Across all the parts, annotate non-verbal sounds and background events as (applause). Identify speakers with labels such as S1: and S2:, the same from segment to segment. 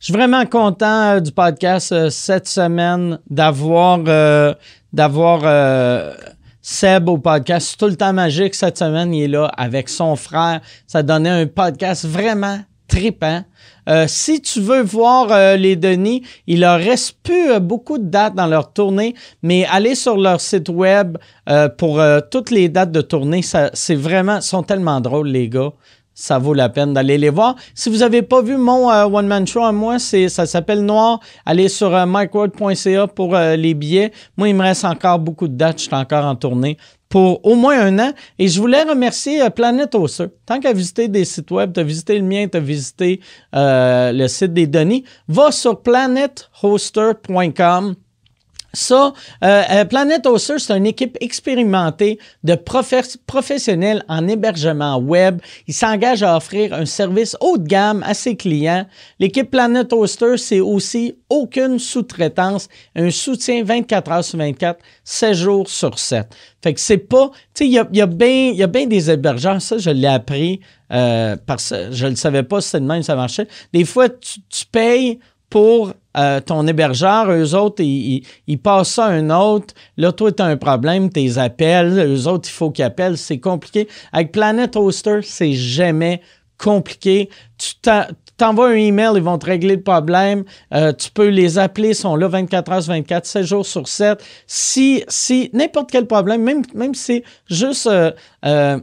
S1: Je suis vraiment content euh, du podcast euh, cette semaine d'avoir euh, d'avoir euh, Seb au podcast. C'est tout le temps magique cette semaine. Il est là avec son frère. Ça donnait un podcast vraiment trippant. Euh, si tu veux voir euh, les Denis, il leur reste plus euh, beaucoup de dates dans leur tournée, mais allez sur leur site web euh, pour euh, toutes les dates de tournée. Ça- C'est vraiment, sont tellement drôles les gars ça vaut la peine d'aller les voir. Si vous n'avez pas vu mon euh, One Man Show à moi, c'est, ça s'appelle Noir. Allez sur euh, mikeward.ca pour euh, les billets. Moi, il me reste encore beaucoup de dates. Je suis encore en tournée pour au moins un an. Et je voulais remercier euh, Planète Osseux. Tant qu'à visiter des sites web, tu as visité le mien, tu as visité euh, le site des Denis, va sur planethoster.com. Ça, euh, euh, Planet Oster, c'est une équipe expérimentée de professe- professionnels en hébergement web. Ils s'engagent à offrir un service haut de gamme à ses clients. L'équipe Planet Oster, c'est aussi aucune sous-traitance, un soutien 24 heures sur 24, 7 jours sur 7. Fait que c'est pas, tu sais, il y a, il y a bien il y a bien des hébergeurs, ça, je l'ai appris euh, parce que je ne savais pas si c'était de même ça marchait. Des fois, tu, tu payes pour euh, ton hébergeur, eux autres, ils, ils- ils passent ça à un autre. Là, toi, tu as un problème, tes appels, eux autres, il faut qu'ils appellent, c'est compliqué. Avec Planet Hoster, c'est jamais compliqué. Tu t'en- t'envoies un email, ils vont te régler le problème. Euh, tu peux les appeler, ils sont là 24 heures sur 24, 7 jours sur 7. Si, si n'importe quel problème, même, même si c'est juste... euh, euh,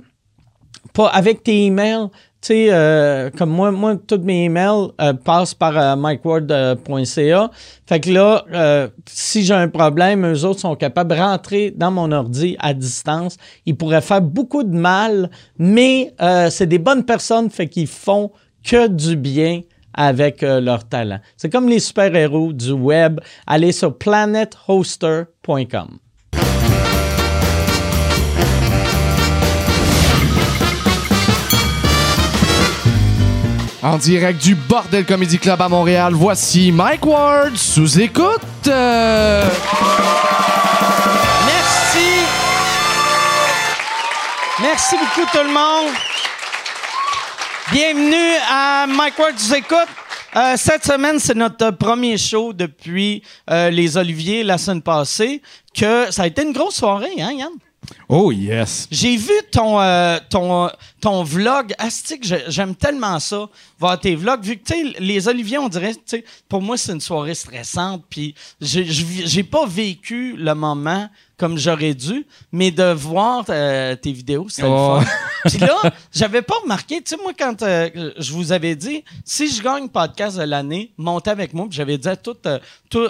S1: pas avec tes emails. Tu sais, euh, comme moi, moi, tous mes emails euh, passent par euh, mikeward.ca. Fait que là, euh, si j'ai un problème, eux autres sont capables de rentrer dans mon ordi à distance. Ils pourraient faire beaucoup de mal, mais euh, c'est des bonnes personnes, fait qu'ils font que du bien avec euh, leur talent. C'est comme les super-héros du web. Allez sur planethoster.com.
S2: En direct du Bordel Comedy Club à Montréal, voici Mike Ward sous écoute. Euh,
S1: Merci. Merci beaucoup tout le monde. Bienvenue à Mike Ward vous écoute. Euh, cette semaine, c'est notre premier show depuis euh, les Oliviers la semaine passée. Que ça a été une grosse soirée, hein, Yann?
S2: Oh yes.
S1: J'ai vu ton, euh, ton, ton vlog. Astic, je- j'aime tellement ça, voir tes vlogs. Vu que, tu sais, les Oliviers, on dirait, tu sais, pour moi, c'est une soirée stressante. Puis, j'ai- j'ai j'ai pas vécu le moment comme j'aurais dû, mais de voir euh, tes vidéos, c'était
S2: Oh.
S1: le fun. (laughs) Puis là, j'avais pas remarqué, tu sais, moi, quand euh, je vous avais dit, si je gagne podcast de l'année, montez avec moi. Puis j'avais dit à tout, euh, tout-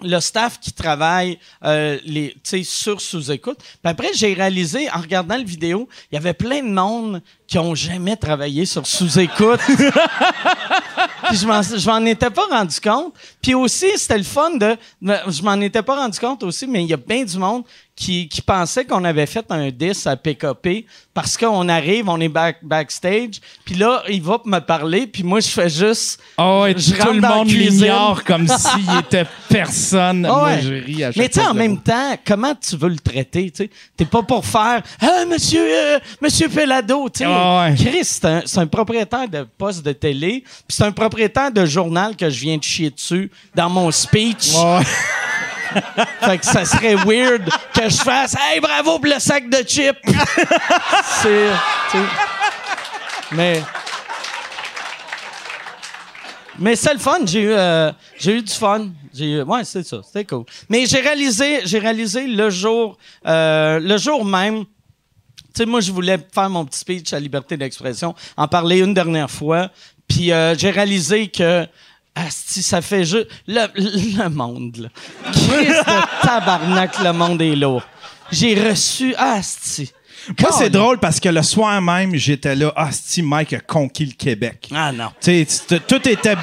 S1: le staff qui travaille euh, les, tu sais, sur sous-écoute. Puis après, j'ai réalisé, en regardant la vidéo, il y avait plein de monde qui ont jamais travaillé
S3: (laughs)
S1: sur sous-écoute. Puis je m'en, je m'en étais pas rendu compte. Puis aussi, c'était le fun de... Je m'en étais pas rendu compte aussi, mais il y a bien du monde qui, qui pensait qu'on avait fait un 10 à PKP parce qu'on arrive, on est back- backstage, puis là, il va me parler, puis moi, je fais juste...
S3: Oh, et
S1: Je
S3: tout
S1: rentre
S3: le
S1: dans la
S3: monde
S1: cuisine.
S3: l'ignore
S2: (laughs)
S3: comme s'il était personne. Moi,
S1: Ah Ouais.
S3: je ris à chaque
S1: Mais tu sais,
S3: fois
S1: en
S3: que
S1: même temps, comment tu veux le traiter? Tu sais? T'es pas pour faire Ah, monsieur, euh, monsieur Pelado. tu sais.
S3: Ah ouais.
S1: Chris, c'est un, c'est un propriétaire de poste de télé, puis c'est un propriétaire de journal que je viens de chier dessus dans mon speech.
S3: Ouais.
S1: Fait que ça serait weird que je fasse Hey, bravo pour le sac de chips! c'est. tu sais. Mais. Mais c'est le fun, j'ai eu, euh, j'ai eu du fun. J'ai eu- ouais, c'est ça, c'était cool. Mais j'ai réalisé, j'ai réalisé le jour, euh, le jour même, tu sais, moi, je voulais faire mon petit speech à liberté d'expression, en parler une dernière fois. Puis euh, j'ai réalisé que, asti, ça fait juste... Le, le monde, là. Christ de tabarnak, le monde est lourd. J'ai reçu... Asti.
S4: Moi, c'est
S1: Colin.
S4: drôle parce que le soir même, j'étais là, ah, si Mike a conquis le Québec.
S1: Ah non.
S4: Tu sais, c'était- tout était.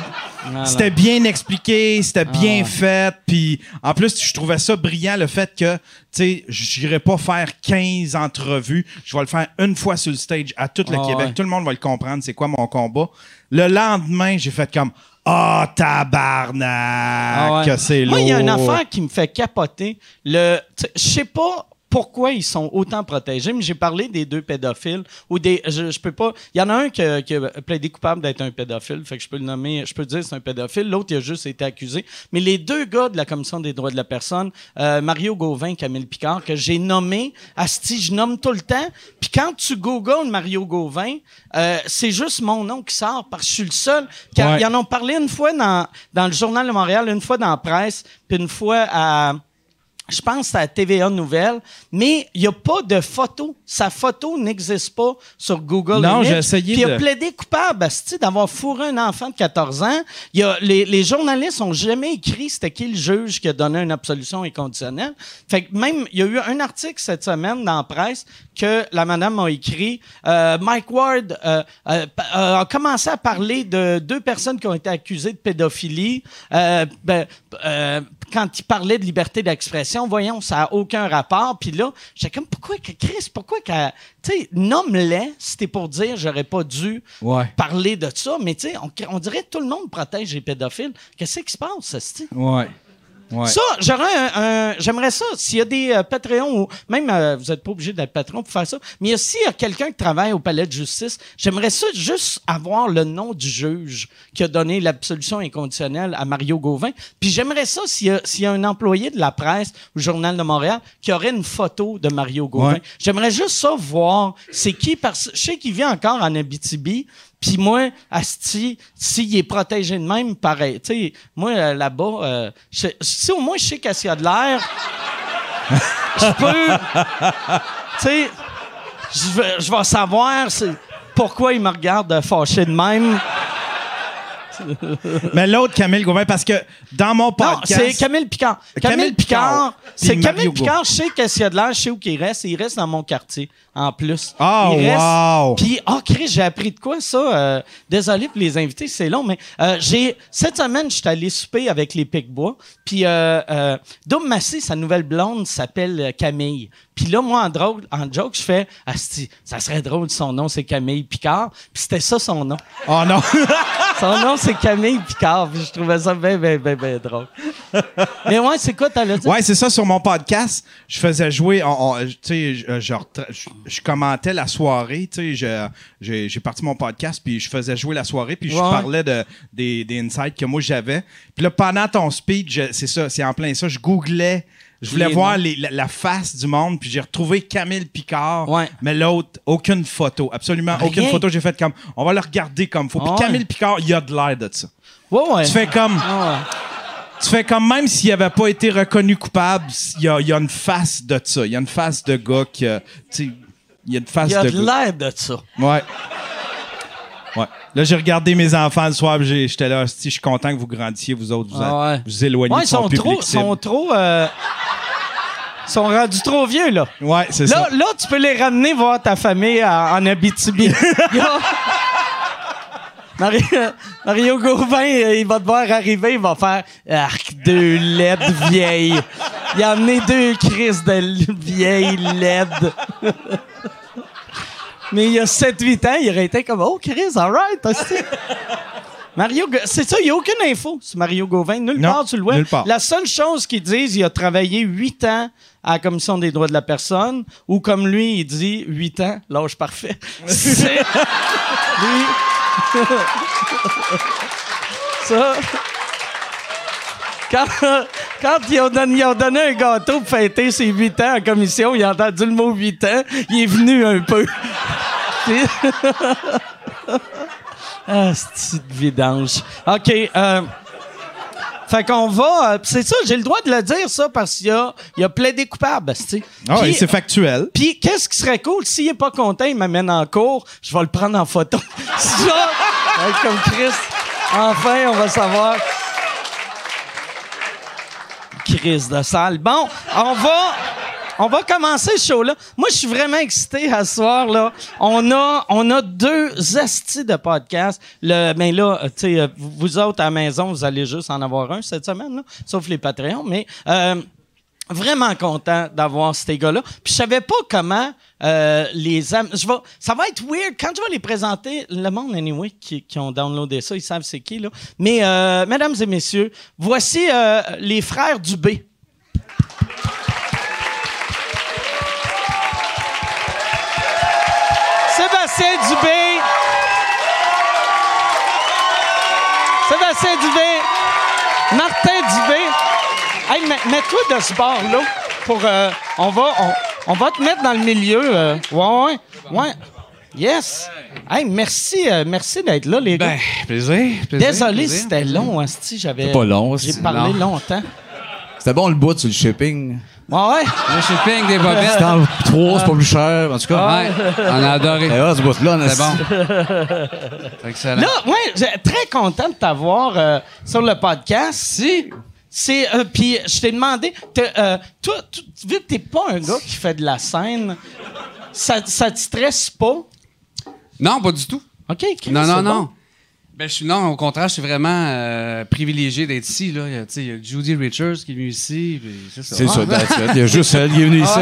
S1: non.
S4: C'était bien expliqué, c'était bien
S1: Ah ouais.
S4: fait, puis en plus je trouvais ça brillant le fait que tu sais j'irai pas faire 15 entrevues, je vais le faire une fois sur le stage à tout le
S1: Ah
S4: Québec,
S1: ouais.
S4: tout le monde va le comprendre, c'est quoi mon combat. Le lendemain, j'ai fait comme ah tabarnak,
S1: Ah ouais.
S4: que c'est lourd.
S1: Moi, il y a une affaire qui me fait capoter. Le, tu sais, je sais pas pourquoi ils sont autant protégés. Mais j'ai parlé des deux pédophiles ou des. Je, je peux pas. Il y en a un qui a, qui a plaidé coupable d'être un pédophile, fait que je peux le nommer. Je peux dire que c'est un pédophile. L'autre, il a juste été accusé. Mais les deux gars de la commission des droits de la personne, euh, Mario Gauvin, Camille Picard, que j'ai nommé, Asti, je nomme tout le temps. Puis quand tu googles Mario Gauvin, euh, c'est juste mon nom qui sort parce que je suis le seul. qui a-
S3: Ouais.
S1: Ils en ont parlé une fois dans, dans le Journal de Montréal, une fois dans la presse, puis une fois à je pense à TVA Nouvelle, mais il n'y a pas de photo. Sa photo n'existe pas sur Google
S3: Non,
S1: Images.
S3: j'ai essayé
S1: Puis il a
S3: de-
S1: plaidé coupable, asti, d'avoir fourré un enfant de 14 ans. Il y a- les, les journalistes n'ont jamais écrit c'était qui le juge qui a donné une absolution inconditionnelle. Fait que même, il y a eu un article cette semaine dans la presse que la madame a écrit euh, Mike Ward euh, euh, pa- euh, a commencé à parler de deux personnes qui ont été accusées de pédophilie. Euh, ben, euh, quand il parlait de liberté d'expression, voyons, ça n'a aucun rapport. Puis là, j'étais comme, pourquoi que Chris, pourquoi que, tu sais, nomme-les, c'était pour dire, j'aurais pas dû
S3: Ouais.
S1: parler de ça, mais tu sais, on, on dirait que tout le monde protège les pédophiles. Qu'est-ce qui se passe, ça,
S3: Ouais. Ouais.
S1: ça, j'aurais un, un- j'aimerais ça. S'il y a des euh, Patreons ou même euh, vous n'êtes pas obligé d'être patron pour faire ça, mais euh, s'il y a quelqu'un qui travaille au palais de justice, j'aimerais ça juste avoir le nom du juge qui a donné l'absolution inconditionnelle à Mario Gauvin. Puis j'aimerais ça s'il y, a- s'il y a un employé de la presse ou Journal de Montréal qui aurait une photo de Mario Gauvin.
S3: Ouais.
S1: J'aimerais juste ça voir c'est qui parce que je sais qu'il vit encore en Abitibi. Puis moi, Asti, s'il est protégé de même, pareil. Tu sais, moi, euh, là-bas, euh, je sais- si au moins je sais qu'est-ce qu'il y a de l'air, (laughs) je peux. Tu sais, je vais- je vais savoir c'est- pourquoi il me regarde euh, fâché de même.
S4: Mais l'autre, Camille Gauvin, parce que dans mon
S1: Non,
S4: podcast.
S1: c'est Camille Picard. Camille,
S4: Camille
S1: Picard,
S4: Picard,
S1: c'est
S4: puis
S1: Camille
S4: Mario
S1: Picard, je sais qu'est-ce qu'il y a de l'air, je sais où qu'il reste, et il reste dans mon quartier, en plus.
S4: Ah,
S1: Il reste-
S4: wow.
S1: Puis, ah, Chris, j'ai appris de quoi, ça? euh, désolé pour les invités, c'est long, mais euh, j'ai cette semaine, je suis allé souper avec les Picbois, puis euh, euh, Dom Massé, sa nouvelle blonde, s'appelle euh, Camille. Puis là, moi, en, drôle, en joke, je fais, Asti, ça serait drôle, son nom, c'est Camille Picard, puis c'était ça son nom.
S4: Oh non!
S1: Son nom, c'est Camille Picard. puis je trouvais ça bien, bien, bien, bien drôle. Mais ouais, c'est quoi, t'allais dire?
S4: Ouais, c'est ça. Sur mon podcast, je faisais jouer. on- on- tu sais, je, je retra- je- je commentais la soirée. Tu sais, je- j'ai j'ai parti mon podcast, puis je faisais jouer la soirée, puis je
S1: Ouais.
S4: parlais de, des, des insights que moi j'avais. Puis là, pendant ton speech, je- c'est ça, c'est en plein ça. Je googlais. Je voulais
S1: Les
S4: voir les- la, la face du monde, puis j'ai retrouvé Camille Picard,
S1: Ouais.
S4: mais l'autre, aucune photo, absolument aucune
S1: Rien. Ah
S4: photo. J'ai fait comme, on va le regarder comme faut. Puis
S1: Ouais.
S4: Camille Picard, il a de l'air de ça.
S1: Ouais, ouais.
S4: Tu fais comme,
S1: Ah,
S4: tu fais comme même s'il avait pas été reconnu coupable, il y a, il y a une face de ça. Il y a une face de gars qui. euh, tu sais, Il y a une face
S1: Il y a
S4: de,
S1: de
S4: gars.
S1: l'air de ça.
S4: Ouais. Ouais. Là, j'ai regardé mes enfants le soir, puis j'ai- j'étais là, si je suis content que vous grandissiez, vous autres, vous,
S1: Ah
S4: a-
S1: ouais.
S4: vous éloignez
S1: Ouais,
S4: de
S1: ils
S4: son
S1: sont
S4: public
S1: trop.
S4: cible.
S1: sont trop. euh, sont rendus trop vieux, là.
S4: Ouais, c'est
S1: Là,
S4: ça.
S1: là, tu peux les ramener voir ta famille en, en
S4: (laughs)
S1: Abitibi. Yo. Mario, Mario Gauvin, euh, il va te voir arriver, il va faire Arc, deux LED vieilles. Il a amené deux crises de l- vieilles LED. Mais il y a 7-8 ans, il aurait été comme Oh, Chris, alright, Mario, Ga- c'est ça, il n'y a aucune info sur Mario Gauvin, nulle
S4: Non,
S1: part sur le web.
S4: nulle part.
S1: La seule chose qu'ils disent, il a travaillé 8 ans à la Commission des droits de la personne, ou comme lui, il dit 8 ans, l'âge
S4: (laughs)
S1: parfait. C'est. lui. (laughs) ça. Quand, quand ils, ont donné, ils ont donné un gâteau pour fêter ses 8 ans en commission, il a entendu le mot 8 ans, il est venu un peu. (laughs) Puis- ah, c'est vidange. OK. euh, fait qu'on va. euh, pis c'est ça, j'ai le droit de le dire, ça, parce qu'il y a, il a plaidé coupable, tu
S4: Ah ouais, c'est factuel.
S1: Puis qu'est-ce qui serait cool? S'il est pas content, il m'amène en cours, je vais le prendre en photo. (laughs) ça, va être comme Chris. Enfin, on va savoir. Chris de salle. Bon, on va. On va commencer ce show-là. Moi, je suis vraiment excité à ce soir. Là. On, a, on a deux astis de podcasts. Le, ben là, euh, tu sais, euh, vous- vous autres à la maison, vous allez juste en avoir un cette semaine, là, sauf les Patreons. Mais euh, vraiment content d'avoir ces gars-là. Puis je savais pas comment euh, les am- je vais ça va être weird quand je vais les présenter le monde anyway qui, qui ont downloadé ça, ils savent c'est qui là. Mais euh, mesdames et messieurs, voici euh, les frères Dubé. Dubé. Sébastien Dubé. Martin Dubé. Hey, mets- mets-toi de ce bord-là pour. euh, on, va, on, on va te mettre dans le milieu. euh. ouais, ouais. Ouais. Yes. Hey, merci, euh, merci d'être là, les
S2: Ben,
S1: gars.
S5: plaisir, plaisir.
S1: Désolé si
S5: plaisir.
S1: c'était long, Asti. J'avais.
S2: pas long,
S1: J'ai
S2: c'est
S1: parlé
S2: long.
S1: longtemps.
S2: C'était bon le bout sur le shipping.
S1: Ouais, ouais.
S6: Le shipping des bobettes.
S2: C'était en 3, c'est pas plus cher. En
S3: Ah.
S2: tout cas,
S6: Ouais, on a adoré.
S2: c'est Eh, oh, ce bout-là, on a-
S6: C'est bon. C'est excellent.
S1: Là, ouais, j'ai- très content de t'avoir euh, sur le podcast. Si. C'est euh, puis je t'ai demandé, t'es, euh, toi, tu- vu que t'es pas un gars qui fait de la scène, ça, ça te stresse pas
S6: Non, pas du tout.
S1: Ok. Chris,
S6: Non, non,
S1: c'est
S6: non.
S1: bon.
S6: Ben, je suis, non, au contraire, je suis vraiment euh, privilégié d'être ici. Là. Il y a, tu sais, il y a Judy Richards qui est venu ici. puis c'est ça.
S2: C'est ça, that's it. Il y a juste elle qui est venue ici.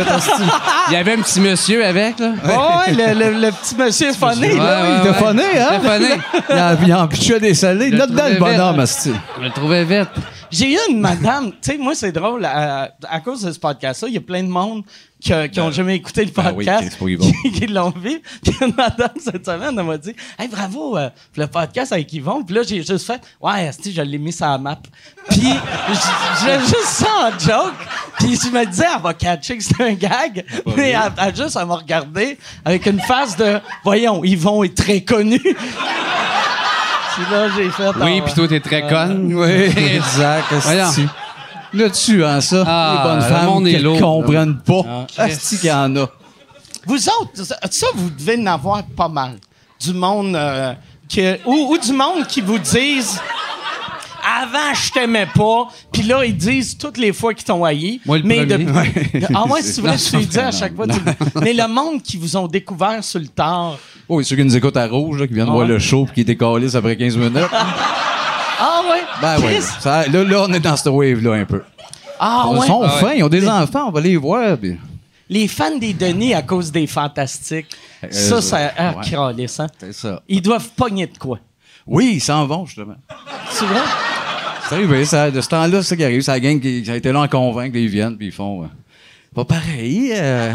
S6: Il y avait un petit monsieur avec. Là.
S1: Ouais, le, le- le petit
S6: (laughs)
S1: monsieur funny.
S6: Ouais,
S1: là.
S6: ouais,
S2: Il t'a
S6: ouais.
S2: fané, hein?
S6: Il t'a fané.
S2: (laughs) Il a- Il a empiché des salés.
S6: Il a
S2: Là-dedans,
S6: trouvé
S2: le bonhomme,
S6: vite.
S2: asti.
S6: Je le trouvais vite.
S1: J'ai eu une madame, tu sais, moi c'est drôle, à, à cause de ce podcast-là, il y a plein de monde que- qui n'ont
S6: Euh,
S1: jamais écouté le
S2: ben oui,
S1: podcast,
S2: Chris, pour y voir.
S1: (laughs) qui, qui l'ont vu. Puis une madame cette semaine, elle m'a dit Hey, bravo, euh, pour le podcast avec Yvon. Puis là, j'ai juste fait Ouais, esti, je l'ai mis sur la map. Puis j- j'ai juste ça en joke. Puis je me disais, Ah, elle va catcher que c'est un gag. Mais elle, elle juste, elle m'a regardé avec une face de Voyons, Yvon est très connu. Puis là, j'ai fait Ah,
S6: Oui,
S1: ouais.
S6: puis toi, t'es très conne.
S2: Euh, Oui, (laughs) exact. asti.
S6: Voyons.
S2: Là-dessus, hein, ça.
S6: Ah,
S2: les bonnes
S6: le
S2: femmes
S6: monde est
S2: qui ne
S6: lourd.
S2: comprennent pas.
S6: Ah,
S2: Asti qu'il y en a.
S1: Vous autres, ça, ça, vous devez en avoir pas mal. Du monde euh, que- ou, ou du monde qui vous disent avant je t'aimais pas, puis là ils disent toutes les fois qu'ils t'ont haï.
S6: Moi, le
S1: mais
S6: premier.
S1: depuis- Ah ouais, c'est vrai,
S6: Non,
S1: je te le dis à chaque fois. tu le- Mais le monde qui vous ont découvert sur le tard.
S2: Oh, et ceux qui nous écoutent à rouge, là, qui viennent
S1: Ah
S2: voir
S1: ouais.
S2: le show puis qui décalissent après 15 minutes.
S1: Ah ouais.
S2: Ben
S1: Chris,
S2: oui. Ça- Là, là, on est dans cette wave-là un peu.
S1: Ah
S2: ils
S1: ouais.
S2: sont fins, ils ont des enfants, on va les voir. puis-
S1: Les fans des Denis à cause des fantastiques.
S6: Euh,
S1: ça, ça ah,
S2: ouais.
S1: cralisse, hein.
S2: C'est ça.
S1: Ils doivent pogner de quoi.
S2: Oui, ils s'en vont, justement.
S1: C'est vrai?
S2: C'est arrivé, ça, de ce temps-là, c'est ça qui arrive. C'est la gang qui ça a été là en convaincre, ils viennent, puis ils font. euh, pas pareil. Euh...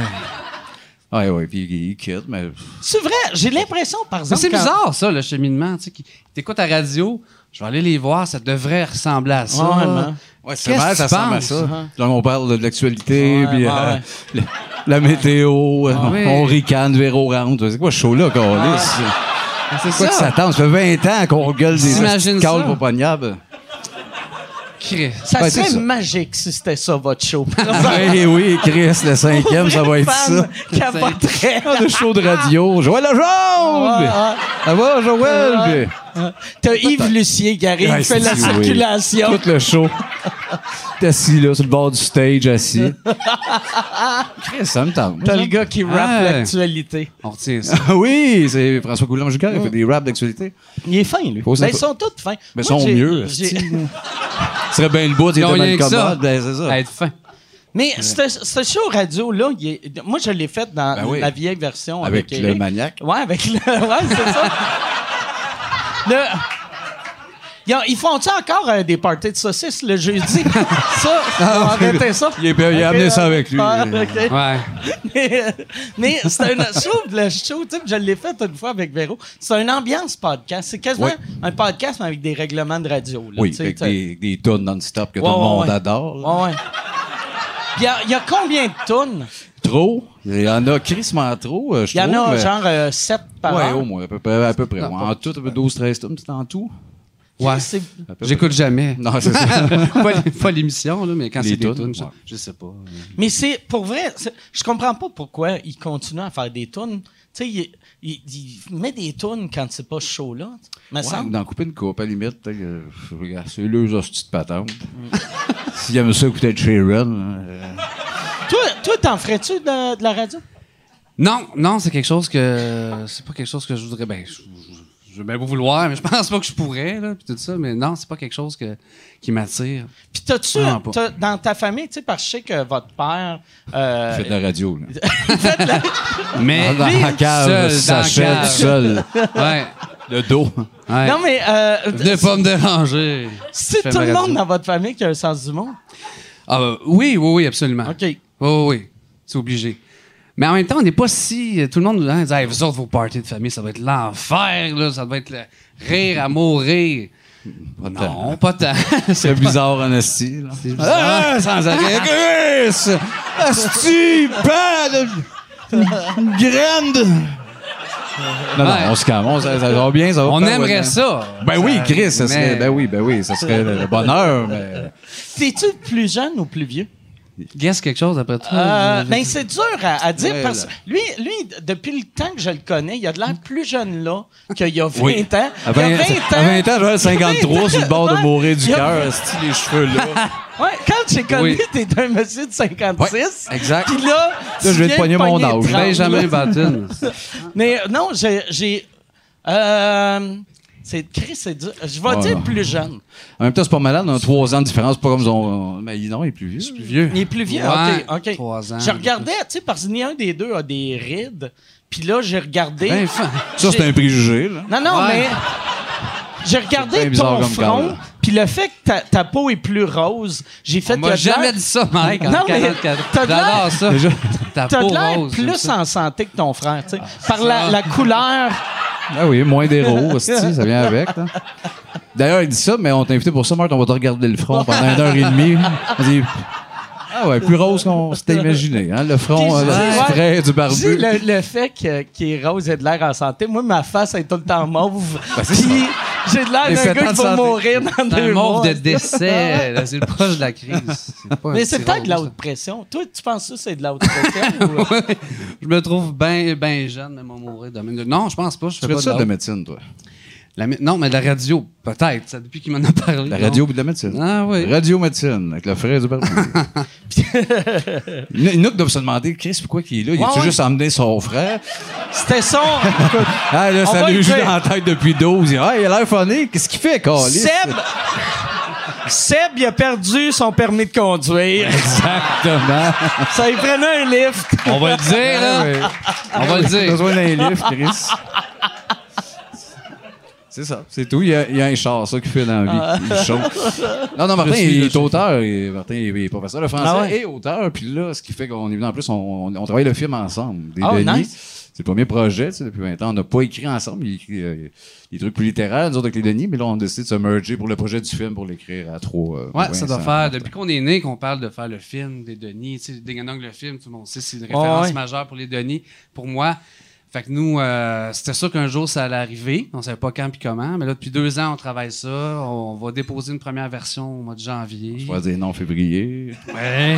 S2: Ouais, ouais, puis ils quittent, mais.
S1: C'est vrai, j'ai l'impression par
S6: Mais
S1: exemple
S6: c'est
S1: quand-
S6: bizarre, ça, le cheminement. Tu sais, qui- t'écoutes la radio, je vais aller les voir, ça devrait ressembler à ça.
S1: Ouais, man.
S2: Ouais,
S6: Qu'est-ce
S2: mal,
S6: que
S2: ça
S6: tu
S2: ressemble à
S6: penses?
S2: ça. hein. Genre, on parle de- de l'actualité,
S1: Ouais,
S2: puis
S1: ouais,
S2: euh,
S1: ouais.
S2: le- la météo, euh,
S6: Ah, oui. Ah,
S2: on ricane, Véro rentre. C'est quoi ce show-là, qu'on est?
S6: C'est
S2: C'est quoi
S6: ça.
S2: que ça tente? Ça fait 20 ans qu'on gueule des
S6: T'imagines
S2: petites cales
S6: ça?
S2: pas pognables.
S6: Chris.
S1: Ça
S2: Ben, c'est
S1: serait
S2: ça. Ah,
S1: magique si c'était ça, votre
S2: (laughs)
S1: show.
S6: Ah,
S2: Oui, Eh oui, Chris, le cinquième, ça va être ça.
S1: Capoterait.
S2: Ah, de show de radio. Joël Lejeune!
S1: Ah,
S2: Ça va, Joël?
S1: T'as Yves Lucier qui arrive,
S2: Ouais,
S1: il fait la
S2: c'est- oui.
S1: circulation.
S2: Tout le show. T'es assis là, sur le bord du stage,
S6: (laughs)
S2: assis. Chris, ça me tente.
S1: T'as le gars qui rappe
S6: Ah.
S1: l'actualité.
S6: On retient ça.
S2: Ah oui, c'est François coulombe jucard il fait des raps d'actualité.
S1: Il est fin, lui.
S2: Faut
S1: Ben,
S2: ça-
S1: ils sont tous fins.
S2: Mais
S1: Moi,
S2: sont
S1: j'ai-
S2: mieux,
S1: j'ai-
S2: Ce serait bien le bout, il
S6: Ils ont
S2: était
S6: rien
S2: mal
S6: que ça.
S2: commode. Ben, c'est
S6: À
S2: ça.
S6: être fin.
S1: Mais ce, ce show radio-là, il est- moi, je l'ai fait dans
S2: Ben oui.
S1: la vieille version. Avec,
S2: Avec le
S1: Eric.
S2: maniaque.
S1: Ouais, avec le. (laughs) Ouais, c'est ça. Le- Ils ont- Ils font-tu encore euh, des parties de saucisses le
S2: (laughs)
S1: jeudi? ça, on va arrêter ça.
S2: Ah, Il, est- il a amené ça avec lui.
S1: Ah, ok.
S6: Ouais.
S1: mais (laughs) mais c'est un show, le show, tu sais, je l'ai fait une fois avec Véro. C'est une ambiance podcast. C'est quasiment
S2: Oui.
S1: un podcast, mais avec des règlements de radio. Là,
S2: Oui,
S1: tu sais,
S2: avec
S1: t'as-
S2: des, des tunes non-stop que
S1: Ouais,
S2: tout le
S1: ouais,
S2: monde
S1: ouais.
S2: adore. là.
S1: Ouais, ouais. Il y, a- il y a combien de tonnes?
S2: Trop. Il y en a crissement trop, euh, je
S1: Il y en a
S2: trouve.
S1: genre 7 par
S2: Ouais,
S1: an.
S2: au moins, à peu près. À peu près. Ouais, en tout, 12-13 tonnes, c'est en tout.
S6: Ouais.
S1: C'est-
S6: J'écoute jamais.
S2: Non,
S1: (laughs)
S2: c'est ça.
S6: (laughs) pas les- pas l'émission, là, mais quand
S2: Les
S6: c'est des
S2: tunes,
S6: tunes, ça,
S2: ouais.
S6: je sais pas. euh,
S1: Mais c'est pour vrai, c'est- je comprends pas pourquoi il continue à faire des tonnes. Tu sais, il, il- il met des tonnes quand c'est pas chaud là. Me
S2: Ouais,
S1: semble.
S2: d'en couper une coupe, à la limite, peut-être que, je regarde, c'est les hosties de patente. S'il aime ça écouter Ed Sheeran, euh,
S1: Toi, toi, t'en ferais-tu de, de la radio?
S6: Non, non, c'est quelque chose que. C'est pas quelque chose que je voudrais. Ben, je, je- je veux bien vous vouloir, mais je pense pas que je pourrais, là, puis tout ça. Mais non, c'est pas quelque chose que, qui m'attire.
S1: Puis t'as-tu,
S6: Vraiment pas.
S1: t'as- dans ta famille, tu sais, parce que je sais que votre père. euh,
S2: fait de la radio. Là.
S6: Mais.
S2: Dans la cave,
S6: seul,
S2: ça
S6: dans la
S2: s'achète
S6: cave.
S2: seul.
S6: Ouais.
S2: Le dos.
S6: ouais.
S1: Non, mais euh,
S6: Venez pas me déranger.
S1: c'est
S6: Je fais
S1: tout
S6: ma
S1: le
S6: radio.
S1: monde dans votre famille qui a un sens du monde.
S6: Ah, ben, euh, oui, oui, oui, absolument.
S1: OK.
S6: Oui, oui, oui. C'est obligé. Mais en même temps, on n'est pas si. euh, Tout le monde nous dit Hey, Vous autres, vos parties de famille, ça va être l'enfer, là, ça va être le rire à mourir. non, pas tant. (laughs)
S2: C'est bizarre, en esti, là.
S6: bizarre.
S2: Ah, sans arrêt. Chris! Asti, pas de... Une Grande! Non, non,
S6: Ouais.
S2: on se calme. On, ça, ça va bien, ça va
S6: On
S2: pas,
S6: aimerait
S2: ouais.
S6: ça.
S2: Ben oui, Chris, ça
S6: mais-
S2: serait, ben oui, ben oui, ça serait le le bonheur, mais...
S1: T'es-tu plus jeune ou plus vieux?
S6: Guess quelque chose après toi.
S1: Euh, ben, c'est dur à, à dire
S2: Ah, Ouais,
S1: parce que lui, lui, depuis le temps que je le connais, il a de l'air plus jeune là qu'il y a 20
S2: Oui.
S1: ans.
S2: À
S1: il y
S2: 20,
S1: a 20 ans.
S2: à
S1: (laughs)
S2: 20 ans, j'avais 53 sur le bord de
S1: Ouais.
S2: mourir du
S1: Il y a-
S2: cœur, esti, les cheveux là.
S1: Ouais, quand j'ai connu,
S6: Oui.
S1: t'étais un monsieur de 56.
S2: exact.
S1: Puis là, tu
S2: je vais te
S1: viens
S2: pogner
S1: de
S2: mon
S1: pogner
S2: âge.
S1: 30, là. (laughs)
S6: Benjamin Button.
S1: Mais euh, non, j'ai. j'ai euh, c'est Chris, c'est dur. Je vais
S2: Ouais.
S1: dire plus jeune.
S2: En même temps, c'est pas malade, on a 3 ans de différence, c'est pas comme si on... Mais non, il est plus vieux.
S6: Plus vieux.
S1: Il est plus vieux.
S6: Ouais,
S1: ok, ok.
S6: trois ans.
S1: Je regardais, tu sais, parce que ni un des deux a des rides. Puis là, j'ai regardé.
S6: Ben, fa-
S2: Ça, c'est un préjugé, là.
S1: Non, non,
S6: Ouais.
S1: mais j'ai
S2: C'est bien
S1: regardé
S2: bizarre
S1: ton
S2: comme
S1: front,
S2: garde.
S1: puis le fait que ta, ta peau est plus rose, j'ai fait
S6: On m'a
S1: que t'as
S6: jamais
S1: l'air-
S6: dit ça, Mike, en
S1: Non, mais
S6: 44.
S1: t'as de l'air-
S6: J'adore ça. Ta
S1: T'as
S6: peau
S1: de l'air
S6: rose. j'aime
S1: plus
S6: ça. Ah,
S1: en santé que ton frère, tu sais. Par la, la
S6: (laughs)
S1: couleur.
S2: Ah oui, moins d'héros, hostie, ça vient avec. là. D'ailleurs, il dit ça, mais on t'a invité pour ça, Marthe, on va te regarder le front pendant une heure et demie. On dit, ah ouais, plus rose qu'on s'était imaginé. Hein? Le front,
S1: Puis
S2: euh,
S1: je dis,
S2: le frais du
S1: Tu sais,
S2: barbu.
S1: le, le fait que- qu'il est rose et de l'air en santé, moi, ma face elle est tout le temps mauve.
S6: Ben,
S2: c'est
S1: Puis j'ai de l'air
S2: Les
S1: d'un
S2: sept
S1: gars
S2: ans de
S1: qui va
S2: santé.
S1: mourir dans
S6: C'est un
S1: deux mois.
S6: mauve de
S1: (laughs)
S6: décès. là, C'est le proche de la crise. pas un
S1: Mais c'est
S6: petit
S1: peut-être de la
S6: rose.
S1: haute pression. Toi, tu penses que c'est de la haute pression? ou- euh,
S6: Je me trouve bien ben jeune, mais mon mourir demain. Non, je pense pas. Je
S2: Tu
S6: fais
S2: fais
S6: pas
S2: ça de
S6: la-
S2: la médecine, toi?
S6: la mé- Non, mais de la radio, peut-être. ça, Depuis qu'il m'en a parlé.
S2: La
S6: non.
S2: radio ou de la médecine?
S6: Ah oui.
S2: Radio-médecine, avec le frais
S1: (laughs)
S2: du barbu. Nook doit se demander, Chris, pourquoi il est là? Il a-tu
S1: Ouais, ouais.
S2: juste emmené son frère?
S1: C'était son...
S6: (laughs)
S2: Ah, là,
S1: On
S2: ça
S1: va
S2: lui
S1: le
S2: joue
S1: dire.
S2: dans la tête depuis 12. Il dit, ah, il a l'air funny. Qu'est-ce qu'il fait, Carlis?
S1: Seb... Seb, il a perdu son permis de
S6: (laughs)
S1: conduire.
S2: Exactement.
S1: Ça lui prenait un lift.
S3: On va le dire, là.
S6: On va le
S2: J'ai
S6: dire.
S2: besoin d'un livre, Chris. C'est ça, c'est tout. Il y, a, il y a un char, ça, qui fait dans la
S6: Ah.
S2: vie. Il est chaud. Non, non, Martin,
S3: Je suis
S2: il
S3: le
S2: est
S3: chauffeur.
S2: auteur. et Martin, il est professeur de français
S1: Ah ouais?
S2: et auteur. Puis là, ce qui fait qu'on est venu en plus, on, on- on travaille le film ensemble. Des
S1: Oh,
S2: Denis. C'est le premier projet, tu sais, depuis 20 ans. On n'a pas écrit ensemble. Il écrit euh, des trucs plus littéraires, nous autres avec les Denis. Mais là, on décide de se merger pour le projet du film pour l'écrire à trois. euh,
S6: Ouais, ça doit
S2: Vincent.
S6: faire. Depuis qu'on est né, qu'on parle de faire le film des Denis, tu sais, des gagnants le film, tout le monde sait, c'est une
S1: Ouais,
S6: référence
S1: ouais.
S6: majeure pour les Denis. Pour moi, fait que nous, euh, c'était sûr qu'un jour ça allait arriver. On savait pas quand puis comment, mais là depuis deux ans, on travaille ça. On va déposer une première version au mois de janvier.
S2: On va dire non, février.
S6: Ouais.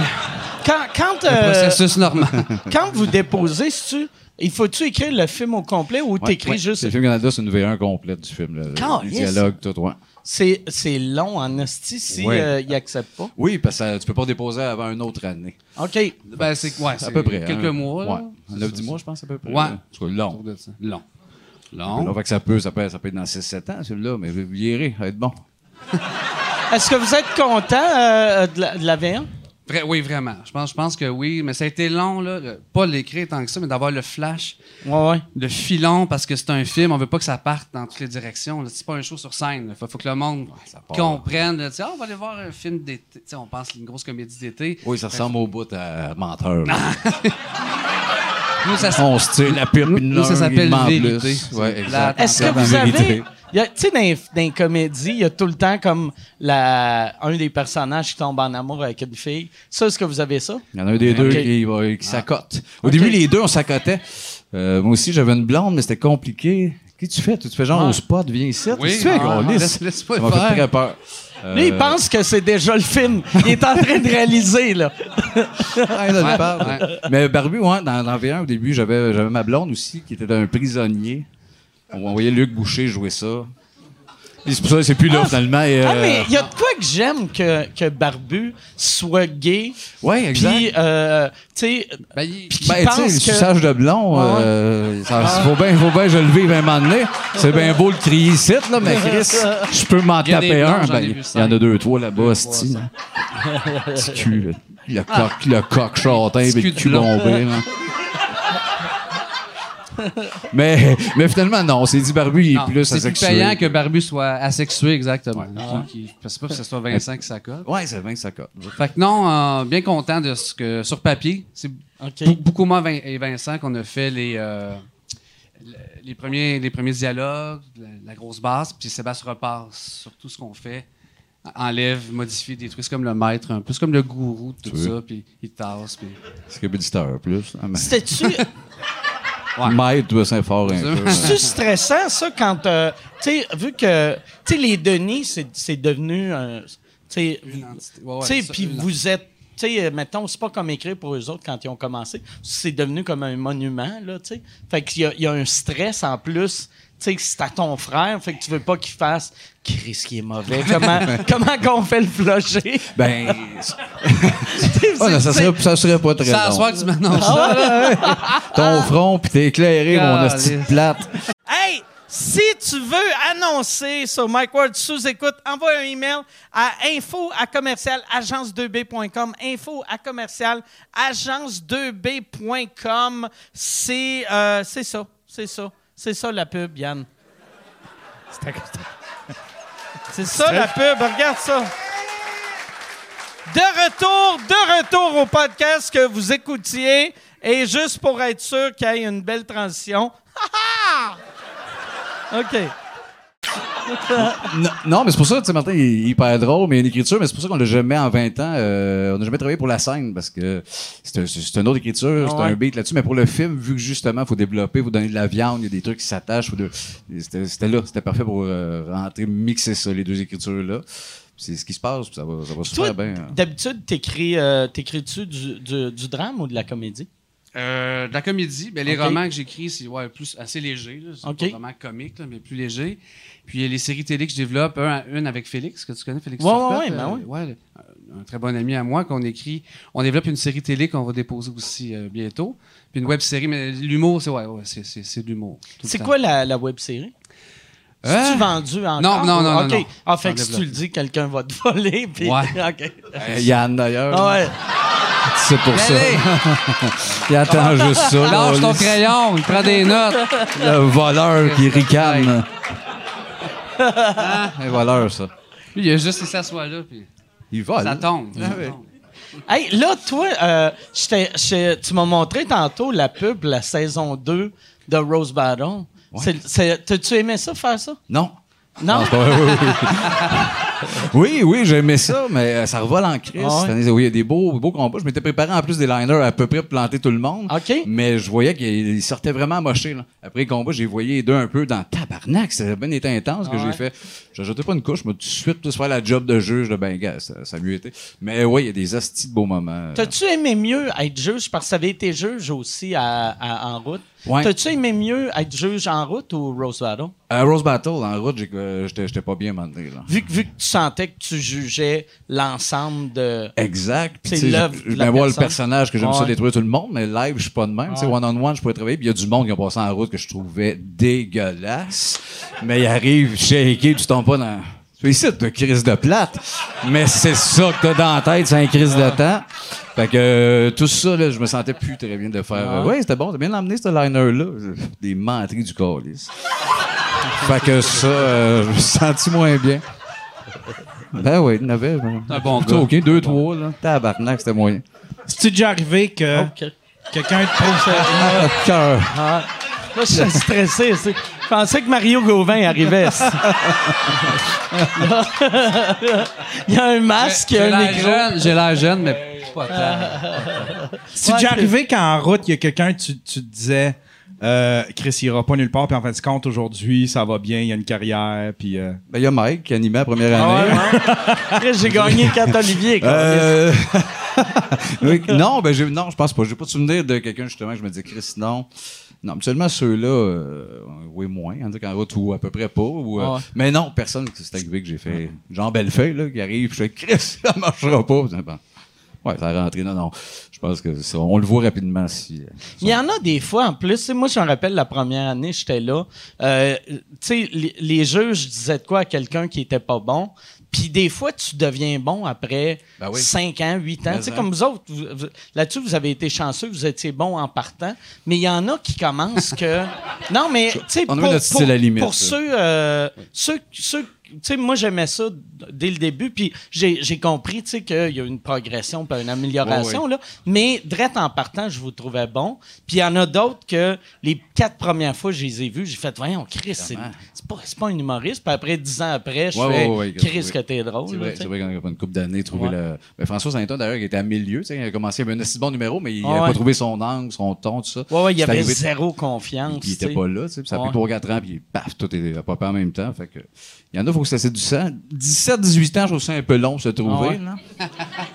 S1: Quand, quand, euh,
S6: Processus normal.
S1: quand vous déposez, c'est-tu- il faut-tu écrire le film au complet ou
S2: Ouais,
S1: t'écris
S2: ouais.
S1: juste...
S2: C'est le film Canada, c'est une V1 complète du film. là.
S1: Quand-
S2: Les
S1: yes.
S2: dialogues, tout, ouais.
S1: C'est c'est long en hostie s'il
S2: Ouais.
S1: accepte pas.
S2: Oui, parce que euh, tu peux pas déposer avant une autre année.
S1: OK.
S6: ben c'est ouais,
S2: À
S6: c'est
S2: peu près.
S6: Quelques
S2: hein.
S6: mois. là.
S2: Ouais. 9-10 mois, je pense, à peu près.
S6: Ouais.
S2: C'est quoi, long.
S6: Autour de ça. Long.
S2: Long,
S6: Long.
S2: fait que ça peut, ça peut, ça peut être dans 6-7 ans, celui-là, mais vous irez, ça va être bon.
S1: Est-ce que vous êtes content euh, de, la, de la V1?
S6: Vrai- oui, vraiment. Je pense, je pense que oui, mais ça a été long là, de- pas l'écrire tant que ça, mais d'avoir le flash.
S1: Ouais, ouais.
S6: le filon parce que c'est un film, on veut pas que ça parte dans toutes les directions. là. C'est pas un show sur scène. Il faut, faut que le monde
S2: part.
S6: comprenne. là. Tu sais, Ah, on va aller voir un film d'été. Tu sais, on pense une grosse comédie d'été.
S2: Oui, ça ressemble au bout à menteur.
S6: Ah.
S2: là.
S6: Nous, ça se-
S2: On se tire la pipe, une
S6: Nous, ça
S2: langue,
S6: s'appelle
S2: il ment
S6: vérité.
S2: plus.
S6: C'est
S2: Ouais,
S6: plate.
S2: exact.
S1: Est-ce que
S2: Ensemble,
S1: vous
S2: vérité.
S1: avez. il y a- Tu sais, dans, les- dans les comédies, il y a tout le temps comme la, un des personnages qui tombe en amour avec une fille. Ça, est-ce que vous avez ça?
S2: Il y en a un des deux
S1: Ok.
S2: qui, va-
S6: Ah.
S2: qui s'accote. Au début, les deux, on s'accotait. Euh, moi aussi, j'avais une blonde, mais c'était compliqué. Qu'est-ce que tu fais? Tu te fais genre au spot, viens ici.
S6: Oui.
S2: Qu'est-ce que tu fais,
S6: Ah,
S2: gros? Lisse.
S6: laisse- laisse pas
S2: Ça m'a fait
S6: faire.
S2: très peur. Euh,
S1: Lui, il pense que c'est déjà le film. Il est en train de réaliser, là.
S2: Ouais, là, je parle. Mais Barbu, ouais, dans, dans V1, au début, j'avais, j'avais ma blonde aussi, qui était un prisonnier. On envoyait Luc Boucher jouer ça. Puis c'est pour ça que c'est plus là, finalement. et,
S1: Ah,
S2: euh,
S1: mais il y a de quoi que j'aime que, que Barbu soit gay.
S2: Ouais, exact.
S1: Puis, euh, tu sais,
S6: Ben, il-
S1: puis qu'il
S2: ben, tu sais,
S1: pense
S2: le
S1: que-
S2: suçage de blond,
S1: Ah ouais.
S2: euh, ça- faut bien, faut bien, que je le vive un moment donné. C'est bien beau le crier ici, là,
S6: (laughs)
S2: mais Chris, je peux m'en
S6: Il y a des
S2: taper
S6: blondes,
S2: un.
S6: j'en
S2: Ben,
S6: ai
S2: Il
S6: vu
S2: y en a
S6: cinq.
S2: deux, trois là-bas, sti, là. Petit cul, là. Le coq, le coq chantin, puis
S6: Ah. cul
S2: le
S6: de
S2: cul
S6: blond.
S2: bombé, là. mais, mais finalement, non, c'est dit Barbu, il est
S6: Non,
S2: plus
S6: C'est plus
S2: asexué.
S6: payant que Barbu soit asexué, exactement. Ah. Qui- qui- Je sais pas si ce soit Vincent qui s'accorde.
S2: Ouais, c'est bien que ça cote.
S6: Fait que non, euh, bien content de ce que, sur papier, c'est
S1: OK.
S6: Bou- Beaucoup moins Vin- et Vincent qu'on a fait les, euh, le- les, premiers, les premiers dialogues, la, la grosse base, puis Sébastien repart sur tout ce qu'on fait, enlève, modifie, détruit. C'est comme le maître, un peu c'est comme le gourou de tout
S2: Tu veux.
S6: ça, puis il tasse. Puis...
S2: C'est que Buditeur, plus. Ah, mais-
S1: C'était-tu
S6: Ouais.
S2: Maître doit Saint-Fort un peu.
S1: c'est-tu stressant, ça, quand. euh, tu sais, vu que. Tu sais, les Denis, c'est c'est devenu. euh, tu sais,
S6: Une entité. Ouais, ouais,
S1: Tu sais,
S6: ça,
S1: puis
S6: une-
S1: vous êtes. Tu sais, euh, mettons, c'est pas comme écrire pour eux autres quand ils ont commencé. C'est devenu comme un monument, là, tu sais. Fait qu'il y a, il y a un stress en plus. Tu sais, c'est à ton frère, fait que tu veux pas qu'il fasse Chris qui est mauvais. Comment,
S2: (laughs)
S1: comment qu'on fait le flusher?
S6: (laughs)
S2: Ben.
S1: (laughs)
S2: Ah, non, ça, serait, ça serait pas très
S6: Ça, à
S2: long.
S6: soir que tu m'annonces ça.
S1: Ah.
S2: Ton front, puis t'es éclairé, mon
S6: Caliste.
S2: hostie de plate.
S1: Hey, si tu veux annoncer sur Mike Ward sous écoute, envoie un email à info à commercial agence2b.com. Info à commercial agence2b.com. C'est euh, c'est ça, c'est ça. C'est ça la pub, Yann. C'est ça la pub, regarde ça. De retour, de retour au podcast que vous écoutiez. Et juste pour être sûr qu'il y ait une belle transition. (laughs) Ha, ha! OK.
S2: Non, non, mais c'est pour ça, tu sais, Martin, il est hyper drôle, mais il y a une écriture, mais c'est pour ça qu'on l'a jamais en 20 ans, euh, on n'a jamais travaillé pour la scène, parce que c'est un- c'est une autre écriture, c'est
S1: Ah ouais.
S2: un beat là-dessus, mais pour le film, vu que justement, faut développer, faut donner de la viande, il y a des trucs qui s'attachent, faut de- c'était c'était là, c'était parfait pour euh, rentrer, mixer ça, les deux écritures-là. C'est ce qui se passe, puis ça va, ça
S1: Toi,
S2: va
S1: ben,
S2: super bien. hein.
S1: d'habitude, t'écris, euh, t'écris-tu du, du- du drame ou de la comédie?
S6: Euh, de la comédie, ben, les
S1: Ok.
S6: romans que j'écris, c'est ouais, plus assez léger. là. C'est
S1: Ok.
S6: pas vraiment comique, là, mais plus léger. Puis il y a les séries télé que je développe, un- une avec Félix, que tu connais, Félix
S1: Ouais,
S6: Turcotte, Euh,
S1: ouais, ouais, ben ouais.
S6: le- Un très bon ami à moi qu'on écrit. On développe une série télé qu'on va déposer aussi euh, bientôt. Puis une web série, mais l'humour, c'est ouais, ouais, c'est- c'est c'est de l'humour. tout le
S1: C'est
S6: temps.
S1: quoi la, la web série?
S6: Hein?
S1: tu vendu encore?
S6: Non, non, non,
S1: OK.
S6: non, non.
S1: Ah, fait
S6: J'en
S1: que si tu
S6: développe.
S1: le dis, quelqu'un va te voler. Puis...
S6: Ouais.
S1: (laughs) OK.
S2: Euh, Yann, d'ailleurs,
S1: Ah ouais. Ben
S2: c'est pour ça.
S6: Allez,
S2: (laughs) Il attend juste ça. là,
S6: lâche ton
S2: Oh, le-
S6: crayon, il prend des notes.
S2: Le voleur qui ricane. Hein? Un voleur, ça.
S6: Lui, il a juste il s'assoit là, puis
S2: Il vole.
S6: ça tombe. ça
S2: ouais.
S6: tombe.
S1: Hey, là, toi, euh, j'étais- j'étais- tu m'as montré tantôt la pub, la saison 2 de Rose Battle. C'est- c'est- T'as-tu aimé ça, faire ça?
S2: Non.
S1: Non?
S2: Non, c'est pas vrai, oui, oui. oui, oui, j'aimais ça, mais euh, ça revole en crise.
S1: Ah ouais?
S2: cette année. Oui, il y a des beaux, beaux combats. Je m'étais préparé en plus des liners à peu près pour planter tout le monde.
S1: OK.
S2: Mais je voyais qu'ils sortaient vraiment mochés. là. Après le combat, j'ai voyé les deux un peu dans tabarnak. C'était bien été intense
S1: Ah
S2: que
S1: ouais?
S2: j'ai fait. J'ajoutais pas une couche, mais tout de suite, plus faire la job de juge de ben, gars, ça, ça a mieux été. Mais oui, il y a des astis de beaux moments.
S1: T'as-tu aimé mieux être juge? Parce que t'avais été juge aussi à, à- en route.
S2: Ouais.
S1: T'as-tu aimé mieux être juge en route ou Rose Battle?
S2: À Rose Battle, en route, j'ai- euh, j'étais j'étais pas bien mandé. Là.
S1: Vu, que- vu que tu sentais que tu jugeais l'ensemble de.
S2: Exact. Puis,
S1: C'est
S2: tu sais,
S1: l'œuvre
S2: je- Je
S1: de la
S2: vais voir le
S1: personne.
S2: personnage que j'aime ça
S1: Ouais.
S2: détruire tout le monde, mais live, je suis pas de même. Tu sais, one on one, je pourrais travailler. Puis il y a du monde qui a passé en route que je trouvais dégueulasse. mais il arrive shaké, tu tombes pas dans. Tu es ici, t'as crise de plate. Mais c'est ça que t'as dans la tête, c'est un crise de temps. Fait que euh, tout ça, là, je me sentais plus très bien de faire. euh, ouais, c'était bon, t'as bien emmené ce liner-là. Des menteries du colis. fait que ça, euh, (laughs) je me suis senti moins bien. Ben oui, il y en avait. ben.
S6: C'est un bon
S2: Ça,
S6: gars.
S2: OK, deux, trois, là. Tabarnak, c'était moyen.
S4: (laughs) C'est-tu déjà arrivé que
S1: Ok.
S4: quelqu'un te trouve ça?
S2: Ah, cœur.
S1: Ah. Là, je suis stressé. c'est- Je pensais que Mario Gauvin arrivait. Il y a un masque, il y
S6: J'ai
S1: a un
S6: l'air
S1: micro.
S6: jeune, j'ai l'air jeune, mais pas tant.
S4: C'est déjà arrivé qu'en route, il y a quelqu'un, tu, tu te disais, euh, Chris, il ira pas nulle part, puis en fin de compte, aujourd'hui, ça va bien, il y a une carrière,
S2: (laughs)
S4: puis. euh,
S2: Ben, il y a Mike qui animait la première
S1: Ah
S2: année.
S1: ouais, ouais. Après, j'ai gagné 4 Olivier. quoi.
S2: Euh, (laughs) oui, non, ben, j'ai, non, je pense pas. J'ai pas de souvenir de quelqu'un, justement, que je me dis, Chris, non. Non, seulement ceux-là, euh, oui, moins. En tout cas, en route, ou à peu près pas. ou, euh,
S1: Ah ouais.
S2: Mais non, personne qui s'est arrivé que j'ai fait. Jean Bellefeuille, là, qui arrive, puis je fais, Chris, (laughs) ça marchera pas. Bon. Ouais, ça a rentré. Non, non. Je pense que ça- on le voit rapidement si. euh,
S1: Il y en a des fois, en plus. Tu sais, Moi, je me rappelle la première année, j'étais là. Euh, tu sais, les, les juges disaient de quoi à quelqu'un qui était pas bon. Puis des fois, tu deviens bon après
S2: Ben oui.
S1: 5 ans, 8 ans.
S2: Mais
S1: Tu sais,
S2: hein.
S1: comme vous autres, vous- vous- là-dessus, vous avez été chanceux, vous étiez bon en partant. Mais il y en a qui commencent
S2: (laughs)
S1: que. Non, mais, tu sais,
S2: On
S1: pour,
S2: a mis notre
S1: pour-
S2: style à la limite,
S1: pour
S2: ça.
S1: ceux, euh, ceux, ceux- tu sais, moi, j'aimais ça d- dès le début, puis j'ai j'ai compris, tu sais, qu'il y a une progression, puis une amélioration, là. Mais, drette en partant, je vous trouvais bon. Puis il y en a d'autres que les quatre premières fois que je les ai vus, j'ai fait, voyons, Chris, c'est c'est pas, c'est pas un humoriste. Puis après, dix ans après, je
S2: Ouais,
S1: fais,
S2: ouais, ouais,
S1: Chris,
S2: oui.
S1: que t'es drôle.
S2: C'est
S1: là, Oh,
S2: vrai,
S1: ben, tu sais.
S2: c'est vrai qu'on a pas une couple d'années trouvé
S1: Ouais.
S2: le. Ben, François Saint-Anne, d'ailleurs, il était à milieu. tu sais, Il a commencé avec un assez bon numéro, mais il
S1: Ah
S2: n'a
S1: ouais.
S2: pas trouvé son angle, son ton, tout ça.
S1: Ouais, ouais, il y
S2: C'est
S1: avait
S2: arrivé-
S1: zéro confiance.
S2: Il
S1: tu
S2: était
S1: sais.
S2: pas là, tu sais, puis ça a
S1: Ouais.
S2: pris 3-4 ans, puis paf, tout est pas en même temps. Fait que, il y en a, il faut que ça c'est du sang. 17-18 ans, je trouve ça un peu long de se trouver.
S1: Ah Ouais.
S2: là.
S1: Ah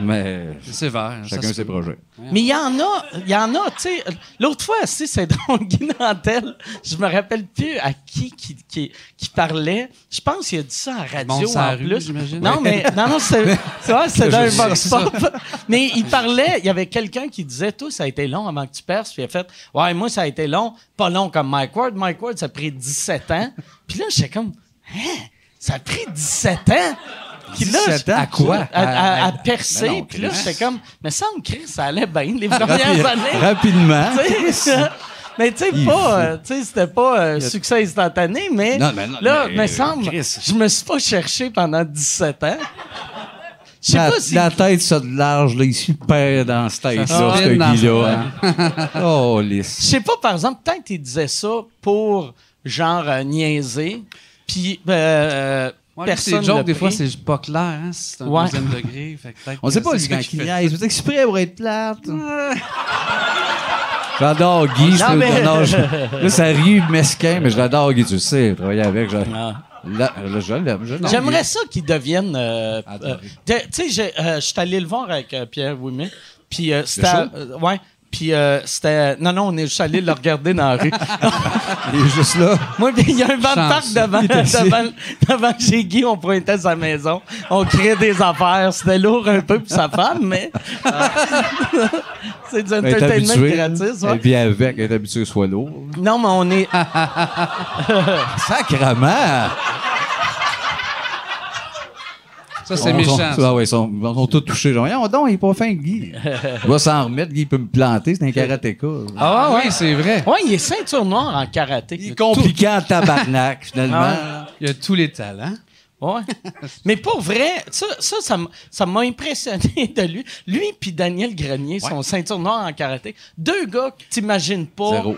S2: Mais
S6: C'est sévère. ça
S2: chacun
S6: se
S2: ses
S6: peut.
S2: projets.
S1: Mais il y en a, il y en a, tu sais. L'autre fois, si c'est drôle, (laughs) Guy Nantel, je me rappelle plus à qui qui, qui, qui parlait. Je pense qu'il a dit ça à la
S6: Bon,
S1: radio
S6: ça à
S1: en
S6: la rue,
S1: plus.
S6: j'imagine.
S1: Non, mais non, non, (laughs) c'est c'est vrai, c'est
S2: Je
S1: dans un
S2: sais,
S1: box
S2: c'est
S1: pop. (laughs) Mais il parlait, il y avait quelqu'un qui disait, tout ça a été long avant que tu perces. Puis il a fait, ouais, moi, ça a été long. Pas long comme Mike Ward. Mike Ward, ça a pris 17 ans. Puis là, j'étais comme, hein, ça a pris 17 ans? Puis là,
S2: 17
S1: je-
S2: ans? À quoi?
S1: À, à- à
S2: À-
S1: percer.
S2: Ben non,
S1: puis là,
S2: Chris.
S1: j'étais comme, mais ça me crie, ça allait bien les
S2: Ah,
S1: premières années.
S2: Rapidement. (laughs)
S1: Tu sais, mais tu sais,
S2: Il est fou.
S1: pas, euh, tu sais, c'était pas euh, succès instantané, mais
S2: Non, mais non,
S1: là,
S2: mais,
S1: me semble,
S2: Chris.
S1: je me suis pas cherché pendant 17 ans. Je sais
S2: La,
S1: pas si.
S2: la tête, ça de large, là, il super dans cette tête-là,
S6: se
S2: ce
S6: pile dans
S2: Guy-là. hein. (laughs) oh, lisse.
S1: Je sais pas, par exemple, peut-être qu'il disait ça pour, genre, euh, niaiser, puis euh,
S6: Ouais, lui,
S1: personne
S6: ses jokes,
S1: l'a
S6: des fois,
S1: pris.
S6: c'est pas clair. Hein? C'est un
S1: Ouais.
S6: deuxième degré. Fait que peut-être
S2: On sait
S6: que
S2: pas
S6: c'est
S2: c'est
S6: lui
S2: quand
S6: qui
S2: qui
S6: fait
S2: niaise. C'est exprès pour être plate.
S1: (laughs)
S2: J'adore Guy. c'est-
S1: Non, mais-
S2: non, je-
S1: (laughs)
S2: Là, ça rit mesquin, mais je l'adore Guy, tu le sais. Travailler avec. Je...
S1: Ah.
S2: Là, euh, là, je l'aime. je l'aime.
S1: J'aimerais ça qu'il devienne. euh,
S2: Adoré.
S1: euh, de- tu sais, j'ai- euh, je suis allé le voir avec euh, Pierre Ouimet. Puis euh, c'était.
S2: show?
S1: euh, ouais. Puis euh, c'était. Non, non, on est juste allé le regarder dans la
S2: (laughs)
S1: rue.
S2: Il est juste (laughs) là.
S1: Moi, il y a un van de parc
S2: (laughs)
S6: Chance.
S1: devant,
S2: était assis.
S1: devant, devant chez Guy, on pointait sa maison, on créait des affaires. C'était lourd un peu pour sa femme, mais. (laughs) C'est du
S2: Elle est
S1: entertainment
S2: habituée.
S1: gratis. ouais.
S2: Elle vit avec. Elle est habituée soit lourd.
S1: Non, mais on est.
S2: Sacrement!
S6: Ça, c'est
S2: On-
S6: méchant.
S2: on- ah ouais, ils sont, ils sont tous touchés. Genre, Voyons donc, il est pas fin, Guy. Il va s'en remettre. Guy peut me planter. C'est un karatéka.
S6: Ah ouais, c'est vrai.
S1: Ouais, il est ceinture noire en karaté.
S2: Il est compliqué en (laughs) tabarnak, finalement.
S1: Ah
S6: Il y a tous les talents.
S1: Ouais.
S2: (laughs)
S1: Mais pour vrai, ça, ça, ça, m- ça m'a impressionné (laughs) de lui. Lui puis Daniel Grenier, son ceinture noire en karaté. Deux gars que t'imagines pas
S2: Zéro.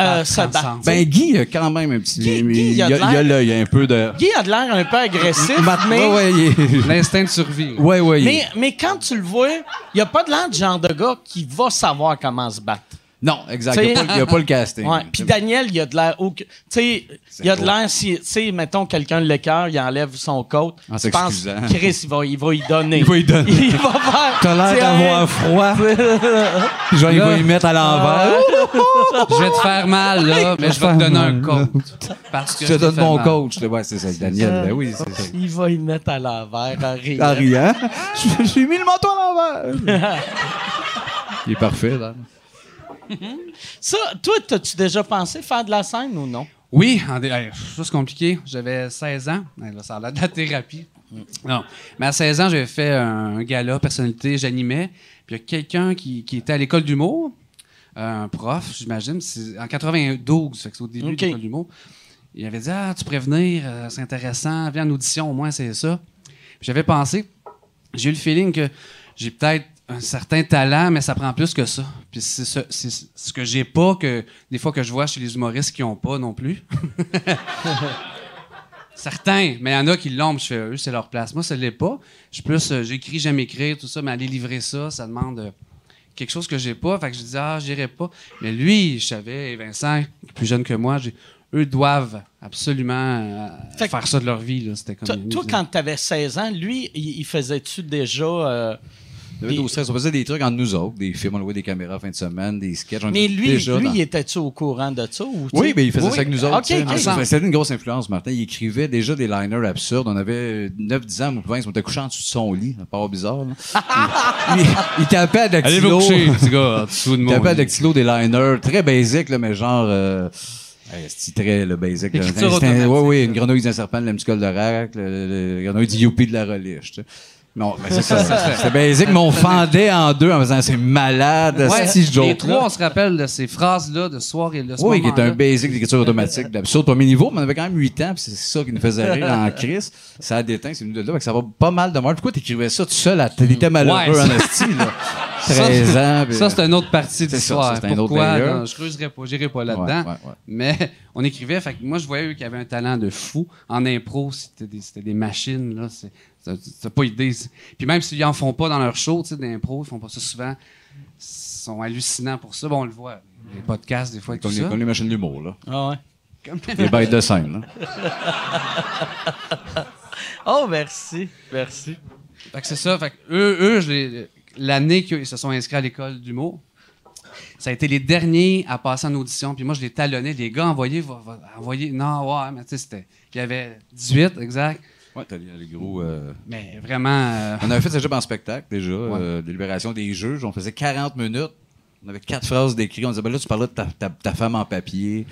S1: euh, se
S6: Ça
S1: battre.
S2: Ben, Guy, il a quand même un petit.
S1: Guy-
S2: il-
S1: Guy,
S2: il
S1: il
S2: y
S1: a
S2: a
S1: de l'air-
S2: il y a l'œil un peu de.
S1: Guy a de l'air un peu agressif, mais,
S2: Ouais, ouais, il est-
S6: L'instinct de survie. là.
S2: ouais, ouais, il est-
S1: mais, mais quand tu le vois, il a pas de l'air de genre de gars qui va savoir comment se battre.
S2: Non, exact. Il n'y a,
S1: T'sais-
S2: pas- il y a pas le casting.
S1: Ouais. Puis Daniel, il a de l'air. au- Tu sais, il a de
S2: drôle.
S1: l'air. Si, tu sais, mettons quelqu'un le cœur, il enlève son coat.
S2: En
S1: tu penses,
S2: s'excusant.
S1: Chris, il va, il va y donner.
S2: Ah, Il va y
S1: (laughs)
S2: donner.
S1: Il va faire.
S2: T'as l'air d'avoir froid.
S1: (laughs)
S2: Puis genre, il va y mettre à
S1: Ah
S2: l'envers.
S6: Je vais te faire mal, là, mais je vais te donner un coach. Parce que
S2: Je te
S6: t'ai
S2: donne
S6: fait
S2: mon
S6: mal.
S2: coach. Ouais, c'est ça, Daniel. Ben oui, c'est ça.
S1: (laughs) Il va y mettre à l'envers en riant.
S2: En
S4: (laughs)
S2: riant. Je je lui ai mis le manteau à l'envers. Il est parfait, Dan.
S1: Ça, toi, t'as-tu déjà pensé faire de la scène ou non?
S6: Oui, en dé- hey, ça c'est compliqué. J'avais 16 ans. Hey, là, ça a l'air de la thérapie. Non. Mais à 16 ans, j'avais fait un gala personnalité, j'animais. Puis il y a quelqu'un qui, qui était à l'école d'humour, euh, un prof, j'imagine, c'est en 92, fait que c'est au début
S1: Ok.
S6: de l'école d'humour. Il avait dit Ah, tu pourrais venir, euh, c'est intéressant, viens en audition, au moins c'est ça. Puis j'avais pensé, j'ai eu le feeling que j'ai peut-être un certain talent, mais ça prend plus que ça. Puis c'est ce, c'est ce- ce que j'ai pas, que des fois que je vois chez les humoristes qui ont pas non plus. (laughs) Certains, mais il y en a qui l'ont, puis je fais, eux, c'est leur place. Moi, ça l'est pas. Je suis plus, euh, j'écris, j'aime écrire, tout ça, mais aller livrer ça, ça demande euh, quelque chose que j'ai pas. Fait que je dis, ah, j'irai pas. Mais lui, je savais, et Vincent, plus jeune que moi, j'ai- eux doivent absolument euh,
S1: Fait que-
S6: faire ça de leur vie. là. C'était comme
S1: Toi, toi, quand t'avais 16 ans, lui, il, il faisait-tu déjà. euh,
S2: Il y avait nos stress. On faisait des trucs entre nous autres, des films, on louait des caméras fin de semaine, des sketchs. on
S1: mais
S2: était
S1: lui,
S2: déjà
S1: lui
S2: dans-
S1: il était-tu au courant de ça? Ou, tu
S2: Oui,
S1: sais-
S2: mais il faisait
S1: Oui.
S2: ça avec nous autres.
S1: OK,
S2: tu sais,
S1: OK.
S2: mais ça- C'était une grosse influence, Martin. Il écrivait déjà des liners absurdes. On avait 9-10 ans, ou 20, on était couchés en dessous de son lit. Un part
S1: (laughs)
S2: bizarre. là. il, il- il tapait à dactylo.
S6: les petits gars, en dessous de
S2: Il tapait à dactylo des liners très basiques, là, mais genre... euh, Hey, c'est très le basic. là.
S6: Écriture
S2: C'est un-
S6: automatique,
S2: ouais, oui,
S6: là.
S2: une grenouille d'un serpent, de la muscule d'oracle, le, le grenouille du youpi de la reliche. tu sais. Non, mais c'est ça. c'est basic, mais on fendait en deux en faisant c'est malade,
S6: Ouais,
S2: si je
S6: les trois, on se rappelle de ces phrases-là de soir et de ce
S2: Oui, qui est
S6: moment-là.
S2: un basic d'écriture automatique d'absurde premier niveau, mais on avait quand même 8 ans, puis c'est ça qui nous faisait rire en crise. Ça a déteint, c'est venu de là, fait que ça va pas mal de mal. Pourquoi t'écrivais ça tout seul? à- T'étais malheureux
S6: Hmm. Ouais,
S2: en
S6: ça-
S2: esti, là. 13 ans. puis-
S6: Ça, c'est une autre partie de
S2: C'est ça,
S6: l'histoire.
S2: ça, c'est un autre
S6: Pourquoi?
S2: layer.
S6: Non, je creuserai pas, j'irai pas là-dedans.
S2: Ouais, ouais, ouais.
S6: Mais (laughs) on écrivait, fait que moi, je voyais eux qui avaient un talent de fou. En impro, c'était des, c'était des machines, là. C'est- t'as- T'as pas idée. C'est- Puis même s'ils en font pas dans leur show, tu sais, d'impro, ils font pas ça souvent. Ils sont hallucinants pour ça. Bon, on le voit. Les podcasts, des fois, et tout
S2: Comme les,
S6: ça.
S2: comme les machines d'humour, là.
S1: Ah ouais.
S2: (laughs) Les bêtes de scène, hein. là.
S7: Oh, merci. Merci.
S6: Fait que c'est ça. Fait que eux, eux je les- l'année qu'ils se sont inscrits à l'école d'humour, ça a été les derniers à passer en audition. Puis moi, je les talonnais. Les gars, envoyez, vo- vo- envoyez. Non, ouais, mais tu sais, c'était. Il y avait 18, exact.
S2: Ouais, t'as les- les gros. euh,
S6: Mais vraiment. euh,
S2: On avait fait ce job en spectacle déjà, euh, délibération des juges. On faisait 40 minutes. On avait quatre phrases d'écrit. On disait, ben là, tu parlais de ta, ta- ta femme en papier.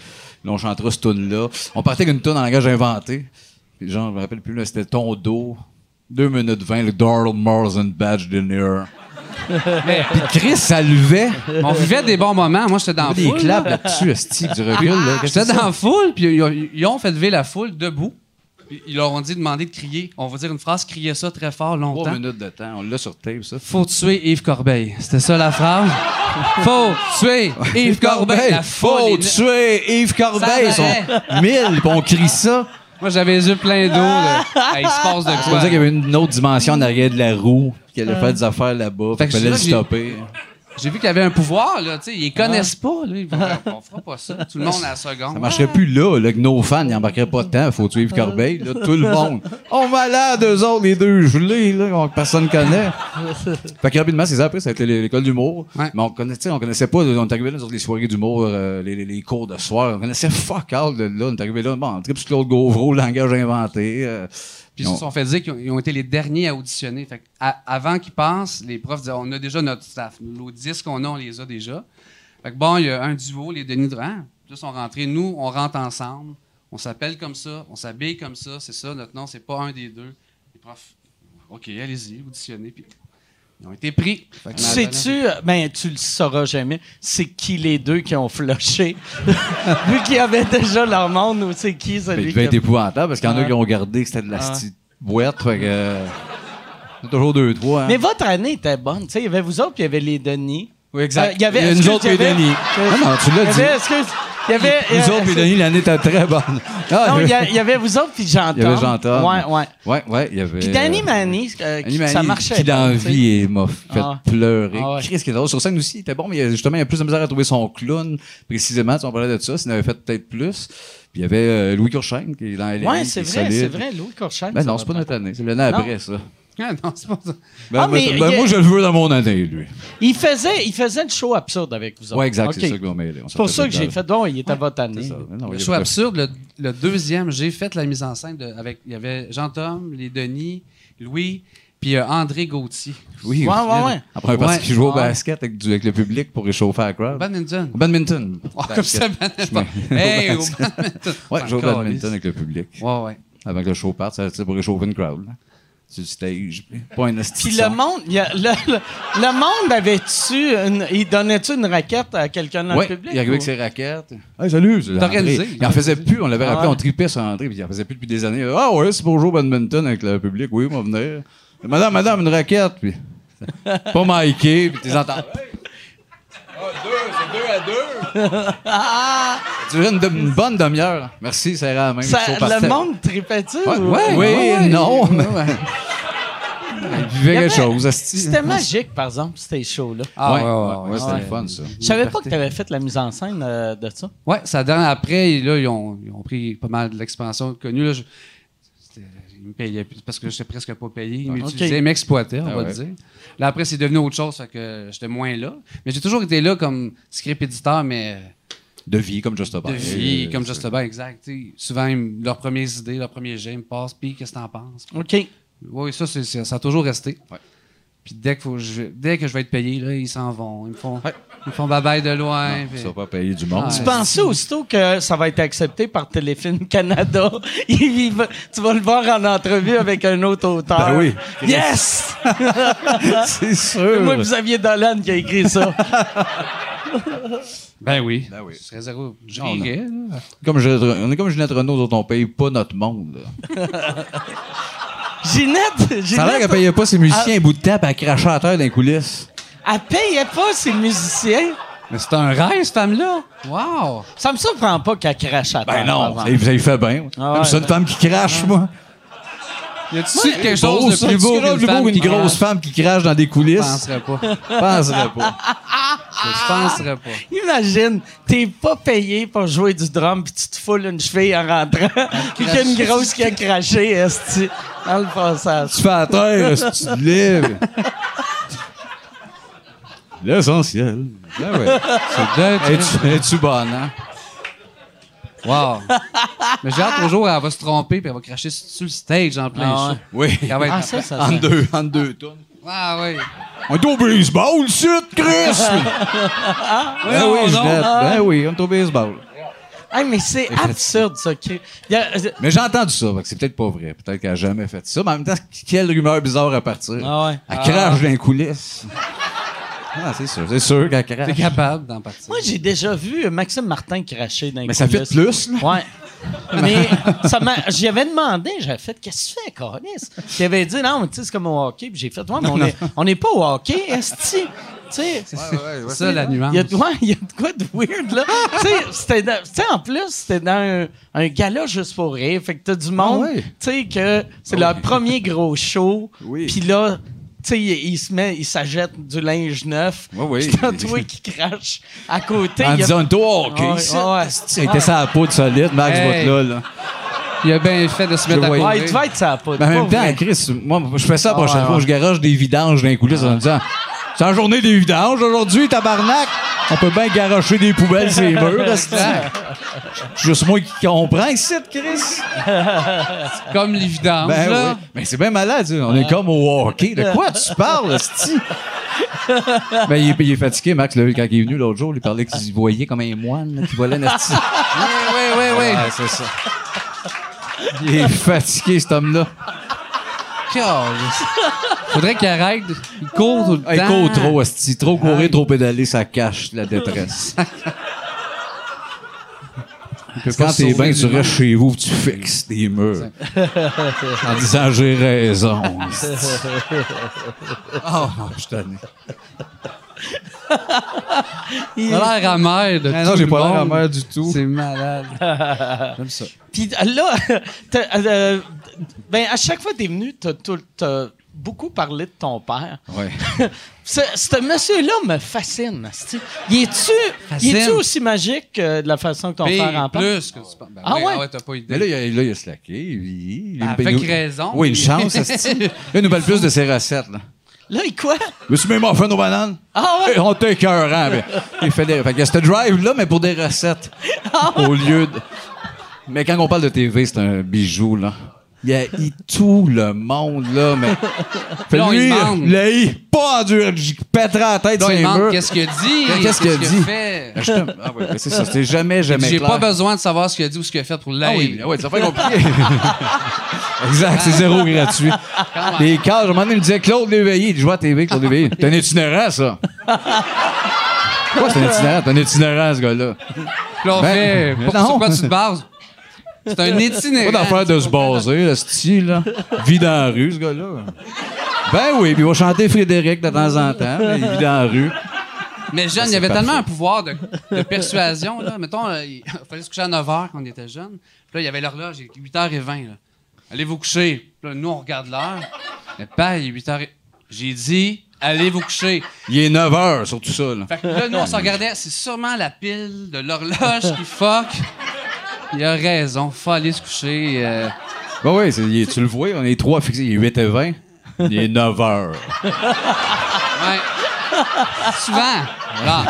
S2: Là, on chantera cette tune-là. On partait avec une tune en langage inventé. Puis genre, je me rappelle plus, là, c'était ton dos. 2 minutes 20, le Darl Morrison Badge Dinner. Puis
S6: (laughs)
S2: Chris, ça (laughs) levait.
S6: on vivait des bons moments. Moi, j'étais dans la
S2: Des
S6: foule.
S2: claps
S6: là.
S2: là-dessus, hostie, du recul. là. Qu'est-ce que
S6: J'étais
S2: c'est
S6: dans
S2: ça?
S6: la foule, puis ils ont- ils ont fait lever la foule debout. Puis Ils leur ont dit, demandé de crier. On va dire une phrase, crier ça très
S2: Trois
S6: fort, longtemps.
S2: minutes de temps. On l'a sur tape, ça.
S6: Faut tuer Yves Corbeil. C'était ça la phrase? Faut tuer Yves Corbeil. La foule
S2: Faut
S6: est-
S2: tuer Yves Corbeil. Ils
S6: Ça
S2: sont mille, puis on crie ça.
S6: Moi, j'avais les yeux pleins d'eau. là. Ah, il se passe de
S2: C'est comme
S6: quoi?
S2: ça qu'il y avait une autre dimension en arrière de la roue, puis qu'elle a fait des affaires là-bas,
S6: Fait
S2: fait
S6: que
S2: qu'il fallait
S6: c'est là
S2: le
S6: que j'ai-
S2: stopper.
S6: J'ai vu qu'il y avait un pouvoir. Là, tu sais, ils connaissent pas. Là, ils vont, on fera pas ça. Tout le monde à la
S2: Ah. Ça
S6: seconde.
S2: marcherait plus là, là que nos fans n'y embarqueraient pas tant. Faut tuer Yves Corbeil, là, tout le monde. On va là, deux autres, les deux gelés, là, qu'on- que personne connaît. Fait que rapidement, c'est ça, après, ça a été l'école d'humour.
S6: Ouais.
S2: Mais on connaissait, on connaissait pas, on est arrivé là, sur les soirées d'humour, euh, les, les- les cours de soir, on connaissait fuck all de là, on est arrivé là, bon, on tripe sur Claude Gauvreau, langage inventé. euh,
S6: Puis ils se sont fait dire qu'ils ont, ils ont été les derniers à auditionner. Fait que à- avant qu'ils passent, les profs disaient on a déjà notre staff. Nos 10 qu'on a, on les a déjà. Fait que bon, il y a un duo, les Denis Durand. Tous sont rentrés. Nous, on rentre ensemble. On s'appelle comme ça. On s'habille comme ça. C'est ça. Notre nom, c'est pas un des deux. Les profs, OK, allez-y, auditionnez. Puis ils ont été pris. Fait que
S1: Tu
S6: dans la dernière-
S1: sais-tu, euh, ben tu le sauras jamais, c'est qui les deux qui ont
S2: (laughs)
S1: floché? Vu qu'il y avait déjà leur monde, ou c'est qui
S2: Mais
S1: celui
S2: Ben, il
S1: qui
S2: devait
S1: a...
S2: être épouvantable parce qu'il y en a
S1: Ah.
S2: qui ont gardé que c'était de la petite boîte. Fait que. euh, il y en a toujours deux, trois. hein.
S1: Mais votre année était bonne. Tu sais, il y avait vous autres, puis il y avait les Denis.
S2: oui,
S1: euh, il y avait-
S2: a
S1: excuse,
S2: nous autres
S1: il y
S2: et
S1: avait-
S2: Denis. Non, Ah non, tu
S1: Il y
S2: l'as dit.
S1: avait, excuse, il y avait...
S2: Nous
S1: euh,
S2: autres et Denis, l'année était très bonne. Ah,
S1: Non,
S2: il
S1: il
S2: y
S1: y, a-
S2: avait-
S1: il y avait vous autres, puis Jean-Tom.
S2: il y avait Jean-Tom.
S1: Ouais, ouais.
S2: Ouais, ouais, il y avait.
S1: Puis Danny
S2: euh,
S1: Manny, euh, qui-
S2: Danny Manny,
S1: ça marchait.
S2: Qui dans
S1: tu sais.
S2: vie et m'a fait
S1: Ah.
S2: pleurer.
S1: Ah ouais.
S2: Chris, qui est drôle. Sur scène aussi, il était bon, mais il y a- justement, il y a plus de misère à trouver son clown. Précisément, si on parlait de ça, s'il en avait fait peut-être plus. Puis il y avait euh, Louis Courchaine qui est dans LNI,
S1: Ouais,
S2: qui
S1: c'est
S2: est
S1: vrai,
S2: solide.
S1: c'est vrai, Louis Courchain.
S2: Ben
S1: ça
S2: non,
S1: va
S2: c'est pas
S1: bien.
S2: notre année. C'est l'année
S1: Non.
S2: après, ça.
S6: Ah, non, c'est pas ça.
S2: Ben,
S1: Ah,
S2: moi,
S1: mais
S2: ben,
S1: il y a-
S2: moi, je le veux dans mon année, lui.
S1: Il faisait, il faisait le show absurde avec vous autres.
S2: Ouais, exact,
S1: Ok.
S2: c'est ça que vous mêlez.
S1: C'est pour ça que j'ai fait, bon, il était à votre année.
S6: Le choix absurde, le, le deuxième, j'ai fait la mise en scène de- avec. Il y avait Jean-Tom, les Denis, Louis, puis euh, André Gauthier.
S2: Oui,
S1: Ouais,
S2: (laughs)
S1: ouais, ouais.
S2: Après, un parti
S6: Ah, Ouais.
S2: qui joue au
S6: Ouais.
S2: basket avec, du- avec le public pour réchauffer la crowd.
S6: Badminton.
S2: Au badminton.
S6: Oh, comme ça, badminton. Hey, au badminton.
S2: Ouais, je joue au
S6: Encore,
S2: badminton avec le public.
S6: Ouais, ouais.
S2: Avant que le show parte, ça, c'est pour réchauffer une crowd. là. Sur le stage. Pas un
S1: Puis
S2: esti
S1: le monde, il y a- (laughs) le, le- le monde avait-tu, une- il donnait-tu une raquette à quelqu'un dans
S2: Ouais,
S1: le public?
S2: il arrivait avec
S1: ou-
S2: ses raquettes. Hey, salut, c'est André.
S6: organisé.
S2: Il en faisait plus, on l'avait
S1: Ah
S2: rappelé,
S1: ouais.
S2: on tripait sur André, puis il en faisait plus depuis des années. Ah ouais, c'est pour jouer au badminton avec le public, oui, on va venir. Madame, madame, une raquette, puis. (laughs) Pas Mikey, puis t'es entends. Hey! Ah, deux, c'est deux à deux. Ça durait une, demi- une bonne demi-heure. Merci, ça ira à la même.
S1: Ah, Ça-
S2: Chaud
S1: le
S2: parfait.
S1: monde tripait-tu?
S2: Ouais,
S1: ou-
S2: ouais, oui, non. mais- Il vivait
S1: Il y avait-
S2: quelque chose, esti.
S1: C'était magique, par exemple, ces shows-là.
S6: Ah,
S2: ouais,
S6: ouais, ouais, ouais,
S2: c'était
S6: ouais.
S2: le fun, ça.
S1: Je savais pas que tu avais fait la mise en scène euh, de ça.
S6: Ouais, ça donne. Après, là, ils ont, ils ont pris pas mal de l'expansion connue. Là, je- c'était- ils me payaient plus parce que je presque pas payé. Ils m'utilisaient, ils m'exploitaient, on
S2: Ah
S6: va
S2: ouais.
S6: dire. Là, après, c'est devenu autre chose, fait que j'étais moins là. Mais j'ai toujours été là comme script éditeur, mais
S2: De vie, comme Just a
S6: de
S2: Bar.
S6: vie,
S2: Euh,
S6: comme
S2: c'est-
S6: Just Lebas, exact. Tu sais, souvent, ils me- leurs premières idées, leurs premiers jets, ils me passent, puis qu'est-ce que t'en penses?
S1: OK.
S6: Oui, ça, c'est- c'est- ça a toujours resté. Puis dès que, faut- je, dès que je vais être payé, là, ils s'en vont. Ils me font, ils me font bye-bye de loin. puis-
S2: Ça va pas payer du monde.
S6: Ouais.
S1: Tu pensais aussitôt que ça va être accepté par Téléfilm Canada. (laughs) Il va- tu vas le voir en entrevue avec un autre auteur.
S2: Ben oui. Euh.
S1: Yes!
S2: C'est sûr.
S1: Ah. Moi, vous aviez Dolan qui a écrit
S2: (laughs)
S1: ça.
S6: Ben oui.
S2: Ben oui.
S6: Ce serait zéro. Je
S2: Non, non.
S6: rirais, là.
S2: Comme je, on est comme Ginette Renault, dont on paye pas notre monde. là.
S1: Ginette,
S2: Ça a l'air
S1: Ginette
S2: qu'elle payait pas ses
S1: Ah.
S2: musiciens un bout de temps, puis elle crachait à terre dans les coulisses.
S1: elle payait pas ses musiciens.
S6: Mais c'est un rêve, cette femme-là. Wow!
S1: Ça me surprend pas qu'elle crache à
S6: Ah,
S2: Ben
S1: terre, par
S2: non,
S1: exemple.
S2: ça, ça y fait bien.
S1: Ah ouais.
S2: c'est une femme qui crache, moi.
S6: Y a-tu Ah. quelque
S2: Beau,
S6: chose de
S2: ça,
S6: plus
S2: tu
S6: beau
S2: crois
S6: qu'une
S2: plus beau
S6: femme
S2: qu'une
S6: qui
S2: grosse femme qui crache dans des
S6: Je
S2: coulisses?
S6: penserais pas. Je
S2: Penserais pas.
S6: penserais pas.
S1: Imagine, t'es pas payé pour jouer du drum puis tu te foules une cheville en rentrant (laughs) puis qu'il y a une grosse qui a craché esti, dans le passage.
S2: Tu fais à terre, si tu te lèves. L'essentiel. Ben ouais.
S6: C'est dingue.
S2: Es-tu es-tu bonne, hein?
S6: Wow! Mais j'ai hâte au jour où elle va se tromper puis elle va cracher sur sur le stage en plein
S1: Ah
S6: show.
S1: ouais.
S2: Oui.
S6: Elle va être-
S1: Ah, ça, ça,
S2: En deux, en deux tonnes.
S6: Ah oui.
S2: On est au baseball, suite, Chris!
S1: Ah,
S2: ben oui, Ginette. Ben oui, on est au baseball.
S1: Ah, mais c'est absurde, ça. Chris. Il y a- euh,
S2: Mais j'ai entendu ça, fait que c'est peut-être pas vrai. Peut-être qu'elle a jamais fait ça. Mais en même temps, quelle rumeur bizarre à partir.
S1: Ah ouais.
S2: Elle crache dans les coulisses. Ah, c'est sûr. C'est sûr qu'elle crache.
S6: T'es capable d'en partir.
S1: Moi, j'ai déjà vu Maxime Martin cracher dans les
S2: Mais ça fait
S1: coulisses.
S2: plus, là.
S1: Ouais. Mais ça m'a- j'y avais demandé, j'avais fait qu'est-ce que tu fais, Carlis? J'avais dit non, mais tu sais, c'est comme au hockey, puis j'ai fait ouais, mais on est, on est pas au hockey, esti. Tu sais,
S6: ouais, ouais, ouais, ça, la nuance.
S1: il y a de ouais, il y a de quoi de weird là. tu sais, c'était dans- tu sais, en plus, c'était dans un, un gala juste pour rire, fait que t'as du monde,
S2: Ah ouais.
S1: tu sais que c'est leur premier gros show.
S2: Oui.
S1: Puis là, tu sais, il, il se met, il s'ajette du linge neuf.
S2: Ouais, ouais.
S1: Puis t'as toi qui crache à côté.
S2: En
S1: il y a-
S2: disant, toi, OK,
S1: Ah ouais,
S2: ici.
S1: ah ouais.
S2: Asti, elle était sur la peau de solide, Max
S6: Hey.
S2: Botla, là.
S6: Il a bien fait de se mettre à
S2: voyais.
S1: Ouais,
S6: courir.
S1: tu vas être ça pas.
S2: Mais en même temps, Chris, moi, je fais ça la
S1: Ah,
S2: prochaine
S1: ouais,
S2: fois.
S1: ouais.
S2: Je garoche des vidanges dans les coulisses en disant C'est la journée des vidanges aujourd'hui, tabarnak. On peut bien garocher des poubelles,
S1: (laughs)
S2: c'est murs, là, c'est ça. C'est Juste moi qui comprends ici, Chris.
S6: Comme l'évidence,
S2: Ben
S6: là.
S2: oui. Mais c'est bien malade, tu sais. on est comme au hockey. De quoi tu
S1: (laughs)
S2: parles, Sti? ben, il est, il est fatigué, Max, là, quand il est venu l'autre jour, il parlait qu'il voyait comme un moine là, qui volait
S1: (laughs)
S2: notre sti.
S6: Oui, oui, oui, oui.
S2: Ah, c'est ça. Il est fatigué, cet homme-là.
S6: Calisse. Faudrait qu'il arrête. Il court tout le temps.
S2: Hey, cours Ah, trop, esti. Trop courir, trop pédaler, ça cache la
S6: (laughs)
S2: détresse. Quand t'es bien, tu restes chez vous, tu fixes des
S6: (laughs)
S2: murs. en disant j'ai raison.
S6: (laughs)
S2: esti. Oh, je t'en ai.
S6: Il a l'air amer de tout
S2: Ah, Non, j'ai
S6: le
S2: pas l'air
S6: monde.
S2: amer du tout.
S6: C'est malade.
S1: Puis là, (laughs) t'as- euh, ben, à chaque fois que t'es venu, t'as tout- t'as beaucoup parlé de ton père. (laughs)
S2: Ouais.
S1: Ce, ce monsieur-là me fascine. asti. Il est-tu il est-tu aussi magique que de la façon que ton
S6: Pire,
S1: père en parle?
S6: plus que tu penses. Ben
S1: Ah
S6: oui,
S1: ouais?
S6: t'as pas idée.
S2: Mais là, il a, là, il a slacké. Il, il,
S6: Ben,
S2: il-
S6: avec
S2: il-
S6: raison.
S2: Oui, une chance,
S6: (laughs)
S2: esti. Là, il nous parle plus de ses recettes, là.
S1: Là, il quoi?
S2: Monsieur mes muffins aux bananes?
S1: Ah ouais?
S2: Eh, on t'écœurant, mais il fait des. Fait que ce drive-là, mais pour des recettes.
S6: Ah.
S2: Au lieu de. Mais quand on parle de TV, c'est un bijou, là. Il y a il tout le monde, là, mais. Fait
S6: Non,
S2: lui,
S6: il manque.
S2: là, il est pas en dur. Je pèterai la tête
S6: Tu
S2: sur
S6: lui
S2: les
S6: demandes
S2: murs.
S6: qu'est-ce qu'il a dit.
S2: Qu'est-ce qu'il a dit?
S6: fait.
S2: Je te- Ah oui, c'est ça. C'est jamais, jamais
S6: J'ai
S2: clair.
S6: pas besoin de savoir ce qu'il a dit ou ce qu'il a fait pour
S2: Ah
S6: l'aider.
S2: oui, ah ouais, ça (laughs) fait compliqué. exact, c'est zéro gratuit. Les cadres, à un moment donné, il me disait Claude Léveillé. Il dit, Je vois à TV, Claude Léveillé. T'es un itinérant, (laughs) ça. Pourquoi c'est un itinérant? T'es un itinérant, ce gars-là.
S6: Là,
S2: (laughs)
S6: on
S2: Ben,
S6: fait, pour-
S2: non.
S6: sur quoi tu te bases? C'est
S2: (laughs)
S6: un
S2: Pas
S6: itinéraire.
S2: d'affaire de se baser, le style, là. Vit dans la rue, ce gars-là. Ben oui, puis il va chanter Frédéric de temps en temps, mais il vit dans la rue.
S6: Mais
S2: Ah,
S6: jeune, il y avait tellement un pouvoir de, de persuasion. Là. Mettons, euh, il (laughs) fallait se coucher à 9 h quand on était jeune. Puis là, il y avait l'horloge, il est 8h20. Là. Allez vous coucher. Puis là, nous, on regarde l'heure. Mais pas, il est 8h. J'ai dit, allez vous coucher.
S2: Il est 9 h sur tout ça, là.
S6: Fait que là, nous, on se regardait. C'est sûrement la pile de l'horloge qui fuck. Il a raison, faut aller se coucher. euh.
S2: Ben oui, c'est- il est- tu le vois, on est trois fixés. Il est 8 et 20. Il est 9 h
S6: Ouais. Souvent. Voilà.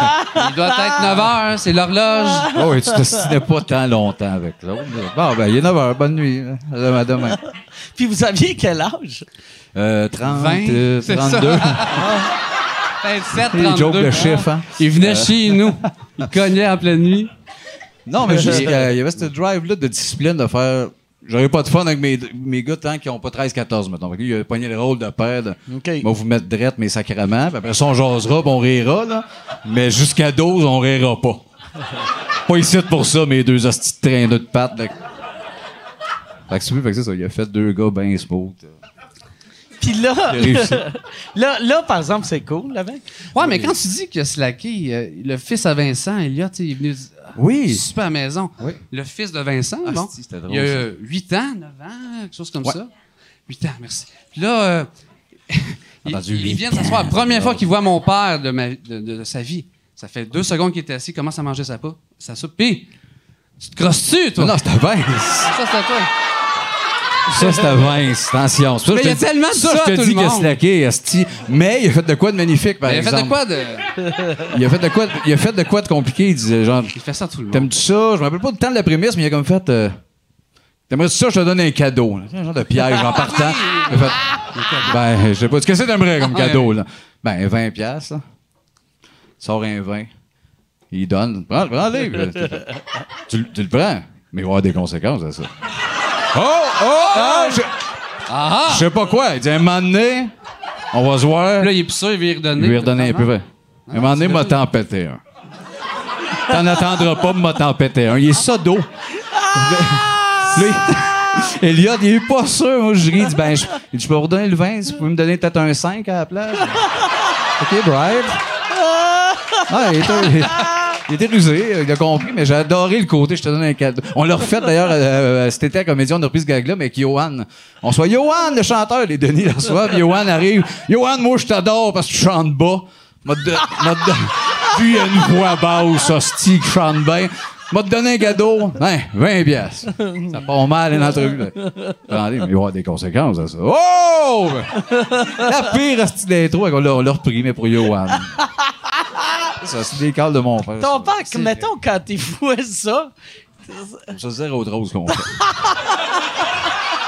S6: Il doit être 9 h, c'est l'horloge.
S2: Oh, et tu te signais pas tant longtemps avec l'autre. Bon, ben, il est 9 h. Bonne nuit. À demain. à demain.
S1: Puis vous aviez quel âge?
S2: Euh, 30,
S6: 20,
S2: euh,
S6: c'est
S2: 32.
S6: Peut-être 7,
S2: Les jokes
S6: 32.
S2: de chiffre, hein?
S6: Il venait chez nous. Il cognait en pleine nuit.
S2: Non, mais
S6: (laughs)
S2: juste qu'il y avait ce drive-là de discipline de faire. J'aurais pas de fun avec mes, mes gars tant qu'ils ont pas 13-14, mettons. Fait que lui, il a pogné le rôle de père. de,
S1: OK.
S2: On va vous mettre drette mes sacrements. Puis après ça, on jasera, puis on rira, là. Mais jusqu'à 12, on rira pas. pas ici pour ça, mes deux hosties de train de pattes. là. Fait que c'est fait que c'est ça. Il a fait deux gars ben smooth.
S1: Puis là,
S2: Il a réussi.
S1: (laughs) là, là, par exemple, c'est cool, avec.
S6: Ouais, mais quand tu dis que Slacky, euh, le fils à Vincent, Elliot, il est venu dire, ah,
S2: Oui.
S6: super maison.
S2: Oui.
S6: Le fils de Vincent,
S2: Ah,
S6: bon,
S2: si, c'était drôle,
S6: il y a
S2: ça.
S6: euh, 8 ans, 9 ans, quelque chose comme
S2: Ouais.
S6: ça. 8 ans, merci. Puis là, euh, (laughs) il,
S2: Entendu,
S6: il
S2: huit
S6: vient de s'asseoir. La première fois qu'il voit mon père de, ma- de- de- de sa vie, ça fait deux secondes qu'il était assis, il commence à manger sa, pa- sa soupe. Puis, tu te crosses-tu, toi?
S2: Non, non, c'était
S6: ça,
S2: Vince.
S6: c'est à toi.
S2: Ça, c'était Vince. Attention. C'est pour
S6: Mais
S2: que
S6: il y a
S2: je te-
S6: tellement de ça,
S2: je
S6: tout
S2: te
S6: le
S2: dis qu'il a
S6: monde.
S2: slacké, esti. Mais il a fait de quoi de magnifique, par
S6: il a
S2: exemple.
S6: fait de quoi de.
S2: Il a fait de quoi, il a fait de quoi de compliqué. Il disait genre,
S6: Il fait ça à tout le monde.
S2: t'aimes-tu ça? Je me rappelle pas du temps de la prémisse, mais il a comme fait, euh, t'aimerais-tu ça? Je te donne un cadeau. là. Un genre de piège en
S6: (laughs)
S2: partant. Il a fait, ben, je sais pas, qu'est-ce que t'aimerais comme cadeau? Là? Ben, 20 piastres. là. Sors un 20. Il donne. Prends, prends-le. Puis là,
S6: (laughs)
S2: t'es fait, Tu, le- tu le prends, mais il va y avoir des conséquences à ça. Oh, oh, oh! Je,
S6: Ah
S2: je sais pas quoi. Il dit, un moment donné, on va se voir.
S6: Là, il est plus sûr, il veut y redonner.
S2: Je lui redonner un peu. ouais. À un moment donné,
S6: c'est
S2: m'a
S6: vrai.
S2: t'en pété un. T'en attendras pas, m'a t'en pété un. Il est sodo.
S6: Ah!
S2: Lui, (laughs) Eliott, il est pas sûr. Moi, je ris. Il dit, ben, je, il dit, je peux vous donner le 20, si vous pouvez me donner peut-être un 5 à la
S6: (laughs)
S2: place. OK, brave. Ah, il, était, il- il était rusé, il a compris, mais j'ai adoré le côté, je te donne un cadeau. On l'a refait d'ailleurs, euh, cet été à Comédie, on a repris ce gag-là, mais avec Johan. On soit Johan, le chanteur, les Denis la soir, puis Johan arrive. Johan, moi, je t'adore parce que tu chantes bas. M'a de- m'a de- Puis il y a une voix basse, hostie, qui chante bien. M'a te donné un cadeau, hein, 20 piastres. Ça part mal une entrevue. là. Attendez, mais il va y avoir des conséquences à ça. Oh! La pire hostie d'intro, on l'a on l'a repris, mais pour
S6: (laughs)
S2: Johan. Ça, c'est des cales de mon père.
S1: Ton
S2: ça.
S1: père, mettons, quand il (laughs) fouait ça,
S2: Ça se zéro drôle ce qu'on fait.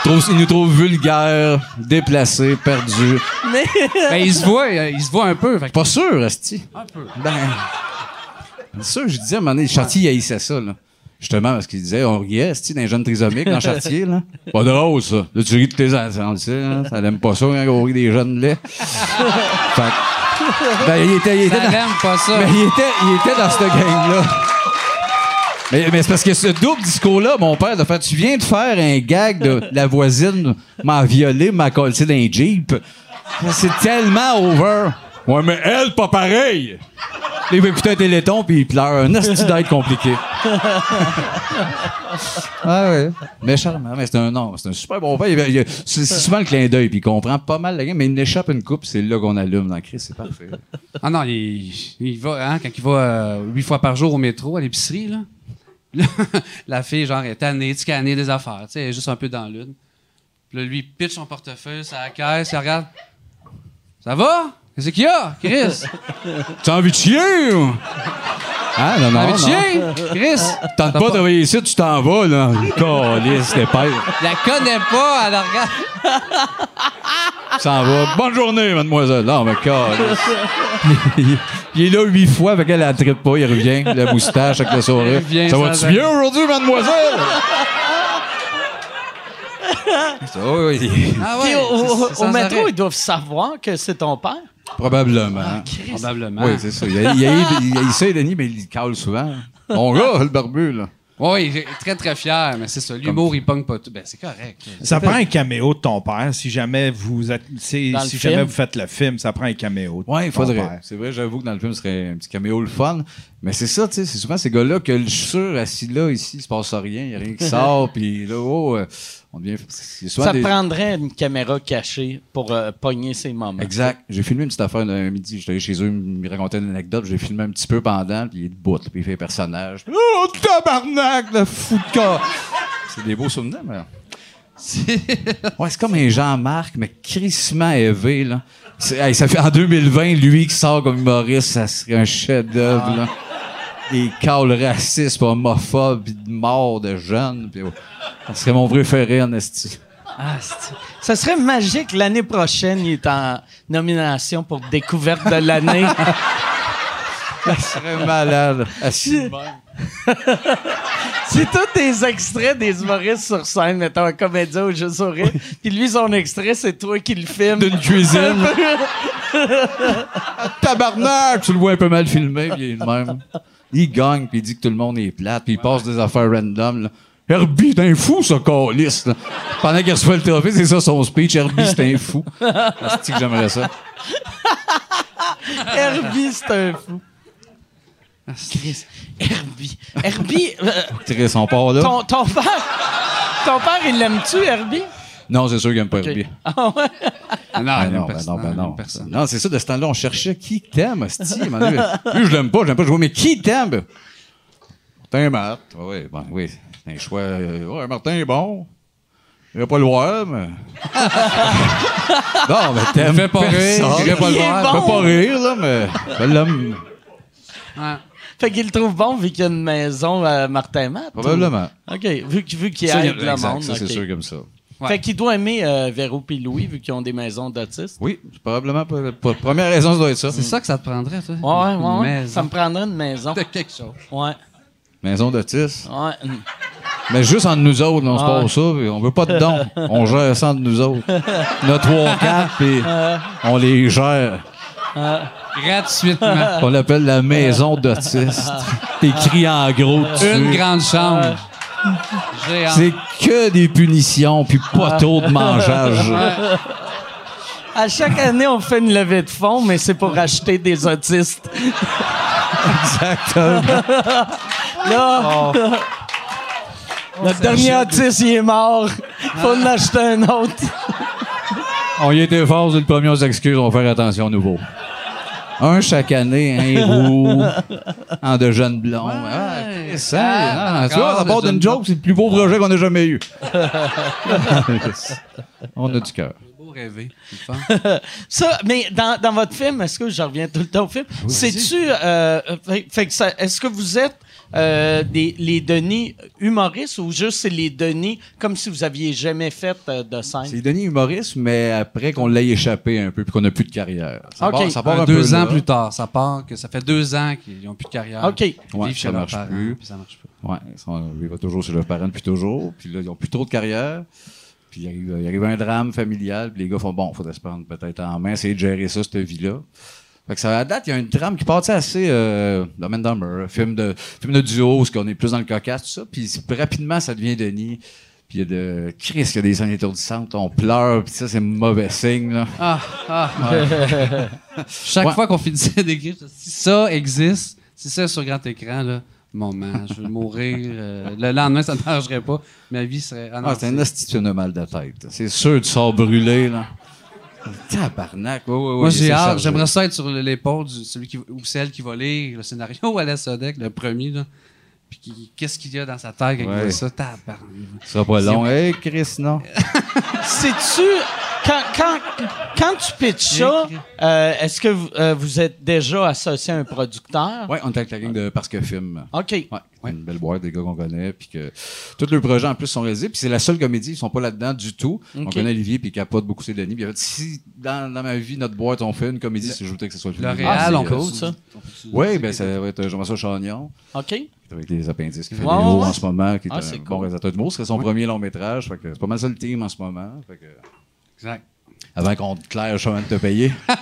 S2: Trouve- il nous trouve vulgaires, déplacés, perdus.
S6: Ben, il se voit, euh, il se voit un peu. Fait que-
S2: Pas sûr, Asti.
S6: Un peu.
S2: Ben. C'est sûr, je disais à un moment donné, Chartier, il haïssait ça, là. Justement, parce qu'il disait, on riait, Asti, d'un jeune trisomique dans Chartier, là. Pas drôle, ça. Là, tu ris de tes enfants, tu sais, hein. Ça l'aime pas ça, hein, qu'on rit des jeunes,
S6: (laughs)
S2: là. fait que- Ben, il était, il était
S6: Ça
S2: dans-
S6: l'aime pas ça.
S2: Mais il était, il était dans cette gang-là. Mais, mais c'est parce que ce double discours-là, mon père, de faire, tu viens de faire un gag de la voisine m'a violé, m'a collé d'un Jeep. C'est tellement over. Ouais, mais elle, pas pareil. Il va écouter un téléthon puis il pleure. Un hostie d'être compliqué. ah ouais. Mais charmant, mais c'est un non, c'est un super bon père. Il- il- C'est c'est souvent le clin d'œil puis il comprend pas mal la game, mais il échappe une coupe, c'est là qu'on allume dans le Christ, c'est parfait.
S6: Ah non, il, il va, hein, quand il va euh, huit fois par jour au métro, à l'épicerie, là. là, (laughs) la fille, genre, elle est tannée, tu canner des affaires, tu sais, elle est juste un peu dans l'une. Puis là, lui, il pitch son portefeuille, sa caisse, il regarde. Ça va? Qu'est-ce qu'il y a, Chris?
S2: T'as envie de chier? ou? Hein? Non,
S6: T'as
S2: non,
S6: envie de
S2: non.
S6: chier? Chris?
S2: Tente pas de travailler ici, tu t'en vas, là. Calisse, les pères.
S6: Il la connaît pas, elle la regarde.
S2: Tu t'en vas. Bonne journée, mademoiselle. Non, mais calisse. Il, il- (laughs) il est là huit fois, fait qu'elle la tripe pas. Il revient, la moustache avec le sourire.
S6: Il revient,
S2: ça
S6: ça
S2: va-tu
S6: va.
S2: bien aujourd'hui, mademoiselle? Ça, (laughs) oui, oui.
S6: Ah
S1: puis
S6: ouais,
S1: au,
S6: c'est-
S1: au-
S6: c'est
S1: au
S6: sans
S1: métro,
S6: arrêt.
S1: ils doivent savoir que c'est ton père.
S2: Probablement.
S6: Probablement.
S2: Oui, c'est ça. Il, il, il, il, il sait, Denis, mais il cale souvent. Mon gars, le barbu, là.
S6: Oui, il est très, très fier, mais c'est ça. L'humour, il pogne pas tout. Ben, c'est correct.
S4: Ça prend un caméo de ton père si jamais vous êtes- si,
S7: Dans le
S4: si
S7: film.
S4: jamais vous faites le film, ça prend un caméo. de
S2: Ouais, il
S4: ton
S2: faudrait.
S4: père.
S2: C'est vrai, j'avoue que dans le film, ce serait un petit caméo le fun. Mais c'est ça, tu sais, c'est souvent ces gars-là que je suis sûr, assis là, ici, il se passe rien, il n'y a rien qui sort, puis là, oh, euh, on devient. c'est souvent
S1: Ça
S2: des-
S1: prendrait une caméra cachée pour euh, pogner ces moments.
S2: Exact. J'ai filmé une petite affaire un midi. J'étais allé chez eux, ils me racontaient une anecdote. J'ai filmé un petit peu pendant, puis il est debout, puis il fait un personnage. Oh, tabarnak, le fou de corps! C'est des beaux souvenirs, mais. (laughs)
S6: C'est-
S2: Ouais, c'est comme un Jean-Marc, mais crissement élevé, là. C'est- hey, ça fait en 2020, lui qui sort comme humoriste, ça serait un chef-d'œuvre, là. Des cales racistes, pis homophobes, pis de mort de jeunes, pis ouais. Ça serait mon préféré, en esti.
S1: Ah, c'est- ça serait magique. L'année prochaine, il est en nomination pour découverte de
S2: (laughs)
S1: l'année.
S2: Ça serait malade. Assis de même.
S1: C'est tous des extraits des humoristes sur scène, mettons un comédien au jeu sourire. Puis lui, son extrait, c'est toi qui le filmes.
S2: D'une cuisine. Tabarnak! Tu le vois un peu mal filmé, pis il est le même. Il gagne, pis il dit que tout le monde est plate, pis il passe des affaires random, là. Herbie, c'est un fou, ce calice, là. Pendant qu'il reçoit le trophée, c'est ça son speech. Herbie, c'est un fou. C'est que j'aimerais ça.
S1: (laughs) Herbie, c'est un fou.
S2: Ah,
S1: Chris, Herbie. Herbie, euh,
S2: Tirer son part, là.
S1: ton, ton père, ton père, il l'aime-tu, Herbie?
S2: Non, c'est sûr qu'il aime pas Herbie.
S1: Ah ouais?
S6: Ah non,
S2: Ah
S6: il y a
S2: non, ben
S6: personne,
S2: non, ben
S6: il y a
S2: non.
S6: personne.
S2: Non, c'est ça, de ce temps-là, on cherchait qui t'aime, hostie. à un moment donné, Lui, je l'aime pas, je l'aime pas. Je vois, mais qui t'aime? ben? Martin Matt. Oui, bon, oui. C'est un choix. euh, ouais, Martin est bon. Il va pas le voir, mais. non, mais t'aimes.
S6: fait pas rire,
S2: personne.
S6: il va
S1: pas le Il est voir.
S2: Il
S1: bon.
S2: fait pas rire, là, mais. Je l'aime
S6: Ouais.
S1: Fait qu'il le trouve bon vu qu'il y a une maison à Martin Matt.
S2: probablement.
S1: OK, vu, qu'il- vu qu'il
S2: Ça, il y a-
S1: aide le
S2: exact,
S1: monde.
S2: ça, c'est
S1: ok.
S2: sûr comme ça.
S6: Ouais.
S1: Fait qu'il doit aimer euh, Véro et Louis vu qu'ils ont des maisons d'autistes.
S2: Oui, c'est probablement. Pour, pour- première raison, ça doit être ça.
S6: C'est ça que ça te prendrait, toi?
S1: Ouais, ouais,
S6: Une
S1: ouais. Ça
S6: maison.
S1: me prendrait une
S6: (laughs)
S1: maison.
S6: de quelque chose.
S1: Ouais,
S2: Maison d'autistes.
S1: ouais. une-
S2: Mais juste entre nous autres, là, on se
S1: Ah.
S2: passe ça, puis on veut pas de
S6: (laughs)
S2: dons. on gère ça entre nous autres. On a trois, quatre, puis on les gère.
S6: Gratuitement.
S2: On l'appelle la maison
S6: (laughs)
S2: d'autistes. T'écris en gros dessus.
S6: Une grande chambre. Géante.
S2: C'est que des punitions, puis
S6: Ah.
S2: pas trop de
S6: (laughs)
S2: mangeage.
S1: À chaque année, on fait une levée de fonds, mais c'est pour acheter des autistes.
S2: Exactement.
S1: (laughs) Là, notre dernier autiste, il est mort. Faut en acheter un autre.
S2: On y était fort sur le premier, on s'excuse, on va faire attention à nouveau. Un chaque année, un
S6: (laughs)
S2: roux, un de jeunes blondes. Ah, Chris, hein,
S6: Ah,
S2: ah, tu vois,
S6: encore
S2: à
S6: de
S2: part d'une
S6: jeunes
S2: joke, c'est le plus beau projet qu'on a jamais eu. (laughs) on a du cœur.
S6: beau rêver. tu penses.
S1: Ça, mais dans, dans votre film, est-ce que je reviens tout le temps au film? C'est-tu. euh, fait- fait que ça- est-ce que vous êtes euh, des, les Denis humoristes ou juste c'est les Denis comme si vous aviez jamais fait euh, de scène?
S2: C'est Denis humoriste, mais après qu'on l'ait échappé un peu puis qu'on n'a plus de carrière. Ça
S1: Ok.
S2: part, ça part
S6: Euh,
S2: un
S6: deux
S2: peu
S6: ans
S2: là.
S6: plus tard, ça part que ça fait deux ans qu'ils n'ont plus de carrière.
S1: OK.
S6: Ils
S2: Ouais,
S6: vivent chez
S2: ça
S6: leurs
S2: marche
S6: parents,
S2: plus.
S6: puis ça marche pas.
S2: Ouais, ils sont- ils vont toujours chez leurs parents depuis toujours. Puis là, ils n'ont plus trop de carrière. Puis euh, il arrive, il arrive un drame familial. Puis les gars font bon, faudrait se prendre peut-être en main, essayer de gérer ça, cette vie-là. Fait que ça, à date, il y a une trame qui part tu sais, assez euh, Dumb and Dumber, film de, film de duo, ce qu'on est plus dans le cocasse, tout ça. Puis c'est- rapidement, ça devient Denis. Puis il y a de Chris, il y a des scènes étourdissantes, on pleure, puis ça, c'est mauvais signe. Là.
S6: Ah, ah, ouais.
S2: (laughs)
S6: Chaque
S2: Ouais.
S6: fois qu'on finissait d'écrire, je disais, si ça existe, si ça est sur grand écran, là, mon man, je veux mourir. euh, le lendemain, ça ne (laughs) marcherait pas. Ma vie serait. Ah non,
S2: Ah, c'est un institut de mal de tête. C'est sûr, tu sors brûlé, là. Tabarnak, oui, oui, oui.
S6: Moi,
S2: il
S6: j'ai
S2: s'est
S6: hâte.
S2: chargé.
S6: J'aimerais ça être sur l'épaule de celui qui, ou celle qui va lire le scénario à la Sodec, le premier. Là. Puis qui- qu'est-ce qu'il y a dans sa tête quand il
S2: Ouais.
S6: voit ça? Tabarnak.
S2: Ce sera pas long. Hey, Chris, non.
S1: C'est-tu. Quand, quand, quand tu pitches ça, euh, est-ce que vous, euh, vous êtes déjà associé à un producteur?
S2: (laughs) Ouais, on est avec la gang de Parce que Film.
S1: OK.
S2: Ouais, une belle boîte, des gars qu'on connaît, puis que tous leurs projets en plus sont réalisés, puis c'est la seule comédie, ils sont pas là-dedans du tout. On
S1: Ok.
S2: connaît Olivier, puis il capote beaucoup ses Denis, puis il a fait, si dans, dans ma vie, notre boîte, on fait une comédie, c'est je voudrais que ce soit le
S6: Le
S2: film.
S6: Réal,
S1: c'est
S6: on peut.
S1: cool, ça.
S2: Oui, ben ça va être euh, Jean-François Chagnon,
S1: OK.
S2: avec les appendices, qui fait
S1: Ouais,
S2: des mots
S1: ouais, ouais.
S2: en ce moment, qui est
S1: Ah,
S2: un
S1: c'est
S2: bon
S1: cool.
S2: réalisateur de mots. Ce serait son premier long métrage, fait que c'est pas mal ça le team en ce moment. Fait que,
S6: Exact.
S2: avant qu'on te claire, je suis en train de te payer.
S1: Puis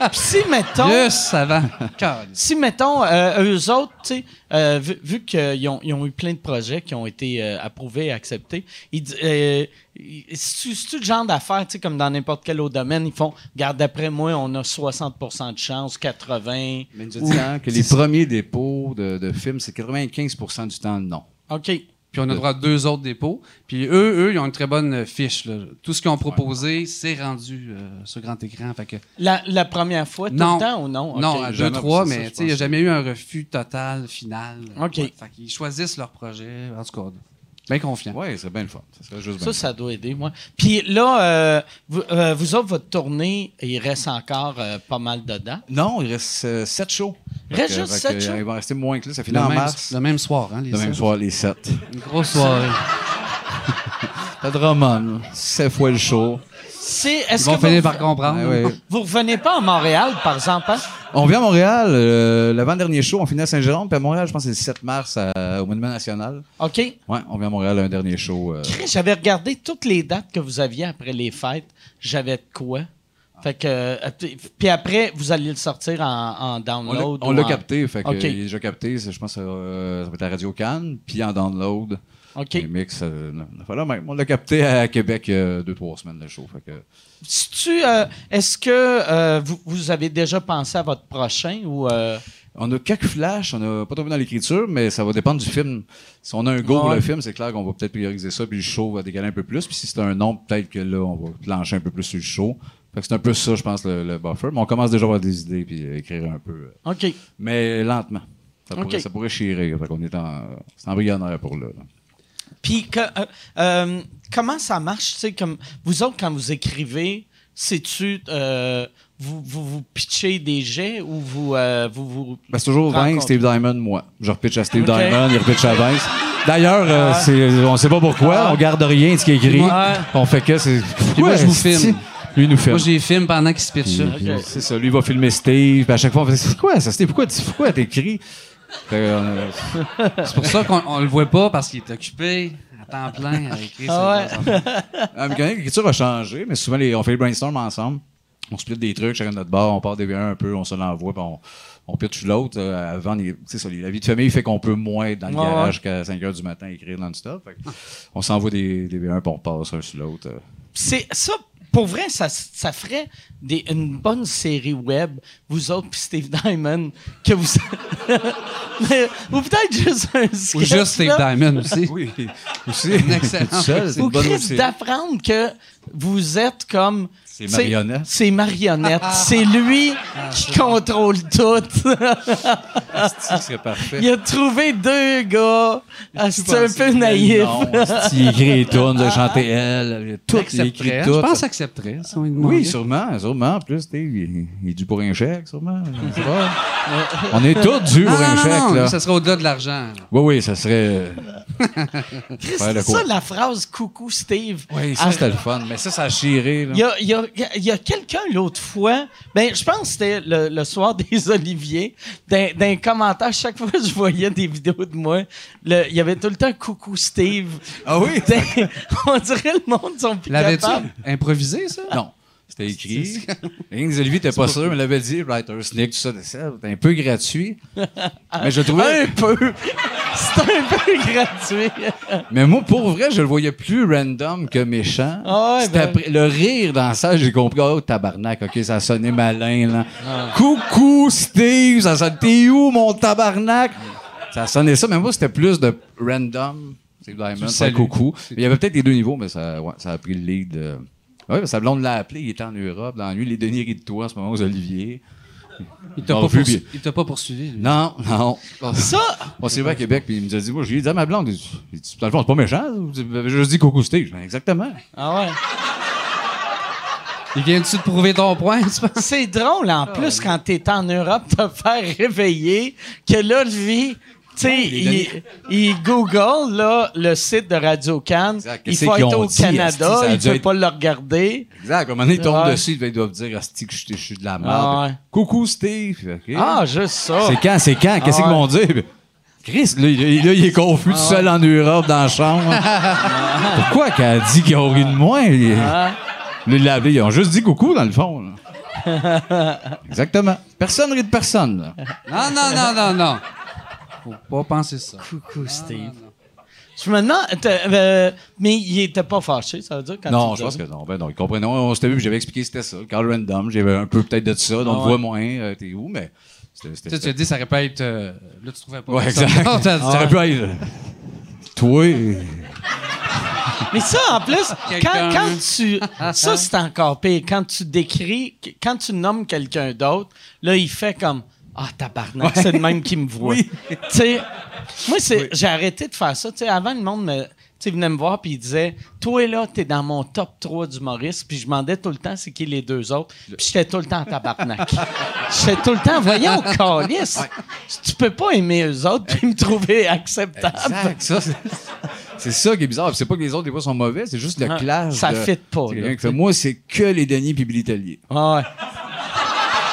S1: Ah, si, mettons.
S2: (laughs)
S6: Plus avant. Calme.
S1: Si, mettons, euh, eux autres, tu sais, euh, vu, vu qu'ils ont, ils ont eu plein de projets qui ont été euh, approuvés et acceptés, ils di- euh, ils- c'est-tu c'est-tu le genre d'affaires, tu sais, comme dans n'importe quel autre domaine, ils font, garde d'après moi, on a 60 de chance, 80
S2: Mais nous dit hein, que les premiers dépôts de, de films, c'est 95 du temps non.
S1: OK.
S6: Puis on a droit à deux autres dépôts. Puis eux, eux, ils ont une très bonne euh, fiche. là. Tout ce qu'ils ont proposé, c'est rendu euh, sur grand écran. Fait que,
S1: La, la première fois, tout
S6: Non.
S1: le temps ou non? OK.
S6: Non, à
S2: Oh,
S6: deux,
S2: jamais
S6: trois,
S2: reçu ça,
S6: mais
S2: je
S6: tu sais, il n'y a
S2: pense.
S6: jamais eu un refus total, final.
S1: OK.
S6: Ouais, fait qu'ils choisissent leur projet. En tout cas, Bien confiant.
S2: Oui, c'est bien le fun. Ça serait juste bien
S1: Ça, ça doit aider, moi. Puis là, euh, vous, euh, vous autres, votre tournée, il reste encore euh, pas mal dedans.
S2: Non, il reste 7 shows.
S1: euh, Reste
S2: Fait que-
S1: juste
S2: fait
S1: sept
S2: que,
S1: shows?
S2: euh, Il va rester moins que là. Ça finit
S6: Le
S2: en
S6: même,
S2: mars.
S6: le même soir, hein, les
S2: Le
S6: sept.
S2: même soir, les 7.
S6: Une grosse soirée.
S2: T'as de Drummond, 7 fois le show.
S1: C'est,
S6: Ils
S1: est-ce
S6: vont
S1: que
S6: finir
S1: vous,
S6: par comprendre.
S2: Ah Ouais, ouais.
S1: vous revenez pas à Montréal, par exemple? hein?
S2: On vient à Montréal, euh, l'avant-dernier show, on finit à Saint-Jérôme, puis à Montréal, je pense que c'est le 7 mars à- au Monument National.
S1: OK?
S2: Ouais, on vient à Montréal à un dernier show. euh.
S1: Chris, J'avais regardé toutes les dates que vous aviez après les fêtes. J'avais de quoi? Fait que. euh, t- Puis après, vous allez le sortir en, en
S2: On l'a-
S1: download.
S2: on
S1: ou
S2: l'a
S1: en-
S2: capté, fait que,
S1: OK.
S2: il est déjà capté, c'est- je pense que euh, ça va être à Radio Cannes, puis en download.
S1: OK.
S2: Les mix, euh, non, non, voilà, même. on l'a capté à Québec euh, deux, trois semaines le show. Fait que,
S1: Si-tu, euh, Est-ce que euh, vous, vous avez déjà pensé à votre prochain ou. euh,
S2: on a quelques flashs, on n'a pas tombé dans l'écriture, mais ça va dépendre du film. Si on a un go pour le film, c'est clair qu'on va peut-être prioriser ça, puis le show va décaler un peu plus. Puis si c'est un nom, peut-être que là, on va plancher un peu plus sur le show. Fait que c'est un peu ça, je pense, le, le buffer. Mais on commence déjà à avoir des idées, puis euh, écrire un peu. euh,
S1: OK.
S2: mais lentement. Ça pourrait,
S1: OK.
S2: ça pourrait chirer. Fait qu'on est en, c'est embryonnaire pour là. là.
S1: Puis que, euh, euh, comment ça marche? tu sais, Comme vous autres, quand vous écrivez, c'est-tu. euh, vous, vous vous pitchez des jets ou vous. euh, vous, vous-
S2: Ben, c'est toujours Vince,
S1: Rencontre.
S2: Steve Diamond, moi. Je repitch à Steve
S1: Ok.
S2: Diamond, il repitch à Vince. D'ailleurs, euh, c'est- on sait pas pourquoi, on garde rien de ce qui est écrit. On fait que c'est.
S6: moi,
S2: Ouais,
S6: Ah. je vous
S2: c'est-
S6: filme.
S2: Lui, il nous filme.
S6: Moi, j'ai filme pendant qu'ils se pitchent ça.
S2: Puis, C'est ça, lui il va filmer Steve. Puis à chaque fois, on fait C'est quoi ça, Steve Pourquoi tu- pourquoi t'écris Fait que, euh,
S6: C'est pour ça qu'on on le voit pas parce qu'il est occupé à temps plein à écrire.
S1: Ah
S6: ses-
S2: La mécanique d'écriture a changé, mais souvent, les- on fait les brainstorms ensemble. On split des trucs, chacun de notre bord, on part des un un peu, on se l'envoie, puis on, on pitch l'autre. Euh, avant, les- tu sais, ça, les- la vie de famille fait qu'on peut moins être dans le
S1: Ouais, ouais.
S2: garage qu'à 5 h du matin écrire non-stop. Fait que On s'envoie des, des V1 puis on passe un sur l'autre. euh.
S1: C'est ça. Pour vrai, ça, ça ferait des, une bonne série web, vous autres puis Steve Diamond, que vous. (laughs) Mais- ou peut-être juste un sketch,
S6: Ou juste Steve
S1: là.
S6: Diamond aussi.
S2: Oui, aussi.
S6: Une excellente-
S2: Tout seul, c'est
S1: Ou
S2: une bonne
S1: Chris
S2: aussi. Ah,
S1: d'apprendre que vous êtes comme.
S2: C'est marionnette. Ah,
S1: C'est
S2: (laughs)
S1: marionnette. c'est lui qui contrôle tout.
S2: Ça serait parfait.
S1: Il a trouvé deux gars. Ah, C'est un peu naïf. Ah.
S2: Non, c'est- il écrit les tunes, il a chanté elle, il a tout, il écrit
S6: Accepterait.
S2: tout.
S6: Je pense qu'il accepterait. si on lui demandait.
S2: Oui, sûrement, sûrement. En plus, tu sais, il, il est dû pour un chèque, sûrement. Je sais pas. (laughs) On est tous dû
S6: Non,
S2: pour un
S6: non,
S2: chèque,
S6: non,
S2: là.
S6: ça serait au-delà de l'argent. là.
S2: Oui, oui, ça serait.
S1: Chris,
S2: Ouais, le
S1: c'est ça,
S2: coup.
S1: la phrase coucou Steve.
S2: Oui, ça, c'était le fun. Mais ça, ça a chiré, là.
S1: Il y a, il y a- il y a quelqu'un l'autre fois, ben, je pense que c'était le, le soir (laughs) des Oliviers, d'un, d'un commentaire, chaque fois que je voyais des vidéos de moi, le- il y avait tout le temps Coucou Steve. (laughs)
S2: Ah oui?
S1: D'un- on dirait le monde sont plus
S6: L'avais-tu
S1: capables.
S6: improvisé, ça?
S2: Non. C'était écrit. Ingrid Olivier était pas sûr, mais l'avait dit, writer, sneak, tout ça, ça, c'était un peu gratuit. mais je le trouvais.
S1: Un peu. C'est un peu gratuit.
S2: Mais moi, pour vrai, je le voyais plus random que méchant.
S1: Ah ouais,
S2: C'était
S1: ben-
S2: après- Le rire dans ça, j'ai compris. Oh, tabarnak, OK, ça sonnait malin, là.
S1: Ah.
S2: Coucou, Steve, ça sonne... T'es où, mon tabarnak? Ça sonnait ça, mais moi, c'était plus de random. C'est Diamond, c'est
S6: salues.
S2: coucou. Il y avait peut-être les deux niveaux, mais ça, ouais, ça a pris le lead. euh. Ouais, parce que sa blonde l'a appelé, il était en Europe, dans lui, les Denis rit de toi en ce moment aux Olivier.
S6: Il t'a
S2: Non,
S6: pas,
S2: vu,
S6: poursu-
S2: puis-
S6: il t'a pas poursuivi. lui.
S2: Non, non.
S1: Ça,
S2: On s'est vu à Québec, puis il nous a dit, moi, je lui ai dit à ma blonde, il dit, dans le fond, c'est pas méchant, je lui juste dit coucou Steve. Ben, exactement.
S1: ah ouais.
S6: Il vient-tu de prouver ton point? tu penses?
S1: c'est drôle en plus quand t'es en Europe te faire réveiller que là, lui. Tu sais, il, il Google là, le site de Radio Cannes.
S2: Exact.
S1: Il
S2: Qu'est-ce
S1: faut
S2: qu'ils
S1: être
S2: ont
S1: au
S2: dit, esti, ça
S1: Canada.
S2: a
S1: Il ne
S2: dû
S1: peut
S2: être-
S1: pas le regarder.
S2: Exact. À un moment donné, ils tombent
S1: Ouais.
S2: dessus, ils doivent dire Asti que je suis- je suis de la merde.
S1: Ah ouais.
S2: Coucou Steve. OK.
S1: Ah, juste ça.
S2: Hein? C'est quand, c'est quand? Qu'est-ce
S1: Ah
S2: qu'ils vont dire? Chris, là, il, là, il est confus tout seul en Europe dans
S1: (laughs)
S2: la chambre. Pourquoi qu'elle a dit qu'ils ont ri de moi? Il-
S1: Ah.
S2: Là, il l'a appelé, ils ont juste dit coucou dans le fond. là. Exactement. Personne rit de personne.
S1: (laughs)
S2: là.
S6: Non, non, non, non, non. Faut pas penser ça.
S1: Coucou, Steve. Je me demande. t'as- euh, mais il était pas fâché, ça veut dire? Quand
S2: Non,
S1: tu
S2: je
S1: le
S2: pense
S1: dis.
S2: que non. Ben non, ils comprennent. Non, On s'était vu, puis j'avais expliqué que c'était ça. Le Carl Random, j'avais un peu peut-être de ça, donc on
S1: Ah, ouais.
S2: te voit moins, euh, t'es où, mais c'était- c'était-
S6: Tu sais, tu as dit, ça aurait pu être. euh, là, tu trouvais pas.
S2: Ouais,
S6: Ça-
S2: exact.
S6: Non, t'as-
S2: Ça aurait pu être. Toi.
S1: Mais ça, en plus, quand,
S6: Quelqu'un.
S1: quand tu. Ça, c'est encore pire. Quand tu décris, quand tu nommes quelqu'un d'autre, là, il fait comme Ah, tabarnak, c'est le même qui me voit. Tu sais, moi, c'est, j'ai arrêté de faire ça. Tu sais, avant, le monde me. sais, il venait me voir puis il disait Toi là, t'es dans mon top 3 d'humoriste. Puis je demandais tout le temps c'est qui les deux autres. Puis j'étais tout le temps en tabarnak. j'étais tout le temps, voyons, calice. Tu peux pas aimer eux autres puis me trouver acceptable.
S2: Exact, ça, c'est- c'est ça qui est bizarre. Puis C'est pas que les autres, des fois, sont mauvais, c'est juste le
S1: Ouais,
S2: clash.
S1: Ah, ça
S2: de-
S1: fit pas, là,
S2: c'est quelqu'un qui
S1: tu sais.
S2: fait, moi, c'est que les Denis puis Billy Tellier.
S1: Ah ouais.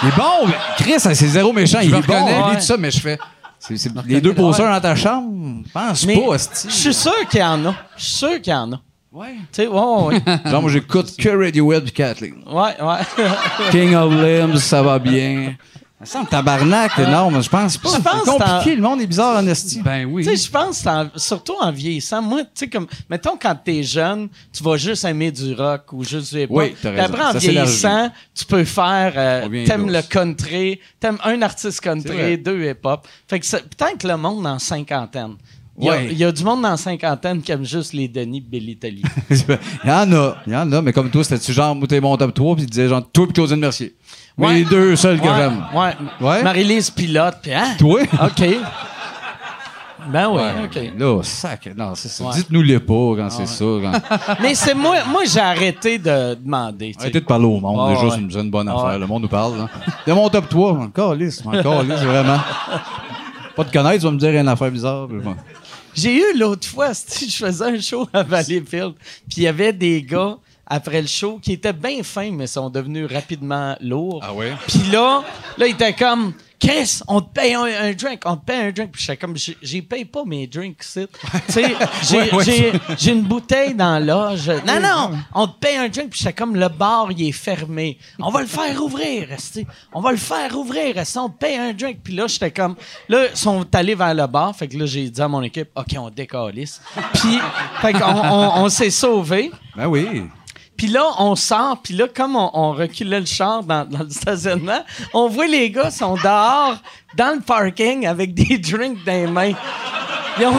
S2: Il est bon, mais Chris, hein, c'est zéro méchant. il
S1: le
S2: est reconnais,
S1: reconnais.
S2: lui, tout ça, mais je fais. c'est- c'est- les deux poseurs dans ta chambre, pense
S1: Mais
S2: pas,
S1: je
S2: hostie.
S1: suis sûr qu'il y en a. Je suis sûr qu'il y en a.
S6: Ouais.
S1: Tu sais, ouais, ouais, ouais.
S2: Genre, moi, j'écoute que Radiohead puis Kathleen.
S1: ouais,
S2: (laughs)
S1: ouais.
S2: King of Limbs, ça va bien. Ça semble tabarnak, non, mais je pense pas.
S1: Ah. Je pense
S2: C'est
S1: que t'en-
S2: compliqué, le monde est bizarre en esti.
S6: Ben oui.
S1: Tu sais, je pense, que en- surtout en vieillissant, moi, tu sais, comme, mettons, quand t'es jeune, tu vas juste aimer du rock ou juste du hip
S2: Oui, t'as raison.
S1: Après, en
S2: Ça s'élargit.
S1: vieillissant, tu peux faire, euh,
S2: On vient
S1: t'aimes
S2: douce.
S1: le country, t'aimes un artiste
S2: C'est vrai.
S1: country, deux hip-hop. Fait que ça- peut-être que le monde en cinquantaine. Il y, a,
S2: Ouais.
S1: il y a du monde dans cinquantaine qui aime juste les Denis de Billy Tellier.
S2: il y en a, il y en a, mais comme toi, c'était-tu genre, moi, t'es mon top 3, puis tu disais genre, toi puis Claudine Mercier. Mais
S1: Ouais.
S2: les deux seuls que
S1: Ouais,
S2: j'aime.
S1: Ouais.
S2: Ouais.
S1: Marie-Lise Pilote, puis hein?
S2: Toi?
S1: OK. Ben oui,
S2: Ouais,
S1: OK.
S2: Là, sac, non, c'est ça.
S1: Ouais. Ah
S2: Dites-nous-le pas quand c'est
S1: (laughs)
S2: ça. Quand...
S1: Mais c'est moi, moi j'ai arrêté de demander. tu sais.
S2: Arrêtez de parler au monde.
S1: Ah,
S2: déjà,
S1: ouais.
S2: c'est une- c'est une bonne
S1: Ah,
S2: affaire.
S1: ouais.
S2: Le monde nous parle. là. De mon top 3, encore lisse, encore lisse, vraiment. Pas de connaître, tu vas me dire une affaire bizarre. puis je vais-
S1: J'ai eu l'autre fois, (laughs) c'ti, je faisais un show à Valleyfield, puis il y avait des gars après le show qui étaient bien fins, mais sont devenus rapidement lourds.
S2: Ah ouais?
S1: Puis là, là, ils étaient comme, Chris, on te paye un, un drink, on te paye un drink. Puis j'étais comme, J'ai- j'y paye pas mes drinks,
S2: (laughs)
S1: ici. Tu sais, j'ai
S2: Ouais, ouais.
S1: j'ai- j'ai une bouteille dans l'âge. Non, non, on te paye un drink. Puis j'étais comme, le bar, il est fermé. On va le faire ouvrir, esti. On va le faire ouvrir, esti. On te paye un drink. Puis là, j'étais comme, là, ils sont allés vers le bar. Fait que là, j'ai dit à mon équipe, OK, on décalisse. Puis, fait qu'on on- on s'est sauvés.
S2: Ben oui.
S1: Puis là, on sort, puis là, comme on, on reculait le char dans, dans le stationnement, on voit les gars sont dehors, dans le parking, avec des drinks dans les mains. Ils ont,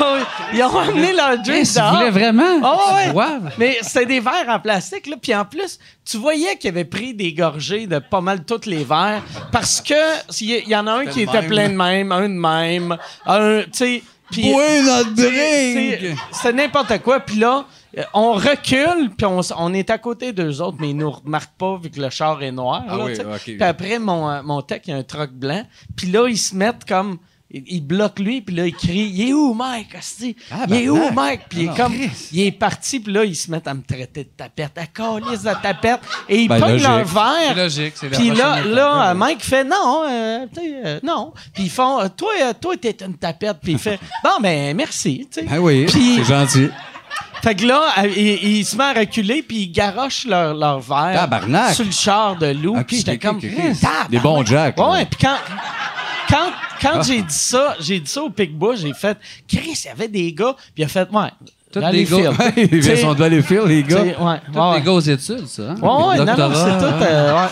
S1: ils ont amené leurs
S6: Hey,
S1: drinks
S6: si vous
S1: dehors.
S6: voulez vraiment.
S1: Ah ouais,
S6: tu
S1: ouais.
S6: bois.
S1: Mais c'était des verres en plastique, là. Puis en plus, tu voyais qu'il avait pris des gorgées de pas mal tous les verres parce que s'il y- il y, en a un qui était plein de même, un de même, un, tu sais. puis-
S2: Oui, notre
S1: c'est-
S2: drink!
S1: C'est n'importe quoi. Puis là, euh, on recule, puis on, s- on est à côté d'eux autres, mais ils nous remarquent pas vu que le char est noir.
S2: Ah
S1: là,
S2: oui,
S1: tu sais.
S2: ok.
S1: Puis après, mon, euh, mon tech, il y a un truck blanc. Puis là, ils se mettent comme... Ils ils bloquent lui, puis là, ils crient « Il est où, Mike? Asti?
S6: Ah,
S1: Il est où, Mike? » Puis il est comme... Il est parti, puis là, ils se mettent à me traiter de tapette. À calice de tapette. Et ils
S2: Ben,
S1: pognent leur
S2: logique.
S1: verre.
S6: C'est logique, c'est la
S1: Puis là,
S6: prochaine
S1: là,
S6: étape.
S1: euh, Mike fait non, euh, tu sais, euh, non. Puis ils font, euh, toi, euh, toi, t'es une tapette. Puis il fait, bon, ben, merci. tu sais.
S2: Ben oui,
S1: Puis-
S2: c'est
S1: (laughs)
S2: gentil.
S1: fait que là, euh, il, il se met à reculer, puis il garoche leur, leur verre
S2: Tabarnak.
S1: sur le char de loup.
S2: Ok,
S1: Puis j'étais
S2: ok,
S1: comme,
S2: ok, ok.
S1: Tabarnak.
S2: Des bons jacks, là. Ah.
S1: Ouais, puis quand, quand, quand j'ai dit ça, j'ai dit ça au Picbois, j'ai fait, Chris, il y avait des gars, puis il a fait, ouais,
S6: Tous
S1: dans
S6: des
S1: les
S6: gars.
S1: films.
S2: (laughs) Ouais, Ben, Ils
S1: T'sais,
S2: sont devant les fils, les
S1: tu sais,
S2: gars.
S1: ouais, ouais,
S6: Toutes
S1: ouais.
S6: des gars aux études, ça. hein?
S1: Ouais, ouais, non, non,
S6: Doctorat,
S1: c'est tout,
S6: hein?
S1: euh, ouais.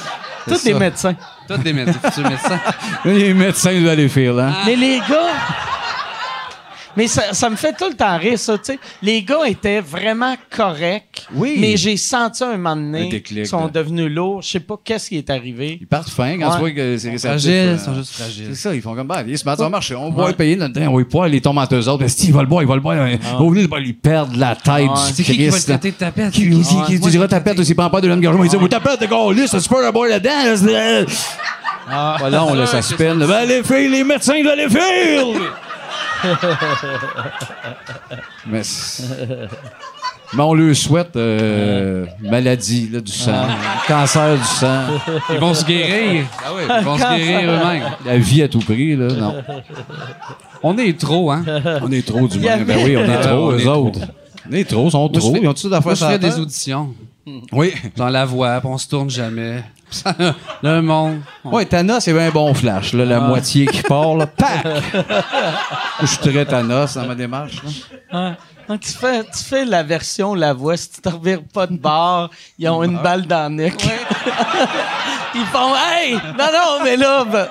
S1: Tous des
S2: ça.
S1: médecins.
S6: Toutes des médecins,
S1: (laughs)
S6: futurs médecins.
S2: Les médecins de Valleyfield, hein?
S1: Mais les gars. Mais ça, ça me fait tout le temps rire, ça, tu sais. Les gars étaient vraiment corrects.
S2: Oui.
S1: Mais j'ai senti un moment donné
S2: Un déclic,
S1: qu'ils sont
S2: là.
S1: devenus lourds. Je sais pas qu'est-ce qui est arrivé.
S2: Ils partent fin quand
S1: Ouais.
S2: tu vois que c'est réceptif.
S6: fragiles,
S2: euh,
S6: ils sont juste fragiles.
S2: C'est ça, ils font comme bah, ils se mettent en marche, on va payer notre train, on va y poire, ils tombent entre eux autres. Si, il va le boire, il va le boire. Au lieu de pas lui perdre la tête du
S6: Ah. C'est qui qui va le
S2: Christ.
S6: traiter de tapette?
S2: Qui qui-
S6: Ouais,
S2: qui- qui
S6: moi,
S2: tu diras
S6: je-
S2: ta perte aussi, prends pas de l'homme garçon, il dit, ta perte de gaulliste, c'est super le boire là-dedans. là, c'est-
S6: Ah.
S2: Pas long, là, ça se peine. là. Ben, les filles, les médecins de les filles! Mais, c'est- mais on lui souhaite euh, maladie là, du sang,
S6: Ah.
S2: cancer du sang.
S6: Ils vont se guérir. Ah oui, ils vont se guérir eux-mêmes.
S2: La vie à tout prix, là,
S6: (laughs)
S2: non.
S6: On est trop, hein?
S2: On est trop du
S1: y
S2: moins. Ben
S1: avait-
S2: oui, on
S6: (laughs)
S2: est
S6: Ah,
S2: trop,
S6: on est
S2: eux
S6: trop.
S2: autres. On est trop, ils sont
S6: je
S2: trop.
S6: fais-
S2: Ils ont-tu
S6: Moi,
S2: d'affaires
S6: je
S2: sur la
S6: fais des
S2: terre?
S6: auditions.
S2: Oui.
S6: Dans la voix, puis on se tourne jamais. (laughs) Le monde. on-
S2: Ouais, Thanos, c'est bien un bon flash, là,
S6: Ah.
S2: la moitié qui part,
S6: (laughs)
S2: là, pac! je suis très Thanos dans ma démarche. là.
S1: Hein? Donc, tu, fais, tu fais la version La Voix. Si tu te revires pas de bord, ils ont une balle dans le nuque. ils font Hey! Non, non, mais là. ben-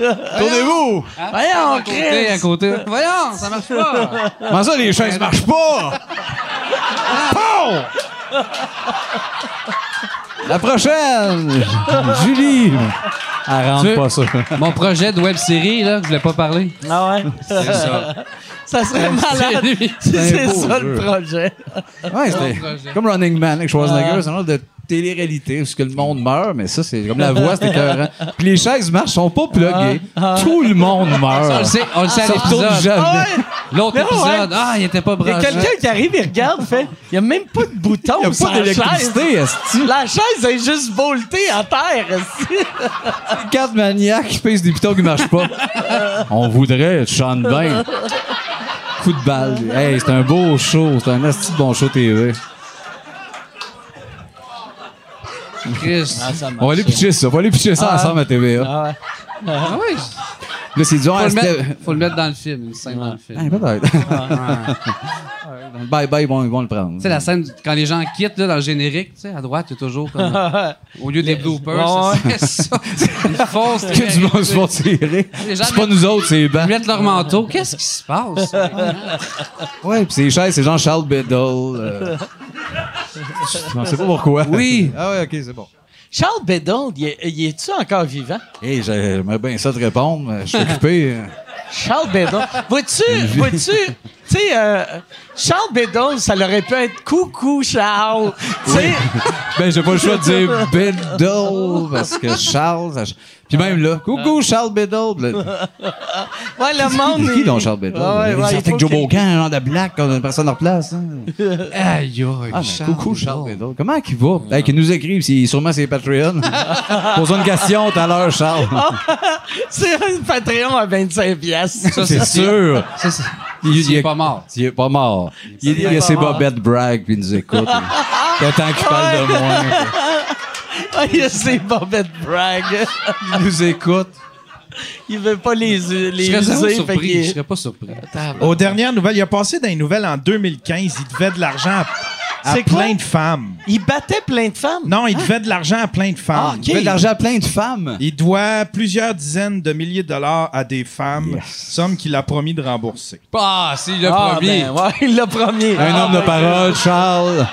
S2: Tournez-vous!
S1: Voyons,
S6: Côté Hein? à
S1: Chris!
S6: côté. Voyons, ça marche pas.
S2: Comment ça, les chaises
S6: (laughs)
S2: marchent pas? Pow! La prochaine! Julie! Elle rentre
S6: Tu-
S2: pas ça.
S6: Mon projet de web série, là, que je voulais pas parler.
S1: Ah ouais?
S6: C'est ça.
S1: Ça serait malade
S6: C'est lui.
S1: si
S2: C'est
S1: (laughs) c'est
S2: un beau
S1: ça le
S2: jeu.
S1: projet.
S2: Ouais, c'était
S6: Bon projet.
S2: comme Running Man avec Schwarzenegger, c'est un genre de télé-réalité parce que le monde meurt, mais ça, c'est comme la voix, c'est écœurant. Puis les chaises marchent, sont pas pluguées. Tout le monde
S6: On le
S2: meurt.
S6: sait, on le sait à
S2: Ça retourne
S6: l'épisode.
S2: jamais.
S1: Ah ouais?
S6: L'autre
S1: Mais ouais.
S6: épisode, ah, il était pas
S1: Il y a
S6: branché.
S1: quelqu'un qui arrive, il regarde, fait il n'y a même pas de bouton
S2: Il n'y a
S1: sur
S2: pas
S1: la chaise.
S2: d'électricité, esti.
S1: La chaise est juste voltée à terre. esti.
S2: Quatre maniaques qui pèsent des pitons qui marchent pas. On voudrait, tu chantes bien. Coup de balle. Hey, c'est un beau show. C'est un esti de bon show TV.
S6: Chris.
S2: On va aller pitcher ça. On va aller pitcher ça
S1: Ah.
S2: ensemble à TVA.
S1: Ah ouais.
S6: Ah oui.
S2: Là, c'est dur.
S6: Faut,
S2: Ah,
S6: le
S2: c'était-
S6: mettre, faut le mettre dans le film, une scène dans le film.
S2: Hey, peut-être. Bye bye, bon, ils vont le prendre.
S6: Tu sais, la scène, du- quand les gens quittent là, dans le générique, tu sais, à droite, il y a toujours comme. Au lieu des bloopers,
S1: Ouais,
S6: c'est
S2: (laughs)
S6: ça. Ils font ce
S2: que du monde se font tirer.
S6: Les gens
S2: C'est pas nous autres, c'est les bancs.
S6: Ils mettent leur manteau. Qu'est-ce qui se passe?
S2: Ah, Ouais, pis c'est cher, c'est Jean-Charles Biddle. euh. Je sais pas pourquoi.
S6: Oui.
S2: Ah ouais, ok, c'est bon.
S1: (laughs) Charles Bedon, il est- il est-tu encore vivant?
S2: Hey, j'aimerais bien ça te répondre. mais Je suis occupé.
S1: Charles Bedon. Vois-tu, vois-tu, tu sais, euh, Charles Bedon, ça aurait pu être coucou Charles. Tu sais,
S2: (laughs) Ben, j'ai pas le choix de dire Biddle parce que Charles. ça- Puis même là, coucou Charles Biddle. Là,
S1: ouais, le monde.
S2: c'est qui
S1: il-
S2: donc Charles Biddle?
S1: Ah ouais,
S2: il
S1: ouais, il faut
S2: sortait avec Joe
S1: qu'il-
S2: Bogan, un genre de black, comme une personne en place. hein.
S6: Aïe,
S2: Ah,
S6: aïe,
S2: mais coucou Charles Biddle. Comment qu'il va? Hey, qu'il nous écrive, c'est- sûrement c'est Patreon. Posons une question tout à l'heure, Charles.
S1: (laughs) C'est un Patreon à 25
S2: (laughs)
S1: piastres.
S6: Ça,
S2: c'est sûr.
S6: Ça, c'est-
S2: Il-
S6: S'il
S2: il-
S6: est pas mort.
S2: Il est pas mort. Il, il, a ses bobettes brag puis il nous
S6: (laughs)
S2: écoute. Il y a tant qu'il parle de moi.
S1: Ah, il a ses bobettes brag. (laughs)
S2: Il nous écoute.
S1: Il veut pas les, les
S6: Je serais zéro
S1: user, fait
S6: surpris.
S1: qu'il-
S6: Je serais pas surpris.
S4: Aux dernières nouvelles, il a passé dans les nouvelles en 2015. Il devait de l'argent à, à
S1: C'est quoi?
S4: plein de femmes.
S1: Il battait plein de femmes.
S4: Non, il devait de l'argent à plein de
S2: Ah,
S4: femmes.
S2: Il fait de l'argent à plein de femmes.
S4: Il doit plusieurs dizaines de milliers de dollars à des femmes, somme qu'il a promis de rembourser.
S6: Ah, si, le
S1: Ah,
S6: premier.
S1: ben, ouais, le premier. Ah,
S2: Un homme de parole, Charles.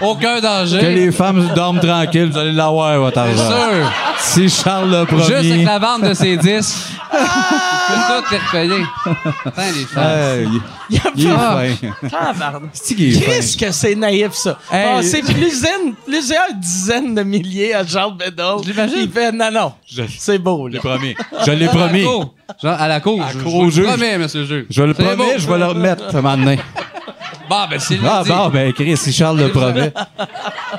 S6: Aucun
S2: Que
S6: danger.
S2: les femmes dorment tranquilles, vous allez l'avoir, votre
S6: C'est
S2: argent.
S6: sûr.
S2: C'est Charles le
S6: Juste avec
S2: premier.
S6: la vente de
S2: (laughs)
S6: ses disques. Tout est repayé. Attends, les femmes.
S2: Hey, il-
S1: Il y a
S2: il est
S6: Ah.
S1: pas-
S2: fin.
S1: Tabarnak.
S2: C'est qui
S1: (laughs)
S2: est
S1: Qu'est-ce
S2: fin?
S1: que c'est naïf, ça?
S2: Hey,
S1: Ah, c'est plusieurs, plusieurs dizaines de milliers à Charles Beddoe.
S6: J'imagine.
S1: Il fait, non, non,
S2: Je
S1: c'est beau, là.
S2: l'ai promis. Je l'ai
S6: À la
S2: promis.
S6: cour. Genre, à la cour. je,
S2: cour
S6: je
S2: au
S6: vous
S2: juge.
S6: le promets, monsieur le juge.
S2: Je le
S6: C'est
S2: promets,
S6: beau.
S2: je vais le remettre un moment donné.
S6: Bah, ben, c'est le
S2: Ah,
S6: dit.
S2: bah, ben, Chris, si Charles
S6: (laughs)
S2: le promet.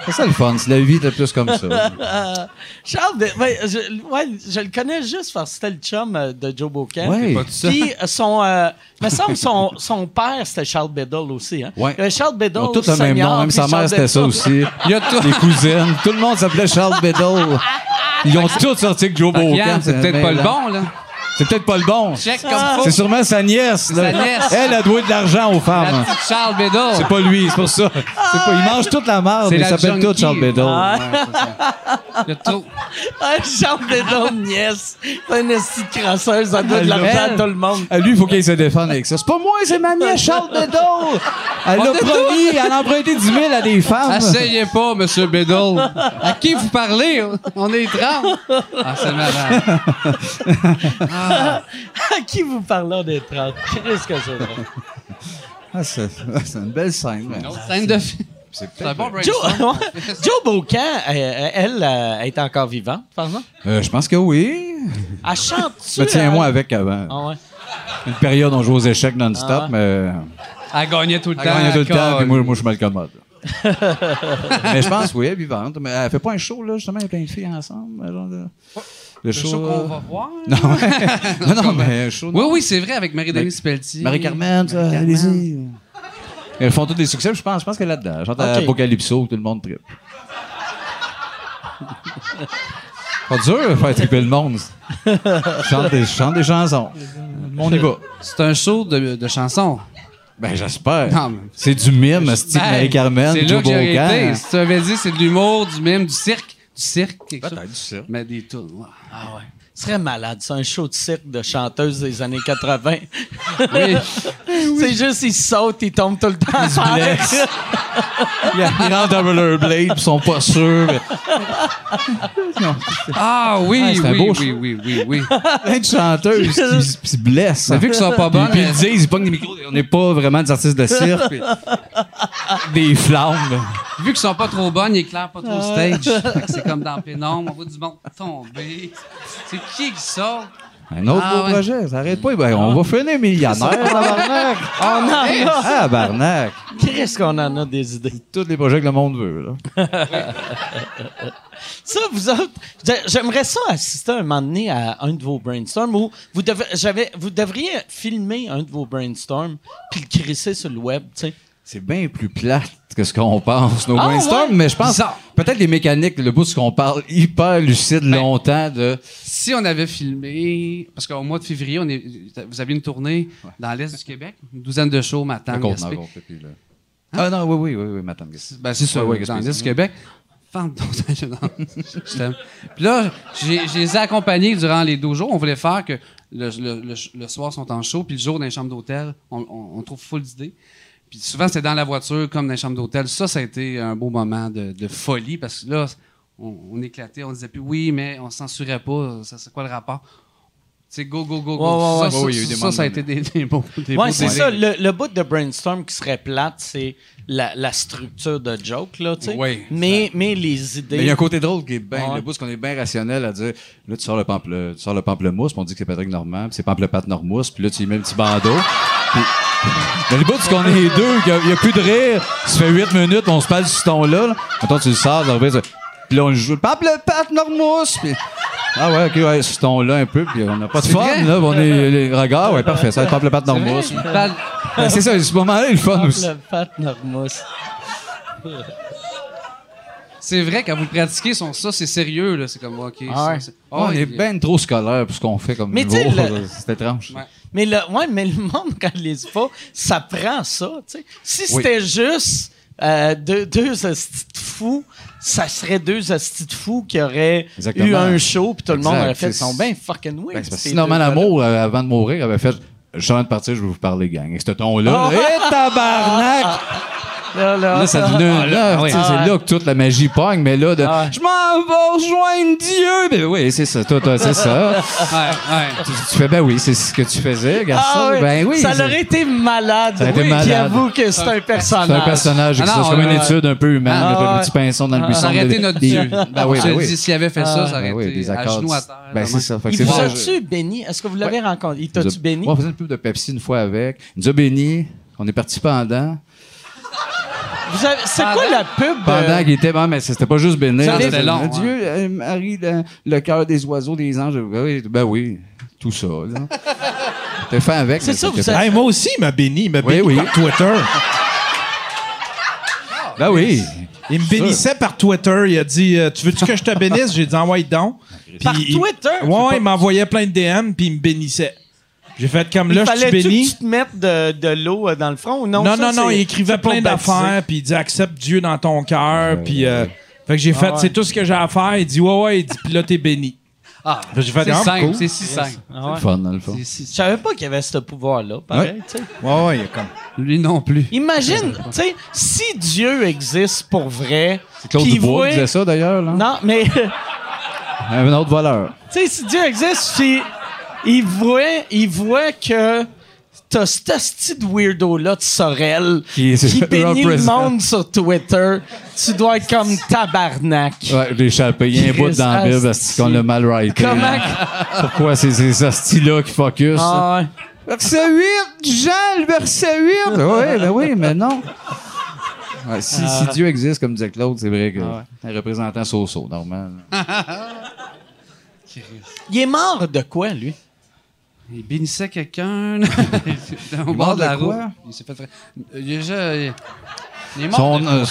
S2: C'est ça le fun, si la vie était plus comme ça.
S1: Charles Beddoe, ouais, je, ouais, je le connais juste parce que c'était le chum euh, de Joe Bocan.
S2: Ouais.
S6: Pas tout ça.
S1: Puis, euh, son, euh, me semble son, son père, c'était Charles Beddoe aussi. Hein?
S2: Ouais.
S1: Il y avait Charles
S2: Ils ont
S1: Beddoe,
S2: tous le même
S1: senior,
S2: nom, même
S1: puis
S2: sa mère
S1: Charles
S2: c'était ça
S1: Beddoe. (laughs)
S2: aussi.
S6: Il y a tout. (laughs)
S2: Les cousines, tout le monde s'appelait Charles Biddle. Ils ont tous sorti avec Joe
S6: Ah,
S2: Bocan.
S6: Yann, c'est
S2: cette
S6: peut-être pas le
S2: mêlée.
S6: bon, là.
S2: C'est peut-être pas le bon.
S6: Check comme faut.
S2: C'est sûrement sa nièce. là.
S6: Sa nièce.
S2: Elle a doué de l'argent aux
S6: La
S2: femmes.
S6: petite Charles Bédard.
S2: C'est pas lui, c'est pour ça. C'est Pas, ils mangent toute la merde,
S6: C'est
S2: mais ils
S6: la
S2: s'appellent tous
S6: junkie. Ah,
S2: Charles Biddle.
S6: Le trou.
S1: Ah, Charles Beddoe, nièce. C'est une esti de crasseuse, ça doit de l'argent à
S2: Elle.
S1: tout le monde. (laughs)
S2: À lui, il faut qu'il se défende avec ça. C'est pas moi, c'est ma nièce
S6: (laughs)
S2: Charles Biddle. Elle l'a
S6: est
S2: promis, elle a emprunté 10 000 à des femmes.
S6: Asseyez pas, monsieur Bédard. À qui vous parlez? On est 30. Ah, c'est marrant.
S1: À qui vous parlez des 30? Qu'est-ce que c'est drôle?
S2: Ah, c'est c'est une belle scène. man.
S6: Une autre scène de film. C'est un bon
S1: Joe,
S6: brainstorm.
S2: (laughs)
S1: Joe Bocan, euh, euh, elle, euh, est encore vivante, pardon?
S2: Euh, je pense que oui.
S1: Elle chante-tu?
S2: Mais Ben, tiens-moi
S1: euh,
S2: Bah, avec avant.
S1: Ah ouais.
S2: Une période, on joue aux échecs non-stop,
S1: Ah ouais.
S2: mais. euh,
S6: Elle gagnait tout le temps.
S2: Elle gagnait tout le temps, puis
S6: encore.
S2: moi, moi, je suis mal
S1: (laughs)
S2: commode. mais je pense, oui, elle est vivante. Mais euh, elle fait pas un show, là, justement, avec plein de filles ensemble. Genre de... Le
S6: Le
S2: show.
S6: show
S2: euh, (laughs)
S6: qu'on va voir.
S2: Non, ouais. non, non, mais un show.
S6: Oui,
S2: non.
S6: oui, c'est vrai, avec Marie-Denise Pelletier.
S2: Marie-Carmen, ça,
S6: Marie-Carmen.
S2: allez-y. Elles font tous des succès, puis je pense, je pense qu'elle est là-dedans. Genre à
S1: Ok.
S2: Apocalypso, tout le monde tripe. pas dur de faire triper le monde. Je chante des, je chante des chansons. Le monde y va.
S6: C'est un show de, de chansons.
S2: Ben, j'espère.
S6: Non, mais-
S2: C'est du mime, style
S6: Hey,
S2: Marie-Carmen,
S6: Ben, C'est là
S2: Joe
S6: que j'ai
S2: Bocan.
S6: arrêté. Si tu avais dit, c'est de l'humour, du mime, du cirque. Du cirque, quelque chose.
S2: du cirque.
S6: Mais des tunes. ouais. Ah ouais.
S1: Ce serait malade, c'est un show de cirque de chanteuse des années 80.
S2: (laughs) Eh
S1: C'est juste, ils sautent, ils tombent tout le temps. Ils
S6: (laughs)
S2: Il rentre dans leur blade, ils sont pas sûrs. mais-
S6: Ah
S2: Ah,
S6: oui,
S2: c'est un
S6: oui,
S2: beau
S6: oui, oui, oui, oui.
S2: Plein de chanteuses qui, qui se blessent. hein.
S6: Ça fait qu'ils sont pas euh, bons,
S2: Puis
S6: mais-
S2: ils disent, ils pognent des micros, on n'est pas vraiment des artistes de cirque. des flammes.
S6: Vu qu'ils sont pas trop bonnes, ils éclairent pas trop le stage. Fait que C'est comme dans Pénombre, on voit du monde tomber. C'est qui qui sort?
S2: Un autre
S6: Ah,
S2: beau
S6: ouais. Ah,
S2: projet, ça arrête pas. Ben, on va finir
S6: (laughs)
S2: millionnaire, tabarnak.
S1: On en a.
S2: Ah, barnac.
S1: Qu'est-ce qu'on en a des idées?
S2: Tous les projets que le monde veut. Là.
S1: Ça, vous autres, j'a- j'aimerais ça assister un moment donné à un de vos brainstorms où vous, devez, j'avais, vous devriez filmer un de vos brainstorms puis le crisser sur le web, tu sais.
S2: C'est bien plus plate que ce qu'on pense, nos
S1: Ah,
S2: brainstorms,
S1: ouais?
S2: mais je pense
S6: Bizarre.
S2: peut-être les mécaniques, le bout de ce qu'on parle hyper lucide
S1: Ben,
S2: longtemps de.
S6: Si on avait filmé, parce qu'au mois de février, on est, vous aviez une tournée dans l'Est du Québec, une douzaine de shows, Matane,
S2: Raconte,
S6: Gaspé.
S2: raconte, puis là.
S1: Hein?
S2: Ah non, oui, oui, oui, oui, madame.
S6: Ben, c'est ça,
S2: Ouais, ouais,
S6: dans
S2: Gaspé,
S6: l'Est
S2: c'est
S6: du Québec. Femme donc, je (laughs) je t'aime. Puis là, j'ai- je les ai accompagnés durant les deux jours. On voulait faire que le, le- le- le soir, ils sont en show, puis le jour, dans les chambres d'hôtel, on, on- on trouve full d'idées. Puis souvent, c'est dans la voiture, comme dans les chambres d'hôtel. Ça, ça a été un beau moment de, de folie, parce que là, on, on éclatait, on disait plus oui, mais on censurait pas. Ça, c'est quoi le rapport? C'est go, go, go, go.
S1: Ouais, ouais,
S6: ça,
S2: ouais.
S6: ça,
S2: Oui, il y a eu des
S6: ça, ça a
S2: moments
S6: été des, des beaux des
S1: Ouais,
S6: beaux
S1: c'est
S6: délais.
S1: ça. Le, le bout de brainstorm qui serait plate, c'est la, la structure de joke, là, tu sais.
S6: Ouais,
S1: mais, mais les idées.
S2: Mais il y a un côté drôle qui est bien.
S1: Ouais.
S2: Le bout, c'est qu'on est bien rationnel à dire là, tu sors le, pample, tu sors le pamplemousse, puis on dit que c'est Patrick Normand, puis c'est Pamplepat Normousse, puis là, tu y mets un petit bandeau. Puis- (laughs) Mais le bout, c'est qu'on est deux, qu'il n'y a, plus de rire. Ça fait huit minutes, on se parle sur ce ton-là. là. Attends, tu le sors, ça revient, ça- puis là, on joue Pamplepat Normousse, puis. Ah ouais, ok, ouais, ce ton-là un peu, puis on n'a pas de
S6: C'est
S2: fun,
S6: vrai?
S2: là, on est les regards, ouais, parfait, ça va être Pamplepat Normousse.
S6: Parle-
S2: Ben, c'est ça, ce moment-là, il est le fun aussi.
S1: Le Pat Normous.
S6: C'est vrai, quand vous le pratiquez, sont ça, c'est sérieux, là. C'est comme, OK.
S1: Ah ouais.
S6: ça, c'est-
S2: on
S6: Ouais,
S2: est bien trop scolaire pour ce qu'on fait comme
S1: Mais
S2: niveau.
S1: tu sais, le-
S2: C'est étrange.
S6: Ouais.
S1: Mais le, ouais, mais le monde, quand il les pas, ça prend ça, tu sais. Si
S2: Oui.
S1: c'était juste euh, deux, deux hosties de fous, ça serait deux hosties de fous qui auraient
S2: Exactement.
S1: eu un show, puis tout le monde
S2: Exact.
S1: aurait fait, ils
S2: C'est-
S1: sont bien fucking weird.
S2: Ben, c'est parce que
S1: ces
S2: si Norman
S1: deux gars-là.
S2: Amour, euh, avant de mourir, avait fait Je suis en train de partir, je vais vous parler, gang. Et ce ton-là, là, hé, tabarnak!
S1: Là, là,
S2: Là, ça
S1: là.
S2: devenait un là, tu sais,
S1: Ah ouais.
S2: C'est là que toute la magie pogne, mais là, de
S1: Ah ouais.
S2: Je m'en vais rejoindre Dieu! Ben oui, c'est ça, toi, toi, c'est ça.
S6: Ah. ouais, ouais.
S2: tu, tu fais, ben oui, c'est ce que tu faisais, garçon.
S1: Ah oui.
S2: Ben oui.
S1: ça
S2: c'est-
S1: aurait été malade.
S2: Ça aurait été
S1: Oui,
S2: malade.
S1: Qui avoue que c'est un personnage.
S2: C'est un personnage,
S6: Ah
S2: c'est
S6: non,
S2: ça, c'est comme
S6: ouais,
S2: une
S6: ouais.
S2: étude un peu humaine,
S1: Ah
S2: là,
S1: ouais.
S2: le petit pinson dans le buisson.
S6: Ça aurait été
S2: de-
S6: notre
S2: des-
S6: Dieu.
S2: (laughs) Ben oui,
S6: On se
S2: ben
S6: le dit,
S2: oui.
S6: s'il avait fait ça, ça aurait
S2: Ben oui,
S6: été
S2: des
S6: à
S2: accords.
S6: genoux à
S2: dis-
S6: terre.
S2: Ben c'est
S6: vraiment.
S2: ça. Fait que
S1: Il
S2: c'est
S1: vous
S2: pour ça que je-
S1: a-tu béni? Est-ce que vous l'avez rencontré? Il t'a-tu béni?
S2: Ouais, on faisait une pub de Pepsi une fois avec. Il nous a béni. On est parti pendant.
S1: Vous avez- C'est quoi la pub? euh,
S2: Pendant qu'il était. Bon, mais c'était pas juste béni.
S6: Ça, c'était long, hein.
S2: Dieu, euh, Marie, le, le cœur des oiseaux, des anges. Ben oui, ben oui, tout ça. (laughs) là. T'es fin avec.
S1: C'est
S2: mais
S1: ça,
S2: t'es
S1: vous
S2: fait-
S1: savez-
S4: Hey, moi aussi, il m'a béni. Il m'a
S2: Oui,
S4: béni
S2: oui.
S4: par Twitter.
S2: Ben oui.
S4: Il me bénissait par Twitter. Il a dit euh, Tu veux-tu que je te bénisse J'ai dit Envoie donc. Puis
S1: Par
S4: il-
S1: Twitter?
S4: Ouais, ouais, il m'envoyait plein de DM, puis il me bénissait. J'ai fait comme
S1: Il
S4: là, je
S1: fallait
S4: suis béni.
S1: que tu te mettes de, de l'eau euh, dans le front ou non?
S4: Non,
S1: Ça,
S4: non, non,
S1: c'est-
S4: il écrivait
S1: c'est pas
S4: plein
S1: baptisé.
S4: d'affaires, puis il dit accepte Dieu dans ton cœur, puis euh, fait que j'ai fait
S1: ouais.
S4: c'est tout ce que j'ai à faire, il dit ouais ouais, il dit puis là t'es béni.
S6: Ah,
S4: Fait que j'ai fait
S6: c'est
S4: Ah,
S6: simple,
S4: cool.
S6: c'est si simple.
S1: Ah ouais.
S2: Fun, dans le fond.
S6: C'est si
S1: Je
S6: simple.
S1: savais pas qu'il y avait ce pouvoir-là, pareil. tu sais.
S4: Ouais ouais, il y a comme
S6: Lui non plus.
S1: Imagine, tu sais, si Dieu existe pour vrai.
S2: Claude
S1: puis il
S2: Dubois
S1: voit-
S2: disait ça d'ailleurs. là.
S1: Non, mais tu
S2: Un autre voleur.
S1: sais, si Dieu existe, puis il voit, il voit que t'as cet asti de weirdo-là de Sorel
S2: Qui-
S1: qui,
S2: c'est ça,
S1: bénit le
S2: represent.
S1: monde sur Twitter. Tu dois être comme tabarnak.
S2: Ouais, j'ai échappé. Il y a un bout
S1: Chris
S2: dans la Bible
S1: Asti.
S2: parce qu'on l'a mal writé.
S1: Comment...
S2: Pourquoi c'est ces hosties-là qui focus?
S1: Ah ouais.
S2: Verset 8, Jean, le verset 8. Oui, ben oui, mais non. Ouais, si, si Dieu existe, comme disait Claude, c'est vrai que un représentant so-so, normal.
S1: Il est mort de quoi, lui?
S6: Il bénissait quelqu'un au
S2: mort
S6: bord de la
S2: de quoi?
S6: route. Il s'est fait. fra- Euh, Il est juste- il est mort.
S2: Son, euh,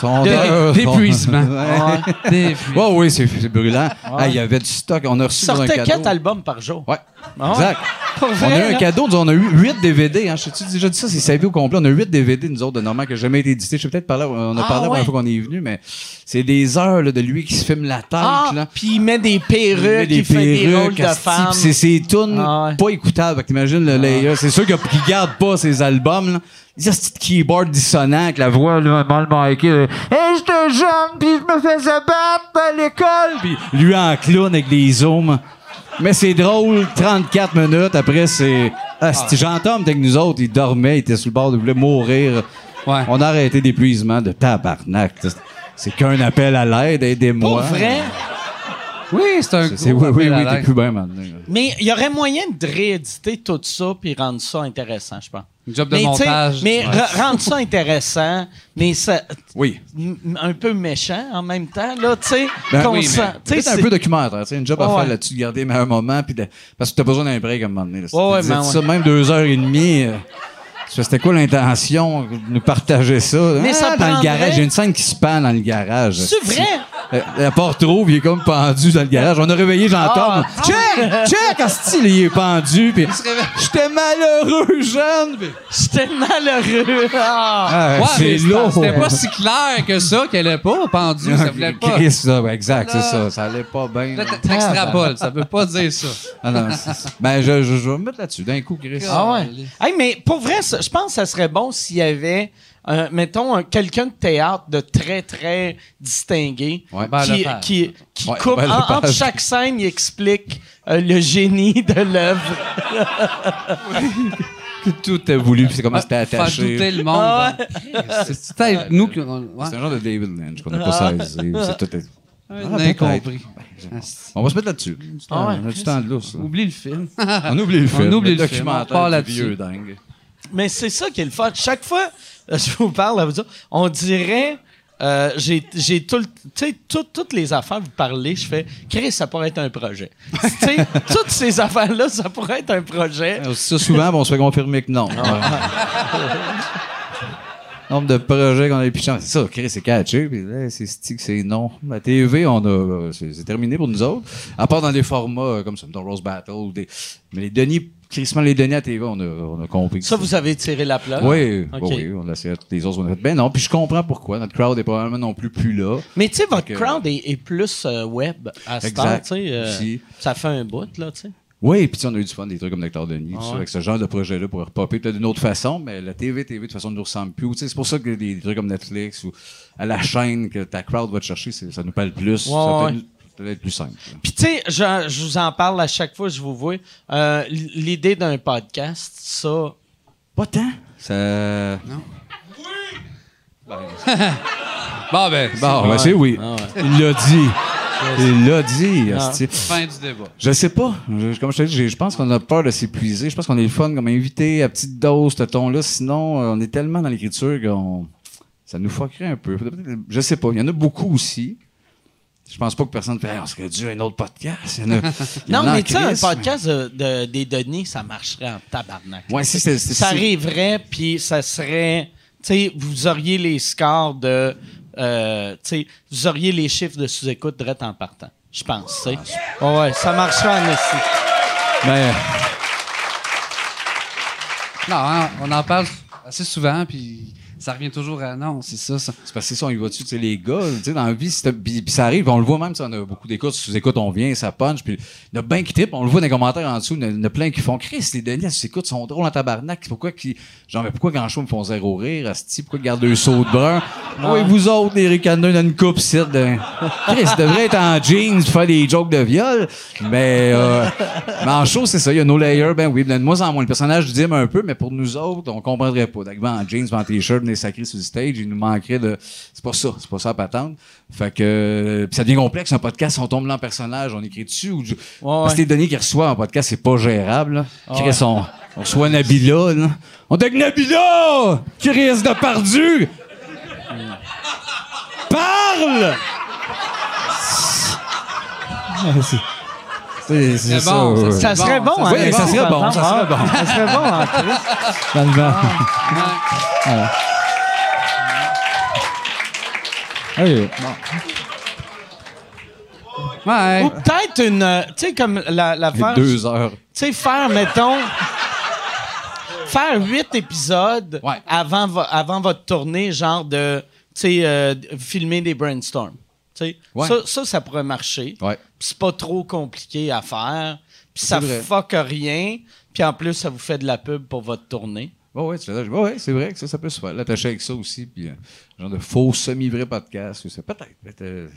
S2: son
S6: de-
S2: euh,
S6: de- d'épuisement.
S2: son- Ouais.
S6: Des-
S2: Ouais, oui, c'est c'est brûlant. Ah, Il y avait du stock. On a reçu dans un
S1: sortait
S2: cadeau.
S1: quatre albums par jour.
S2: Ouais,
S1: Ah ouais?
S2: exact.
S8: Pour
S2: On a
S8: vrai,
S2: eu un
S8: là.
S2: cadeau, nous, on a eu 8 DVD. Hein. Je t'ai déjà dit ça, c'est sa vie au complet. On a 8 DVD, nous autres, de Normand, qui n'a jamais été édité. Je sais peut-être parlé, on a
S1: Ah,
S2: parlé la
S1: ouais.
S2: première fois qu'on est venu, mais c'est des heures là, de lui qui se filme la tête.
S1: Ah,
S2: là.
S1: puis il met des
S2: Il met
S1: perruques, il fait des rôles de
S2: asti,
S1: femmes.
S2: pis C'est ses tunes
S1: Ah ouais. Ah.
S2: pas écoutables. Fait que T'imagines le layer. C'est sûr qu'il qu'il garde pas ses albums. Là. Il y a ce petit keyboard dissonant avec la voix là, mal marquée. là. Hey, j'étais jeune, puis je me faisais battre à l'école. Puis lui en clown avec des zooms. Mais c'est drôle, 34 minutes. Après, c'est. Ah, c'était Jean-Tom, t'es que nous autres, il dormait, il était sous le bord, il voulait mourir.
S6: Ouais.
S2: On a arrêté d'épuisement de tabarnak. C'est- C'est qu'un appel à l'aide,
S1: Pour
S2: aidez-moi.
S1: vrai?
S6: Oui, c'est un.
S2: C'est- c'est-
S6: gros
S2: oui, oui,
S6: appel à
S2: oui, t'es
S6: l'aide.
S2: plus bien maintenant.
S1: Mais il y aurait moyen de rééditer tout ça puis rendre ça intéressant, je pense.
S6: Une job de
S1: mais, tu sais,
S6: montage.
S1: Mais
S6: Ouais.
S1: re- rendre ça intéressant, mais ça,
S2: Oui.
S1: m- m- un peu méchant en même temps, là, tu sais.
S2: Ben
S1: qu'on
S6: oui, mais
S1: sent- tu sais,
S2: C'est un
S1: c'est-
S2: peu documentaire, tu sais, une job à
S1: Ouais, ouais.
S2: faire là-dessus, de garder les meilleurs moments, puis de- parce que t'as besoin d'un break à un moment donné. là. Si
S1: Ouais,
S2: tu
S1: ouais,
S2: disais
S1: ben
S2: ça, même deux heures et demie, euh, tu fais, c'était quoi l'intention de nous partager ça?
S1: Mais
S2: Ah,
S1: ça
S2: dans
S1: prendrait-
S2: le garage, j'ai une scène qui se pend dans le garage.
S1: C'est vrai?
S2: Euh, La porte trouve, il est comme pendu dans le garage. On a réveillé Jean-Tom.
S1: Ah.
S2: Check! Check! Asti, là, il est pendu, puis j'étais malheureux, jeune! puis-
S1: J'étais malheureux. Ah.
S2: Ah,
S6: Ouais, mais
S2: c'est lourd!
S6: C'était pas si clair que ça qu'elle est pas pendue. Ça voulait pas.
S2: Chris, ça, ouais, exact, c'est
S6: Là.
S2: ça. Ça allait pas bien.
S6: Là, t- T'extrapoles. Ça veut pas dire (laughs) ça.
S2: Ah non, c'est- c'est- ben, je, je- je vais me mettre là-dessus d'un coup, Chris.
S6: Oh
S1: Ah ouais. Hey, mais pour vrai, ça- je pense que ça serait bon s'il y avait, euh, mettons, un- quelqu'un de théâtre de très, très distingué
S2: Ouais.
S6: Ben,
S1: qui,
S6: Lepage.
S1: qui, qui
S2: Ouais,
S1: coupe.
S2: ben,
S1: en-
S2: Lepage.
S1: entre chaque scène, il explique euh, le génie de l'œuvre.
S2: Tout est voulu, puis c'est comment c'était
S6: Ah, Faire douter
S2: attaché.
S6: le monde.
S1: Ah
S6: hein. C'est c'est peut-être nous qui. on- ouais.
S2: C'est un genre de David Lynch qu'on n'a pas
S6: Ah.
S2: saisi. C'est tout est-
S6: Un
S2: peut-être.
S6: incompris.
S2: On va se mettre là-dessus.
S1: Ah ouais,
S2: on a du temps de lousse. là.
S6: Oublie le film.
S2: On oublie le film.
S6: oublie le film,
S2: documentaire
S6: on part
S2: du
S6: là-dessus.
S2: vieux dingue.
S1: Mais c'est ça qui est le fun. Chaque fois, euh, je vous parle, à vous dire, on dirait. euh, j'ai j'ai tout le- tu sais, tout- toutes les affaires vous parlez je fais Chris ça pourrait être un projet (laughs) Tu sais, toutes ces affaires là ça pourrait être un projet
S2: Alors, Ça, souvent, ben, on se fait confirmer que non. Nombre de projets qu'on a pichés. C'est ça, Chris, c'est catché. Puis là, c'est stick, c'est non. La TV, on a, euh, c'est c'est terminé pour nous autres. À part dans des formats euh, comme ça, dans Rose Battle. ou Des, mais les deniers, crissement les deniers à TV, on a, on a compris. que
S1: ça vous avez tiré la plaque
S2: Oui,
S1: Ok.
S2: oui, oui, on l'a essayé. Les autres, on a fait. Ben non, puis je comprends pourquoi. Notre crowd est probablement non plus plus là.
S1: Mais tu sais, votre
S2: Fait que-
S1: crowd est, est plus euh, web à ce temps,
S2: Exact.
S1: tu sais. euh,
S2: Aussi.
S1: ça fait un bout, là, tu sais.
S2: Oui, puis tu sais, on a eu du fun, des trucs comme Docteur Denis, tout ça, avec ce genre de projet-là pour repopper peut-être d'une autre façon, mais la TV, TV, de toute façon, ne nous ressemble plus. Tu sais, C'est pour ça que des, des trucs comme Netflix ou à la chaîne que ta crowd va te chercher, c'est- ça nous parle plus.
S1: Ouais,
S2: ça peut
S1: ouais.
S2: être- peut-être plus simple. là.
S1: Puis tu sais, je, je vous en parle à chaque fois que je vous vois. Euh, l- L'idée d'un podcast, ça...
S2: Pas tant. Ça...
S6: Bon, ben, c'est
S2: Bon, ben c'est oui. Il l'a dit. Il l'a dit. hostie.
S6: la fin du débat.
S2: Je sais pas. Je- comme je te dis, j'ai- je pense qu'on a peur de s'épuiser. Je pense qu'on est le fun comme invité à petite dose, ce ton-là. Sinon, euh, on est tellement dans l'écriture qu'on. Ça nous fuckerait un peu. Peut-être- Je sais pas. Il y en a beaucoup aussi. Je pense pas que personne fait Hey, on serait dû à un autre podcast. Il y en a- il y en
S1: Non,
S2: a en
S1: mais tu sais, un
S2: crise,
S1: podcast de, de- des données, ça marcherait en tabarnak.
S2: mais- Ouais, si, c'est- c'est-
S1: ça
S2: c'est-
S1: arriverait, puis ça serait... Tu sais, vous auriez les scores de... euh, tu sais, vous auriez les chiffres de sous-écoute direct en partant, je pense, tu sais.
S2: Ah,
S1: Ouais, ouais, ça marcherait en esti.
S2: Mais,
S6: Non, hein, on en parle assez souvent, puis ça revient toujours à non, c'est ça, ça.
S2: c'est parce que si on y va dessus, tu sais, les gars, tu sais, dans la vie, c'est- puis, puis ça arrive, on le voit même si on a beaucoup d'écoutes, si écoutes, on vient, ça punch, puis il y en a bien qui type, on le voit dans les commentaires en dessous, il y en a plein qui font Chris, les Denis, si écoutes, sont drôles en tabarnak, pourquoi qui genre, mais pourquoi grand show me font zéro rire, Asti, pourquoi ils gardent deux sauts de brun? Oui, vous autres, les ricaneux, dans une coupe, hein. c'est de. Chris, devrait être en jeans, faire des jokes de viol, mais, euh, mais en show, c'est ça, il y a nos layers, ben oui, ben, de moins en moins, le personnage du Dim un peu, mais pour nous autres, on comprendrait pas. D'arriver en jeans, en t-shirt, venir sacrer sur le stage, il nous manquerait de. C'est pas ça, c'est pas ça la patente. Fait que. euh, puis ça devient complexe, un podcast, on tombe dans le personnage, on écrit dessus, ou. du- parce que les données qu'il reçoit en podcast, c'est pas gérable. là. Chris, on, on reçoit Nabila. Là. On est avec Nabila! Chris de Pardu! Parle! C'est c'est
S6: C'est bon,
S2: ouais.
S6: ça,
S1: Ça serait bon,
S6: ça
S1: hein,
S2: Oui, ça serait bon, ça serait bon.
S1: Ça serait bon, en Christ.
S2: Finalement. Ouais.
S6: Ouais.
S1: Ou peut-être une. euh, Tu sais, comme la, l'affaire.
S2: Deux heures.
S1: Tu sais, faire, mettons. faire huit épisodes
S2: Ouais.
S1: avant, vo- avant votre tournée, genre de. Tu sais, euh, de- filmer des brainstorms. Tu sais,
S2: Ouais.
S1: ça, ça, ça pourrait marcher.
S2: Ouais.
S1: Puis c'est pas trop compliqué à faire. Puis ça
S2: vrai.
S1: fuck rien. Puis en plus, ça vous fait de la pub pour votre tournée.
S2: Ouais, ouais, tu fais ça. Je dis, ouais, ouais, c'est vrai que ça, ça peut se faire. L'attacher avec ça aussi, puis euh, genre de faux semi-vrai podcast. ou c'est Peut-être, peut-être.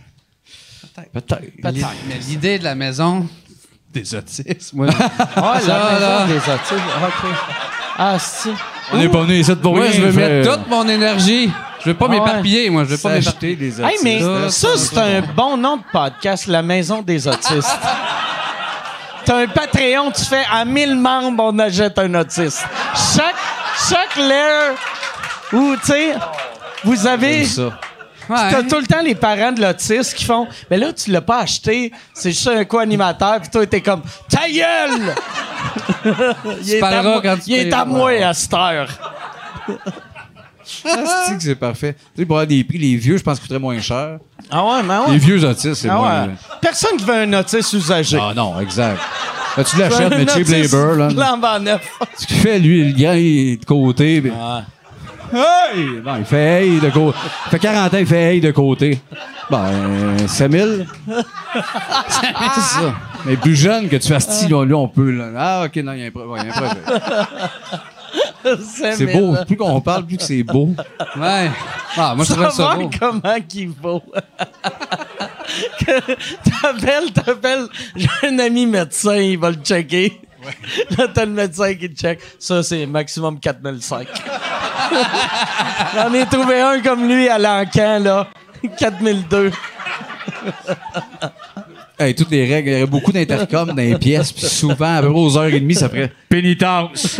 S2: Peut-être. Peut-être.
S6: Mais l'i- Mais l'idée de la maison (laughs) des autistes, moi,
S1: Ah,
S6: Ça, là.
S1: la maison des autistes. OK. Ah, si.
S2: On n'est pas venu ici pour
S6: moi,
S2: rien,
S6: je veux
S2: frère.
S6: mettre toute mon énergie. Je veux pas
S1: ouais.
S6: m'éparpiller, moi. Je veux pas
S2: S'acheter
S6: m'éparpiller.
S2: des
S1: Hey,
S2: artistes.
S1: mais
S6: là,
S1: ça,
S6: ça,
S1: c'est un bon nom de podcast, La Maison des
S6: (laughs)
S1: Autistes. T'as un Patreon, tu fais à 1000 membres, on achète un autiste. Chaque, chaque layer où, tu sais, vous avez.
S2: ça.
S6: Ouais.
S1: T'as tout le temps les parents de l'autiste qui font Mais là, tu l'as pas acheté, c'est juste un co-animateur, puis toi, t'es comme Ta gueule Il est à
S6: parleras
S1: moi-
S6: quand (laughs) tu
S1: il est
S6: payeras.
S1: à moi à cette heure.
S2: Ah, c'est-tu que c'est parfait. Tu sais, pour avoir des prix, les vieux, je pense qu'ils coûteraient moins cher.
S1: Ah ouais, mais
S2: Les vieux autistes, c'est
S1: Ah
S2: moins.
S1: ouais. Personne qui veut un autiste usagé.
S2: Ah non, exact. Là, tu l'achètes, mais cheap
S1: Notice
S2: labor, là.
S1: lampe en neuf.
S2: Ce qu'il fait, lui, le gars, il est de côté. puis- Hey! Non, il fait hey de côté. Il fait 40 ans, il fait hey de côté. Ben, 5000. c'est ça. Mais plus jeune que tu fasses style, là, on peut. Là. Ah, ok, non, il y a un pro- ouais, il y a un projet. C'est beau. Plus qu'on parle, plus que c'est beau.
S6: Ouais. Ah, moi, je
S1: Ça
S6: trouve ça
S1: va
S6: beau.
S1: comment qu'il vaut. (laughs) Que- t'appelles, t'appelles, j'ai un ami médecin, il va le checker. Là, t'as le médecin qui le check. Ça, c'est maximum 4005. (laughs) J'en ai trouvé un comme lui à l'encan, là. 4002.
S2: Hey, toutes les règles, il y aurait beaucoup d'intercoms dans les pièces, puis souvent, à peu près aux heures et demie, ça ferait.
S3: Pénitence.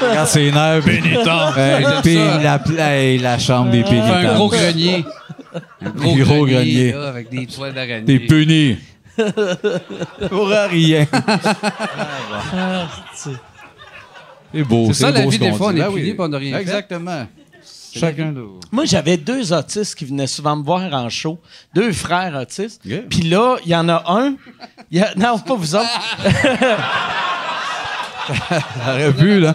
S2: Regarde ses nerfs. puis-
S3: Pénitence.
S2: Hey,
S6: J'aime
S2: puis
S6: ça.
S2: la, pla- hey, la chambre des pénitents.
S6: Fais un gros grenier. Un gros,
S2: Des gros
S6: grenier,
S2: greniers.
S6: là, avec des toiles
S2: T'es (laughs)
S6: d'araignée.
S2: puni. Pour rien. C'est beau.
S6: C'est ça, la
S2: beau
S6: vie,
S2: ce qu'on
S6: des fois,
S2: dit.
S6: on est
S2: Ben oui.
S6: puni, puis on n'a rien fait.
S2: Exactement. Chacun de vous.
S1: Moi, j'avais deux autistes qui venaient souvent me voir en show. Deux frères autistes.
S2: Yeah.
S1: Puis là, il y en a un. il y a- non, pas vous autres.
S2: T'aurais pu, là.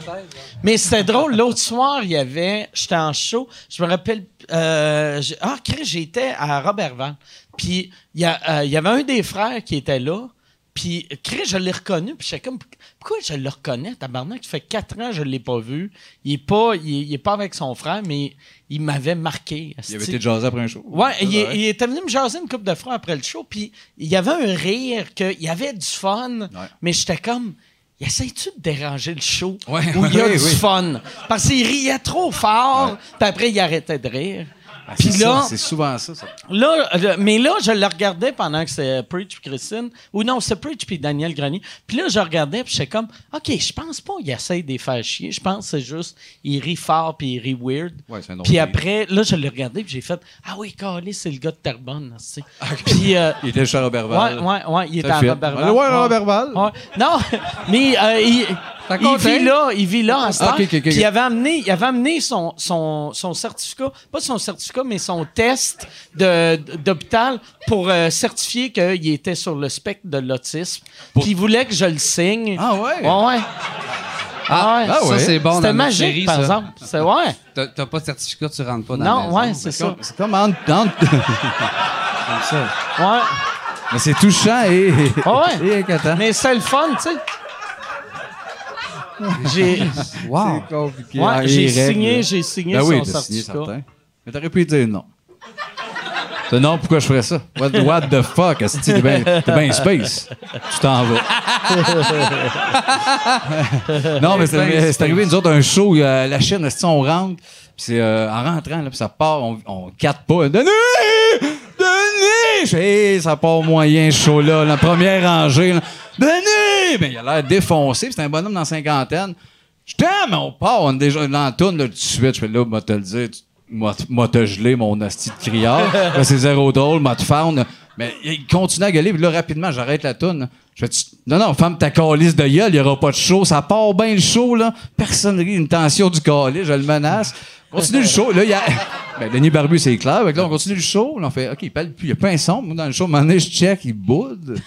S1: Mais c'était drôle. L'autre soir, il y avait. J'étais en show. Je me rappelle. euh, j'ai- ah, Chris, j'étais à Robertval. Puis il y, a, euh, il y avait un des frères qui était là. Puis Chris, je l'ai reconnu. Puis j'étais comme. Pourquoi je le reconnais, tabarnak? Ça fait quatre ans que je ne l'ai pas vu. Il est pas, il, est- il est pas avec son frère, mais il m'avait marqué.
S2: Il avait
S1: asti.
S2: été jasé après un show.
S1: Ouais, il,
S2: ouais.
S1: il était venu me jaser une coupe de fois après le show, puis il y avait un rire, que, il y avait du fun, mais j'étais comme, essayes-tu de déranger le show où
S2: Ouais,
S1: il y a
S2: ouais,
S1: du
S2: oui.
S1: fun? Parce qu'il riait trop fort, puis après il arrêtait de rire.
S2: Ah, c'est
S1: Puis
S2: ça,
S1: là,
S2: C'est souvent ça. ça.
S1: là, euh, mais là, je le regardais pendant que c'est euh, Preach puis Christine, ou non, c'est Preach puis Daniel Grenier. Puis là, je regardais, puis j'étais comme, OK, je pense pas qu'il essaye de les faire chier. Je pense que c'est juste, il rit fort, puis il rit weird.
S2: Ouais, c'est un drôle
S1: puis
S2: de-
S1: après, là, je l'ai regardé, puis j'ai fait, Ah oui, Carly, c'est le gars de Terrebonne. tu sais.
S2: Ah,
S1: Puis. euh,
S2: Il était chez Robert Val.
S1: Ouais, ouais, ouais, il était
S2: Ça
S1: à
S2: fit.
S1: Robert-Val.
S2: Ouais, ouais, Robert-Val.
S1: Ouais. Non, (laughs) mais euh, il,
S6: Ça
S1: il
S6: compte,
S1: vit
S6: hein?
S1: là, il vit là en ce
S2: Ah,
S1: temps.
S2: ok, ok, ok.
S1: Puis il avait amené, il avait amené son, son, son certificat, pas son certificat, mais son test de- d'hôpital pour euh, certifier qu'il était sur le spectre de l'autisme. Puis il voulait que je le signe.
S2: Ah ouais?
S1: Ouais, ouais. Ah, ouais.
S2: ah
S6: ça,
S2: ouais.
S6: c'est bon.
S1: C'était
S6: dans notre
S1: magique,
S6: série,
S1: par
S6: ça.
S1: exemple. C'est ouais.
S6: T'as t'as pas de certificat, tu rentres pas dans la
S1: Non,
S6: maison.
S1: ouais, c'est ça.
S2: C'est comme entre. entre-
S1: Ouais.
S2: Hein? Mais c'est touchant et.
S1: Ah ouais?
S2: Et inquiétant.
S1: Mais c'est le fun,
S2: (laughs)
S1: tu sais. J'ai.
S6: Wow.
S2: C'est compliqué.
S1: Ouais,
S2: Ah,
S1: j'ai
S2: les règles, là.
S1: signé, j'ai signé
S2: Ben
S1: son
S2: oui, t'as signé,
S1: certificat.
S2: certain. Mais t'aurais pu dire non. T'as, non, pourquoi je ferais ça? What, what the fuck? esti, T'es bien space. Tu t'en
S1: (laughs)
S2: vas. non, mais c'est, mais c'est arrivé, nous autres, un show, euh, la Chine, esti, on rentre, puis c'est euh, en rentrant, là, puis ça part, on, on quatre pas. Denis! Denis! Je fais, hey, ça part moyen, ce show-là, la première rangée. là. Denis! Mais il a l'air défoncé, puis c'est un bonhomme dans la cinquantaine. Je t'aime, on part, on est déjà dans la toune, là, tout de suite. Je fais là, moi, te le dire, tu- moi, t- moi, te gelé, mon asti de criard. Là, c'est zéro drôle, moi, te faune. Mais il continue à gueuler, puis là, rapidement, j'arrête la toune. Je fais, tu- non, non, femme ta calice de gueule, il y aura pas de show, ça part bien le show, là. Personne rit, une tension du calice, je le menace. Continue le show, là, il y a. Ben, Denis Barbu, c'est clair. Fait que là, on continue le show, là, on fait, OK, il parle plus, il y a pas un son. Moi, dans le show, à un moment donné, je check, il boude.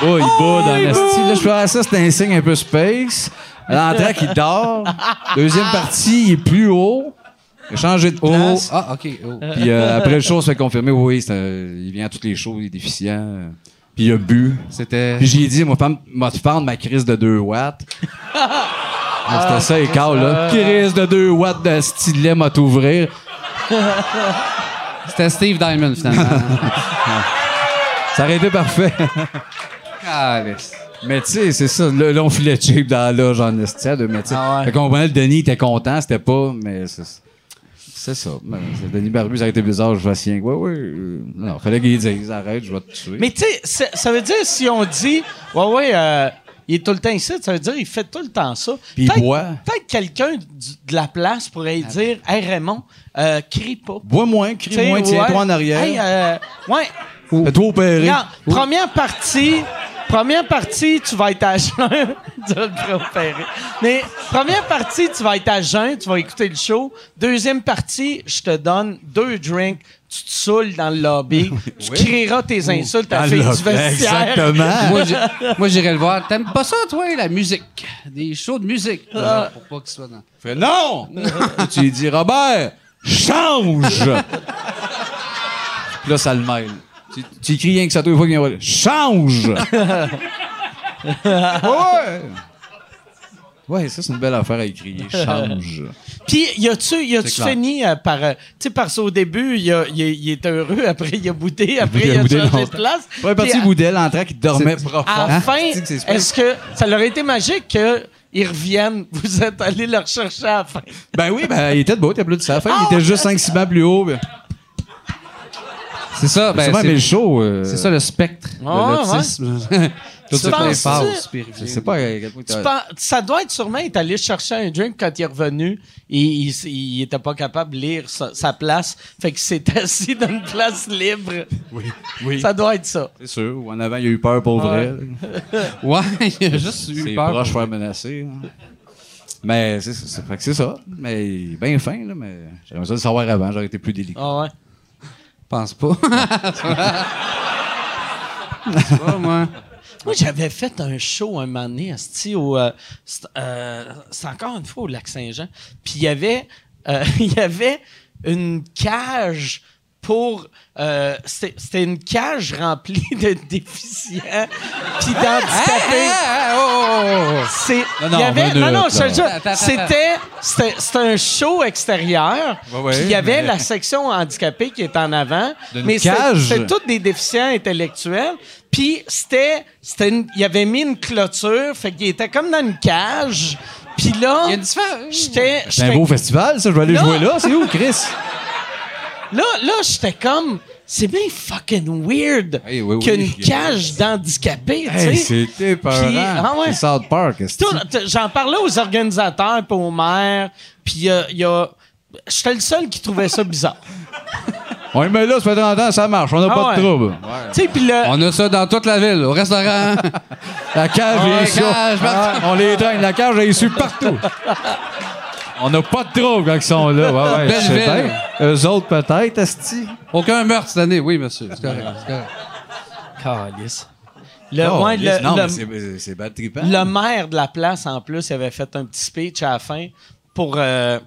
S2: Oh, il bat dans la style. Là, je fais, ah, ça, c'est un signe un peu space. L'entrée qui dort. Deuxième partie, il est plus haut. Il a changé Ah. de
S6: Oh,
S2: place.
S6: ah, OK. oh.
S2: Puis euh, après le show, on se fait confirmer, oui, c'est un- il vient à toutes les shows, il est déficient. Puis il a bu.
S6: C'était.
S2: Puis j'ai dit, moi, femme, m'a te prendre ma crise de 2 (laughs) watts. Ah, C'était ça, écart, là. Crise de 2 watts de stylet m'a t'ouvrir.
S6: C'était Steve Diamond,
S1: (laughs)
S6: finalement.
S2: Ça aurait été parfait.
S6: Calisse.
S2: Mais tu sais, c'est ça. Là, là, on filait cheap dans la loge en esti à deux métiers.
S7: Ah ouais.
S2: Fait qu'on comprenait, le Denis était content, c'était pas, mais c'est c'est ça. Mais c'est Denis Barbu, ça aurait été bizarre, je vois sien. Ouais, ouais. euh, non, fallait qu'il dise, arrête, je vais te tuer.
S1: Mais tu sais, ça- ça veut dire si on dit, ouais, ouais, euh, il est tout le temps ici, ça veut dire il fait tout le temps ça.
S2: Puis il
S1: Peut-être-
S2: boit.
S1: Peut-être quelqu'un du- de la place pourrait dire, hey Raymond, euh, crie pas.
S2: Bois moins,
S1: Tu
S2: crie
S1: sais,
S2: moins, tiens-toi
S1: ouais.
S2: en arrière.
S1: Hey, euh, ouais.
S2: Fais-toi opérer.
S1: Regarde, première partie, première partie, tu vas être à jeun. (laughs) Tu vas te préopérer. Mais première partie, tu vas être à jeun, tu vas écouter le show. Deuxième partie, je te donne deux drinks. Tu te saoules dans le
S2: (laughs)
S1: lobby. Tu crieras tes insultes à la
S2: Dans
S1: fille
S2: le-
S1: du vestiaire.
S2: Exactement.
S6: Moi, j'ai- moi, j'irais le voir. T'aimes pas ça, toi, la musique? Des shows de musique.
S1: Ah.
S6: Non, Pour pas qu'il soit dans.
S2: Fait non! Et tu lui dis, Robert, change! Puis là, ça le mêle. Tu, tu cries rien que ça deux fois qu'il vient voir, (laughs) Change! ouais! Ouais, ça, c'est une belle affaire à écrire. Change.
S1: (laughs) Puis, y a-tu, y a-tu
S2: C'est clair.
S1: fini euh, par. euh, Tu sais, parce qu'au début, il a- il il était heureux, (laughs) après, il a boudé, après, il a,
S2: boudé
S1: changé de
S2: longtemps.
S1: place.
S2: Ouais,
S1: Puis,
S2: parti Boudel, l'entrée qui dormait profond.
S1: à la
S2: Hein?
S1: fin,
S2: Tu sais que c'est spécial.
S1: Ah, est-ce que ça leur a été magique qu'ils reviennent? (laughs) Vous êtes allé leur chercher à la fin.
S2: Ben oui, ben, il était beau, t'as plus de ça. À la fin, il était juste 5-6 bancs plus haut. Ben,
S6: C'est ça, ben,
S2: sûrement, mais le
S6: c'est,
S2: show. euh,
S6: c'est ça le spectre de
S1: Ah,
S2: (laughs)
S6: l'autisme. Tout
S1: Tu
S6: se fait
S1: penses-tu-
S6: phase.
S2: Je sais pas à quel point
S1: Tu
S2: t'as-
S1: pen- Ça doit être sûrement, il est allé chercher un drink quand il est revenu. Il, il, il était pas capable de lire sa, sa place. Fait qu'il s'est (laughs) assis dans une place libre.
S2: Oui.
S1: Ça doit être ça.
S2: C'est sûr. Ou en avant, il a eu peur pour vrai. là.
S6: Ouais, il a juste
S2: C'est
S6: eu peur.
S2: proche faire menacer. hein. Mais c'est, c'est, c'est- fait que c'est ça. Mais bien fin, là, mais j'aimerais ça le savoir avant, j'aurais été plus délicat.
S1: Ah ouais.
S6: Je pense pas. (laughs) C'est pas moi.
S1: Moi, j'avais fait un show un moment donné, asti, au, euh, c'est, euh, c'est encore une fois au Lac-Saint-Jean. Puis il y avait, euh, (laughs) il y avait une cage pour... euh, c'était, c'était une cage remplie de (laughs) déficients puis d'handicapés.
S6: hein? Ah, oh,
S1: C'est,
S2: Non, non,
S1: il y avait,
S2: minute,
S1: non, non, je te
S2: là.
S1: le jure,
S6: Attends, attends,
S1: c'était, c'était, c'était un show extérieur.
S2: Ouais, ouais,
S1: puis il y avait
S2: mais-
S1: la section handicapée qui est en avant.
S2: D'une
S1: mais c'est-
S2: cage?
S1: c'était tous des déficients intellectuels. Puis c'était, c'était une- il avait mis une clôture, fait qu'il était comme dans une cage. Puis là,
S6: Il y a une différence.
S1: j'étais,
S2: C'est un
S1: j'étais-
S2: beau festival, ça, je vais aller
S1: Non.
S2: jouer là. C'est où, Chris?
S1: là, là, j'étais comme, c'est bien fucking weird
S2: Hey, oui, oui,
S1: qu'une
S2: oui.
S1: cage d'handicapés, tu sais.
S2: (laughs) Hey, c'était épeurant.
S1: Puis- ah ouais.
S2: C'est South Park. est-ce que-
S1: Tout- t- J'en parlais aux organisateurs puis aux maires, puis euh, il y a. J'étais le seul qui trouvait ça bizarre.
S2: On est là, ça fait 30 ans, ça marche, on n'a
S1: Ah
S2: pas de
S1: ouais.
S2: trouble.
S1: Tu sais, puis le.
S6: On a ça dans toute la ville, au restaurant.
S2: La cage
S6: Ouais,
S2: est sur.
S6: cage, partout.
S2: Ah, on les traîne, la cage est sur partout. on n'a pas de trouble quand ils sont là. Ouais, ouais,
S6: Belle
S2: je sais
S6: ville.
S2: bien. Eux autres, peut-être, Asti.
S6: Aucun meurtre cette année, oui, monsieur. C'est correct. c'est correct.
S1: le- ouais, le-
S2: Oh, non,
S1: le-
S2: mais c'est, c'est bad trippant.
S1: Le maire de la place, en plus, il avait fait un petit speech à la fin pour, euh,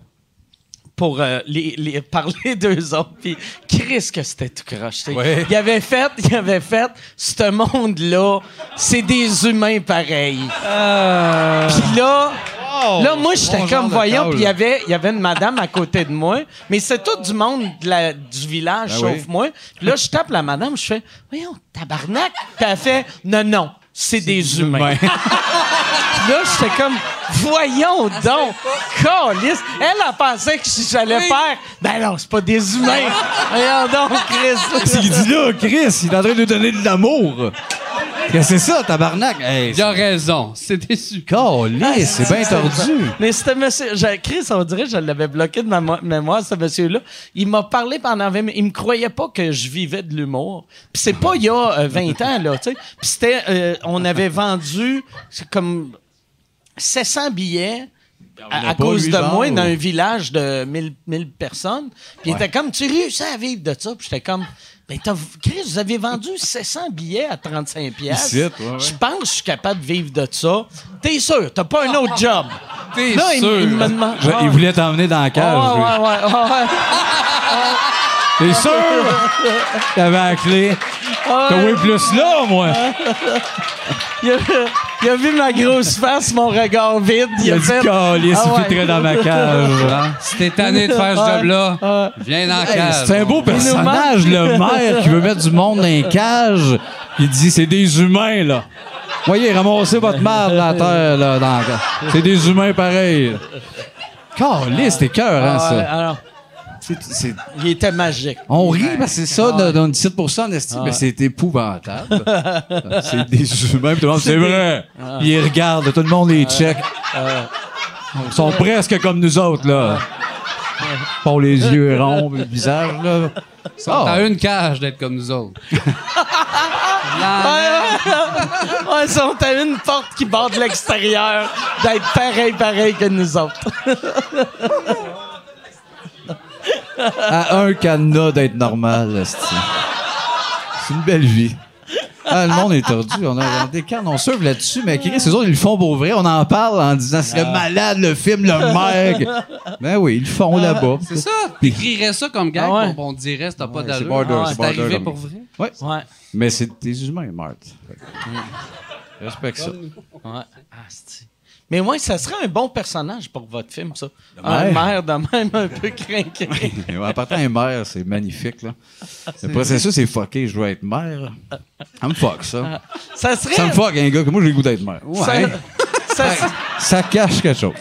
S1: pour euh, les, les- (laughs) parler d'eux autres. Puis, Chris, que c'était tout croche. tu sais.
S2: Ouais.
S1: Il avait fait, il avait fait, ce monde-là, c'est des humains pareils. Puis là, là, moi, j'étais
S2: Euh. Bon genre
S1: comme,
S2: de
S1: voyons,
S2: call.
S1: puis il y avait, il y avait une madame à côté de moi, mais c'est tout du monde de la- du village,
S2: Ben
S1: sauf
S2: oui.
S1: moi. Puis là, je tape la madame, je fais, voyons, tabarnak. Puis elle fait, non, non, c'est des, humains.
S2: humains.
S1: Puis là, j'étais comme, voyons donc, calisse. Elle a pensé que j'allais faire, ben non, c'est pas des humains. voyons donc,
S2: Qu'est-ce
S1: Chris.
S2: qu'il dit là, Chris? Il est en train de nous donner de l'amour. Qu'est-ce que c'est ça, tabarnak? Hey,
S6: Il a raison. C'est déçu.
S2: calé, Ah, c'est bien tordu.
S1: Mais c'était monsieur. je- Chris, on dirait que je l'avais bloqué de ma mo- mémoire, ce monsieur-là. Il m'a parlé pendant 20 minutes. Il me croyait pas que je vivais de l'humour. Puis c'est pas il y a euh, 20 ans, là, tu sais. Puis c'était. euh, on avait vendu c'est comme 700 billets.
S2: Ben, on
S1: À,
S2: a
S1: à
S2: pas
S1: cause
S2: eu
S1: de
S2: genre,
S1: moi, dans
S2: ou-
S1: un village de 1000, 1000 personnes. Puis il était comme, tu réussis à vivre de ça. Puis j'étais comme, Mais t'as- Chris, vous avez vendu 700 billets à 35 pièces.
S2: Ici, ouais, ouais.
S1: Je pense que je suis capable de vivre de ça. T'es sûr? T'as pas un autre job?
S6: T'es
S1: Là, il,
S6: sûr?
S1: il me demande...
S2: Je- il voulait t'emmener dans la
S1: Ah,
S2: cage. lui.
S1: ouais, ouais, ouais, ouais.
S2: T'es sûr? T'avais la clé. T'as oui plus là, moi.
S1: Il a, il a vu ma grosse face, mon regard vide. Il,
S2: Il a dit
S1: fait...
S2: Calice,
S1: Ah
S2: il
S1: ouais.
S2: fitterait dans ma cage.
S6: Hein? Si t'es tanné de faire
S1: Ouais,
S6: ce job-là,
S1: ouais.
S6: viens dans la
S2: Hey,
S6: cage.
S2: c'est un beau personnage, le maire qui veut mettre du monde dans les cages. Il dit c'est des humains, là. Voyez, ramassez votre merde dans la terre, là. dans la cage. C'est des humains pareils. Calice, t'es cœur, hein,
S1: Ah, ouais,
S2: ça.
S1: alors,
S2: C'est- c'est-
S1: il était magique.
S2: on rit, parce que c'est ça, dans- dans une site pour ça, en estime, mais c'est épouvantable. (laughs) c'est des humains, puis tout le monde, c'est vrai. Puis Ils regardent, tout le monde les check. Ils sont presque comme nous autres, là. Ils font les yeux ronds, puis le visage, là. Ah.
S6: T'as une cage d'être comme nous autres.
S1: Ouais, (laughs) ils sont à une porte qui barre de l'extérieur d'être pareil, pareil que nous autres.
S2: à un cadenas d'être normal. esti. C'est une belle vie. Ah, le monde est tordu. On a des cannes, on surfe là-dessus, mais Chris, eux autres, ils le font pour vrai. On en parle en disant c'est
S6: Ah.
S2: le malade, le film, le mec. Ben oui, ils le font là-bas.
S6: Ah, C'est ça. T'écrirais ça comme gars,
S1: Ah ouais.
S6: on, on dirait que t'as pas
S2: Ouais, c'est
S6: d'allure. Ah,
S2: border, c'est
S6: c'est arrivé
S2: border,
S6: pour
S2: comme-
S6: vrai.
S2: Ouais.
S1: Ouais.
S2: Mais c'est des humains, Marthe. Respecte ça.
S1: Ouais. Asti. Ah, Mais ouais, ça serait un bon personnage pour votre film, ça. Un
S2: maire.
S1: maire de même un peu
S2: (laughs)
S1: craqué.
S2: En partant un maire, c'est magnifique. Là. Le processus est fucké. Je veux être maire. Ça me fuck, ça.
S6: Ah.
S1: Ça serait.
S2: Ça me fuck, un gars que moi, j'ai le goût d'être maire.
S1: ça-
S2: Ouais.
S1: ça serait-
S2: Ça cache quelque chose.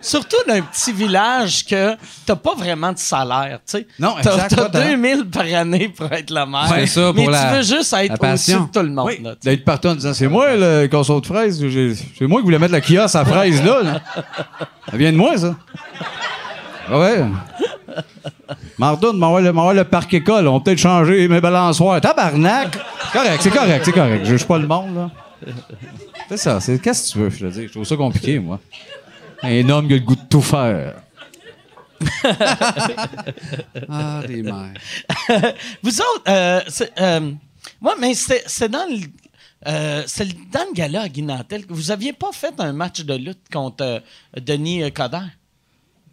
S1: Surtout d'un petit village que t'as pas vraiment de salaire, tu sais.
S2: Non,
S1: T'as
S2: exact,
S1: t'as
S2: pas tant.
S1: 2000 par année pour être le maire.
S6: C'est ça,
S1: mais
S6: pour la-
S1: tu veux juste
S6: la
S1: être au-dessus
S6: passion.
S1: de tout le monde,
S2: Oui,
S1: là, tu sais.
S2: d'être partout en disant c'est moi le conso de fraises, j'ai- c'est moi qui voulais mettre la kiosque à fraises là, là. Ça vient de moi, ça. Ah Ouais. Mardon, m'envoie le, m'envoie le parc école, on va peut-être changer mes balançoires. Tabarnak! Correct, c'est correct, c'est correct. Je juge pas le monde, là. C'est ça, c'est qu'est-ce que tu veux, je veux dire. Je trouve ça compliqué, moi. Un homme qui a le goût de tout faire.
S6: Ah, des mères.
S1: (laughs) Vous autres, euh, c'est, euh, ouais, mais c'est c'est dans le. euh, c'est le- dans le gala à Guinantel que vous aviez pas fait un match de lutte contre euh, Denis euh, Coderre?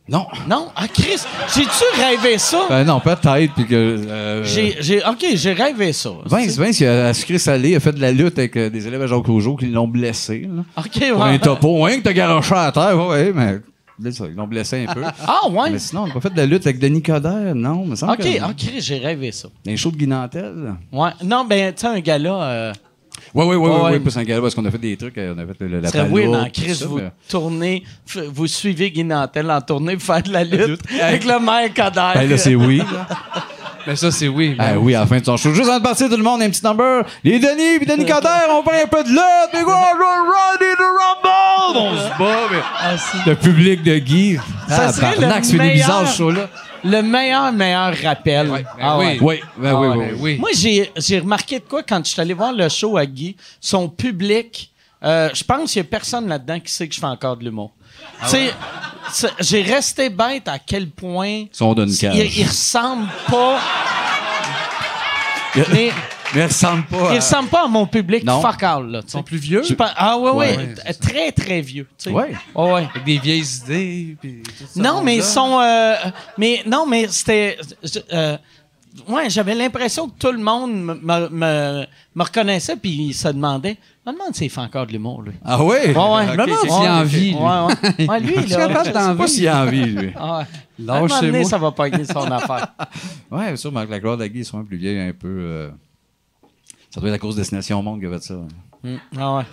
S2: Non.
S1: Non? Ah, Chris, j'ai-tu rêvé ça?
S2: Ben non, peut-être, puis que. euh,
S1: J'ai, j'ai- OK, j'ai rêvé ça.
S2: Vince, Vince, il a, à sucré salé, il a fait de la lutte avec euh, des élèves à Jacques Rougeau qui l'ont blessé. Là.
S1: OK,
S2: Pour
S1: ouais.
S2: un topo. Hein, que t'as garoché à terre. Ouais, ouais, mais. là, ça, Ils l'ont blessé un peu.
S1: Ah, ouais?
S2: Mais sinon, on n'a pas fait de la lutte avec Denis Coderre, non? me semble
S1: OK, ah.
S2: que-
S1: OK, j'ai rêvé ça.
S2: Un show de Guinantel.
S1: Ouais. Non, ben, tu sais, un gala. euh,
S2: Ouais, ouais, ouais, ouais,
S1: Ouais,
S2: ouais,
S1: ouais.
S2: plus un gala parce qu'on a fait des trucs, euh, on a fait le- la
S1: Ce serait
S2: palourde,
S1: weird en
S2: tout
S1: crise,
S2: ça,
S1: vous
S2: mais-
S1: tournez, f- vous suivez Guy Nantel en tournée pour faire de la lutte (laughs) avec le maire Coderre.
S2: Ben là,
S1: (laughs)
S2: c'est oui. là.
S6: Mais ça, c'est oui.
S2: Ah oui, à la fin de son show. Juste en partie, tout le monde, un petit number. Les Denis puis Denis Coderre, on fait un peu de lutte. Mais quoi, on va ready to rumble! On se bat, mais...
S1: Ah, si.
S2: Le public de Guy. Ah,
S1: Ça serait le
S2: tabarnak, c'est des
S1: meilleur.
S2: bizarres, ce show-là.
S1: Le meilleur, meilleur rappel.
S6: Ouais, ben
S1: Ah
S6: oui.
S1: ouais.
S2: Oui, ben oui, oui,
S6: Ben
S2: oui.
S6: oui.
S1: Moi, j'ai j'ai remarqué de quoi quand je suis allé voir le show à Guy, son public, euh, je pense qu'il n'y a personne là-dedans qui sait que je fais encore de l'humour. Tu sais, c'est- j'ai resté bête à quel point
S2: Ils sont dans une cage.
S1: il, il ressemble pas.
S2: Il-
S1: mais
S2: Mais ils ressemblent pas.
S1: il
S2: à-
S1: ressemble pas à mon public
S2: Non.
S1: fuck all, là. tu
S6: Ils
S1: sais.
S6: sont plus vieux.
S1: Je pense- ah ouais, ouais,
S6: Ouais,
S1: t- très très vieux. tu sais.
S2: Ouais.
S1: Ouais, ouais.
S6: Avec des vieilles idées. Puis tout ça,
S1: Non, mais ils
S6: là.
S1: sont, euh, mais non, mais c'était, je- euh, ouais, j'avais l'impression que tout le monde me, me- me- me reconnaissait puis il se demandait, je me demande s'il fait encore de l'humour lui.
S2: Ah
S1: Ouais,
S2: ouais?
S1: ouais.
S2: Ok,
S1: Me demande
S2: c'est-
S6: s'il a
S1: ouais,
S6: envie, lui.
S1: Ouais, ouais. Ouais,
S2: (laughs)
S1: lui,
S2: Je suis
S1: là.
S2: capable d'en pas s'il a envie, lui.
S1: Ah, ouais. À un moment donné,
S6: Lâchez-moi.
S1: ça va pas aider
S2: (laughs)
S1: son affaire.
S2: Ouais, bien sûr, Marc Lacroix, Dagui, ils sont plus vieilles un peu. euh, Ça doit être la cause Destination Monde qui a fait ça.
S1: Mm. Ah, ouais.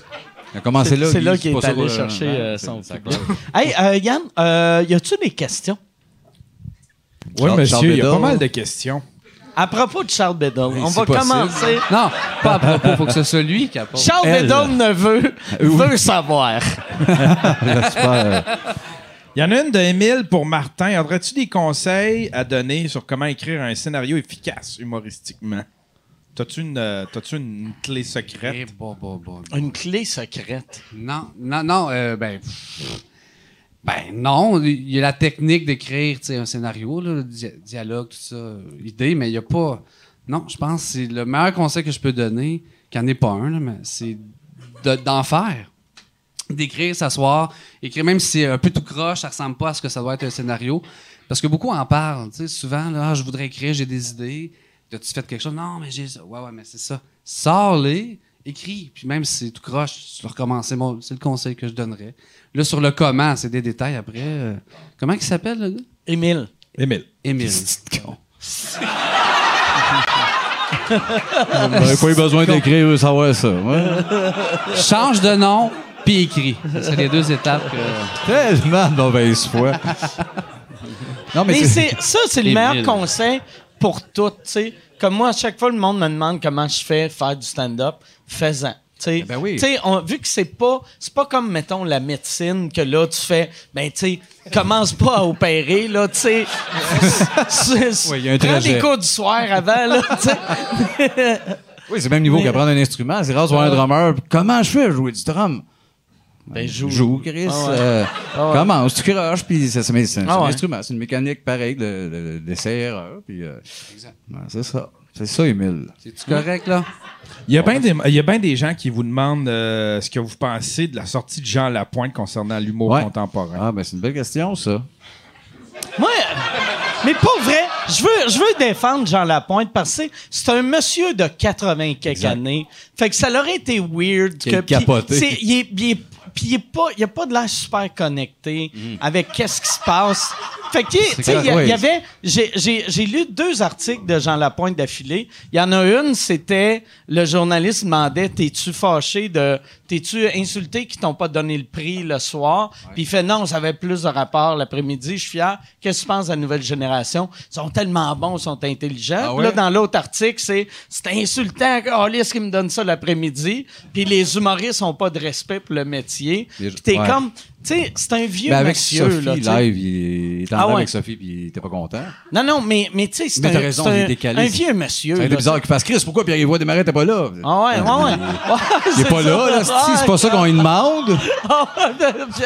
S2: Il a commencé
S1: C'est
S2: là.
S1: c'est là
S2: Guy,
S1: qu'il
S2: pas
S1: est
S2: ça,
S1: allé
S2: euh,
S1: chercher
S2: ouais,
S1: euh,
S2: c'est-
S1: son
S2: c'est (laughs)
S1: public.
S2: clair.
S1: Hey, euh, Yann, euh, y a-tu des questions?
S3: Oui,
S2: Charles- Charles
S3: monsieur, il y a
S2: Bédard.
S3: pas mal de questions.
S1: À propos de Charles Bédard, on
S2: c'est
S1: va
S2: possible.
S1: commencer.
S6: Non, pas à propos. Faut que ce soit lui qui apporte.
S1: Charles
S2: Elle.
S1: Bédard ne
S2: (laughs)
S1: veut, veut savoir.
S2: J'espère.
S3: Il y en a une de Émile pour Martin. Aurais-tu des conseils à donner sur comment écrire un scénario efficace humoristiquement? T'as-tu une, euh, t'as-tu une clé
S6: Eh,
S3: secrète?
S6: bon, bon, bon.
S1: Une clé secrète.
S6: Non, non, non. euh, ben, pff, ben non. Il y a la technique d'écrire tu sais, un scénario, là, le dia- dialogue, tout ça, euh, idée, mais il n'y a pas. Non, je pense que c'est le meilleur conseil que je peux donner, qu'il n'y en ait pas un, là, mais c'est de- d'en faire. D'écrire, s'asseoir, écrire, même si c'est un peu tout croche, ça ressemble pas à ce que ça doit être un scénario. Parce que beaucoup en parlent. tu sais, souvent, là, Ah, je voudrais écrire, j'ai des idées. As-tu fait quelque chose? Non, mais j'ai ça. Ouais, ouais, mais c'est ça. Sors-les, écris. Puis même si c'est tout croche, tu le recommences. Moi, C'est le conseil que je donnerais. Là, sur le comment, c'est des détails après. euh, Comment il s'appelle, le gars?
S1: Émile. (laughs)
S4: Émile.
S6: Émile.
S2: On n'aurait pas eu besoin d'écrire pour savoir
S1: (laughs)
S2: ça. ouais.
S6: (laughs) Change de nom, puis écris. Ce serait les deux étapes que.
S2: Tellement de mauvaise foi. Non, mais,
S1: Mais
S2: c'est.
S1: c'est- ça, c'est le
S6: Les
S1: meilleur
S6: mille.
S1: conseil pour tout. tu sais. Comme moi, à chaque fois, le monde me demande comment je fais faire du stand-up. Fais-en. Tu sais.
S2: ben oui.
S1: Tu sais, on- vu que c'est pas, c'est pas comme, mettons, la médecine, que là, tu fais, ben, tu sais, commence pas à opérer, là, tu
S2: (laughs)
S1: sais. C'est- c'est-
S2: Ouais, il y a un
S1: Prends
S2: trajet.
S1: des cours du soir avant, là, tu sais.
S2: (laughs) Oui, c'est le même niveau qu'apprendre un instrument. C'est rare de voir un
S1: Euh.
S2: drummer. Comment je fais à jouer du drum?
S1: ben, joue.
S2: Joue, Chris.
S1: Ah ouais.
S2: euh,
S1: Ah ouais.
S2: Commence, tu croches, puis ça, ça, mais c'est un,
S1: Ah
S2: c'est un
S1: ouais.
S2: instrument. C'est une mécanique pareille de, de, d'essai-erreur, puis, euh, ouais, c'est ça. C'est ça, Émile.
S6: C'est correct, là?
S4: Il y a bien des, il y a ben des gens qui vous demandent euh, ce que vous pensez de la sortie de Jean Lapointe concernant l'humour
S2: Ouais.
S4: contemporain.
S2: Ah, ben c'est une belle question, ça.
S1: Moi, mais pas vrai, je veux, je veux défendre Jean Lapointe parce que c'est- c'est un monsieur de 80 quelques années. Fait que ça leur aurait été weird
S2: Qu'il
S1: que.
S2: est capoté.
S1: puis c'est- il est- il est- puis il est pas, il a pas de l'air super connecté avec qu'est-ce qui se passe. Fait que, tu sais,
S2: Mm. C'est
S1: tu sais, il y, a-
S2: clair,
S1: il y
S2: oui.
S1: avait, j'ai- j'ai j'ai lu deux articles de Jean Lapointe d'affilée. Il y en a une, c'était le journaliste demandait, t'es-tu fâché de, t'es-tu insulté qu'ils t'ont pas donné le prix le soir? Puis il fait non, ça avait plus de rapport l'après-midi. Je suis fier. Qu'est-ce que tu penses de la nouvelle génération? Ils sont tellement bons, ils sont intelligents.
S2: Ah
S1: Puis
S2: ouais?
S1: Là, dans l'autre article, c'est c'est insultant. Oh, ce qui me donne ça l'après-midi. Puis les humoristes ont pas de respect pour le métier.
S2: Les-
S1: Puis t'es
S2: ouais.
S1: comme, tu sais, c'est un vieux
S2: Mais Ben, avec
S1: monsieur
S2: Sophie,
S1: là. tu sais.
S2: live, il était en
S1: Ah
S2: live
S1: ouais.
S2: avec Sophie, puis il était pas content.
S1: Non, non, mais, mais tu sais, c'est
S2: Mais t'as
S1: un,
S2: raison,
S1: c'est
S2: il est
S1: un-
S2: décalé.
S1: un vieux monsieur.
S2: Ça a été
S1: là,
S2: bizarre
S1: ça.
S2: qu'il fasse Chris, pourquoi Pierre-Yves Desmarais t'es pas là?
S1: Ah ouais, ouais, Ah, ouais.
S2: Il est pas là, là, c'est- c'est pas ça qu'on
S1: (laughs)
S2: lui demande.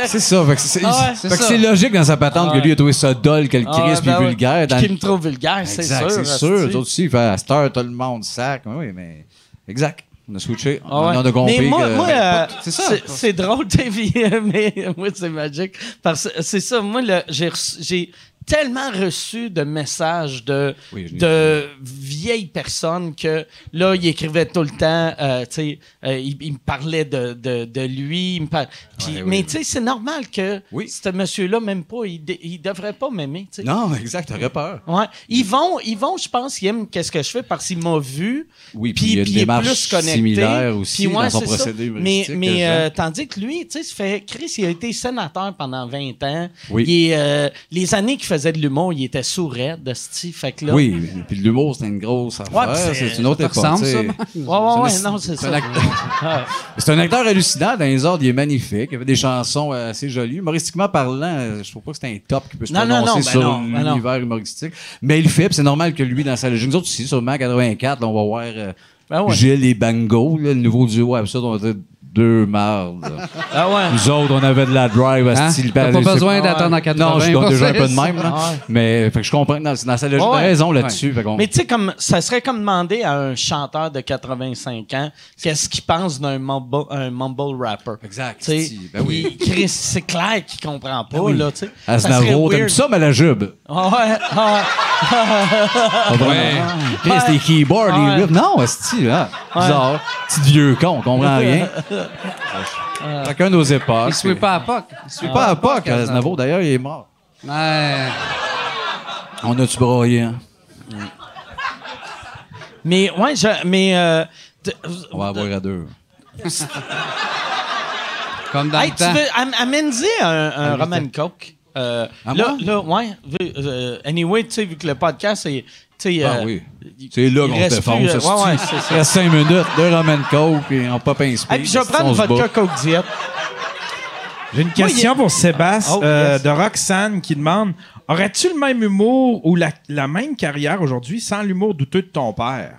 S2: C'est ça, fait que c'est
S1: Ah ouais, c'est
S2: fait que
S1: ça.
S2: c'est logique dans sa patente
S1: Ah ouais. Ah
S2: que lui a trouvé ça dole, que le Chris, puis vulgaire. Dans...
S1: ben Qui me trouve vulgaire, c'est
S2: Exact,
S1: sûr.
S2: c'est sûr.
S1: asti.
S2: Les autres aussi, ils font à cette heure, tout le monde sac. Oui, mais. Exact. On a switché.
S1: Ah ouais.
S2: On a compris.
S1: mais moi,
S2: que- Ben,
S1: moi, euh,
S2: c'est
S1: c'est
S2: ça.
S1: c'est drôle, (laughs) Davy, mais moi, c'est magique. Parce que c'est ça, moi, le- j'ai reçu- j'ai tellement reçu de messages de,
S2: Oui, je l'ai
S1: de vieilles personnes que là, ils écrivaient tout le temps, euh, tu sais, euh, ils, ils me parlaient de, de, de lui. ils me par- Puis,
S2: oui,
S1: mais
S2: oui.
S1: tu sais, c'est normal que
S2: Oui.
S1: ce monsieur-là, même pas, il, dé- il devrait pas m'aimer, tu sais.
S2: Non, exact, t'aurais peur.
S1: Ouais. Ils vont, ils vont, je pense, ils aiment qu'est-ce que je fais parce qu'ils m'ont vu.
S2: Oui, puis il y a une
S1: est
S2: démarche
S1: plus connecté.
S2: similaire aussi
S1: Puis ouais,
S2: dans son
S1: c'est ça. Mais,
S2: procédé humoristique que
S1: mais
S2: Jean.
S1: euh, tandis que lui, tu sais, se fait Chris, il a été sénateur pendant 20 ans.
S2: Oui.
S1: Il est, euh, les années qu'il faisait de l'humour, il était sourd de style. Fait que là.
S2: Oui, puis l'humour, c'était une grosse affaire.
S1: puis c'est-
S2: c'est une autre
S6: ça
S2: époque.
S6: ressemble,
S2: tu sais.
S6: ça?
S1: Ouais, ouais, ouais, non, c'est
S6: C'est
S1: ça.
S6: un
S2: C'est un acteur hallucinant dans les ordres, il est magnifique. Il avait des chansons assez jolies. Humoristiquement parlant, euh, je trouve pas que c'est un top qui peut se
S1: Non, non,
S2: prononcer
S1: non, ben
S2: sur
S1: non, ben non.
S2: l'univers humoristique. Mais il le fait, puis c'est normal que lui, dans sa logique, nous autres aussi, sûrement en 84, là, on va voir euh,
S1: Ben ouais.
S2: Gilles et Bango, là, le nouveau duo absurde, on va dire deux mardes.
S1: Ah ouais.
S2: Nous autres, on avait de la drive à
S6: Hein?
S2: style
S6: T'as pas
S2: c'est-
S6: besoin d'attendre en 80
S2: Non, je donne
S6: pour
S2: déjà un
S6: faire
S2: peu de
S6: ça.
S2: même. là.
S1: Ah ouais.
S2: Mais euh, fait que je comprends. que dans- dans sa logique,
S1: Ouais.
S2: t'as raison là-dessus. fait qu'on-
S1: Mais tu sais, comme ça serait comme demander à un chanteur de 85 ans qu'est-ce qu'il pense d'un mumble, un mumble rapper.
S2: Exact,
S1: Tu sais,
S2: si, ben oui. Ben
S1: il- Chris, c'est clair qu'il comprend pas, là, tu sais. Ça serait
S2: Aznavour, t'aimes
S1: weird.
S2: ça, mais la jube.
S1: Ah ouais, ah ouais.
S2: Chris, les keyboards,
S1: Ouais.
S2: les riffs. Non, esti, hein.
S1: Ouais.
S2: Bizarre. Petit vieux con, on comprend rien. Chacun nos époques.
S6: Il se fait pas à POC. Il se fait
S2: C'est pas à POC, euh, Aznavour.
S1: hein.
S2: D'ailleurs, il est mort.
S6: Ouais.
S2: On a-tu broyé, hein?
S1: Mais ouais, je, mais euh, t-
S2: On va avoir à deux.
S6: Comme dans
S1: Hey,
S6: le
S1: tu
S6: temps.
S1: veux am- amène-y un, un
S2: Ah,
S1: Roman Coke. Euh,
S2: À
S1: là,
S2: Ah, moi?
S1: là, ouais. vu- euh, anyway, tu sais, vu que le podcast, c'est, tu sais,
S2: Ah
S1: euh,
S2: oui.
S1: il-
S2: C'est là
S1: il
S2: qu'on se
S1: reste
S2: défonce.
S1: plus, euh,
S2: esti.
S1: ouais, ouais, c'est ça.
S2: Il reste cinq minutes, deux Roman Coke, puis on pop inspire.
S1: Hey, puis je vais prendre vodka Coke Diet.
S4: J'ai une question pour Sébastien
S1: Oh,
S4: euh,
S1: yes.
S4: de Roxane qui demande Aurais-tu le même humour ou la, la même carrière aujourd'hui sans l'humour douteux de ton père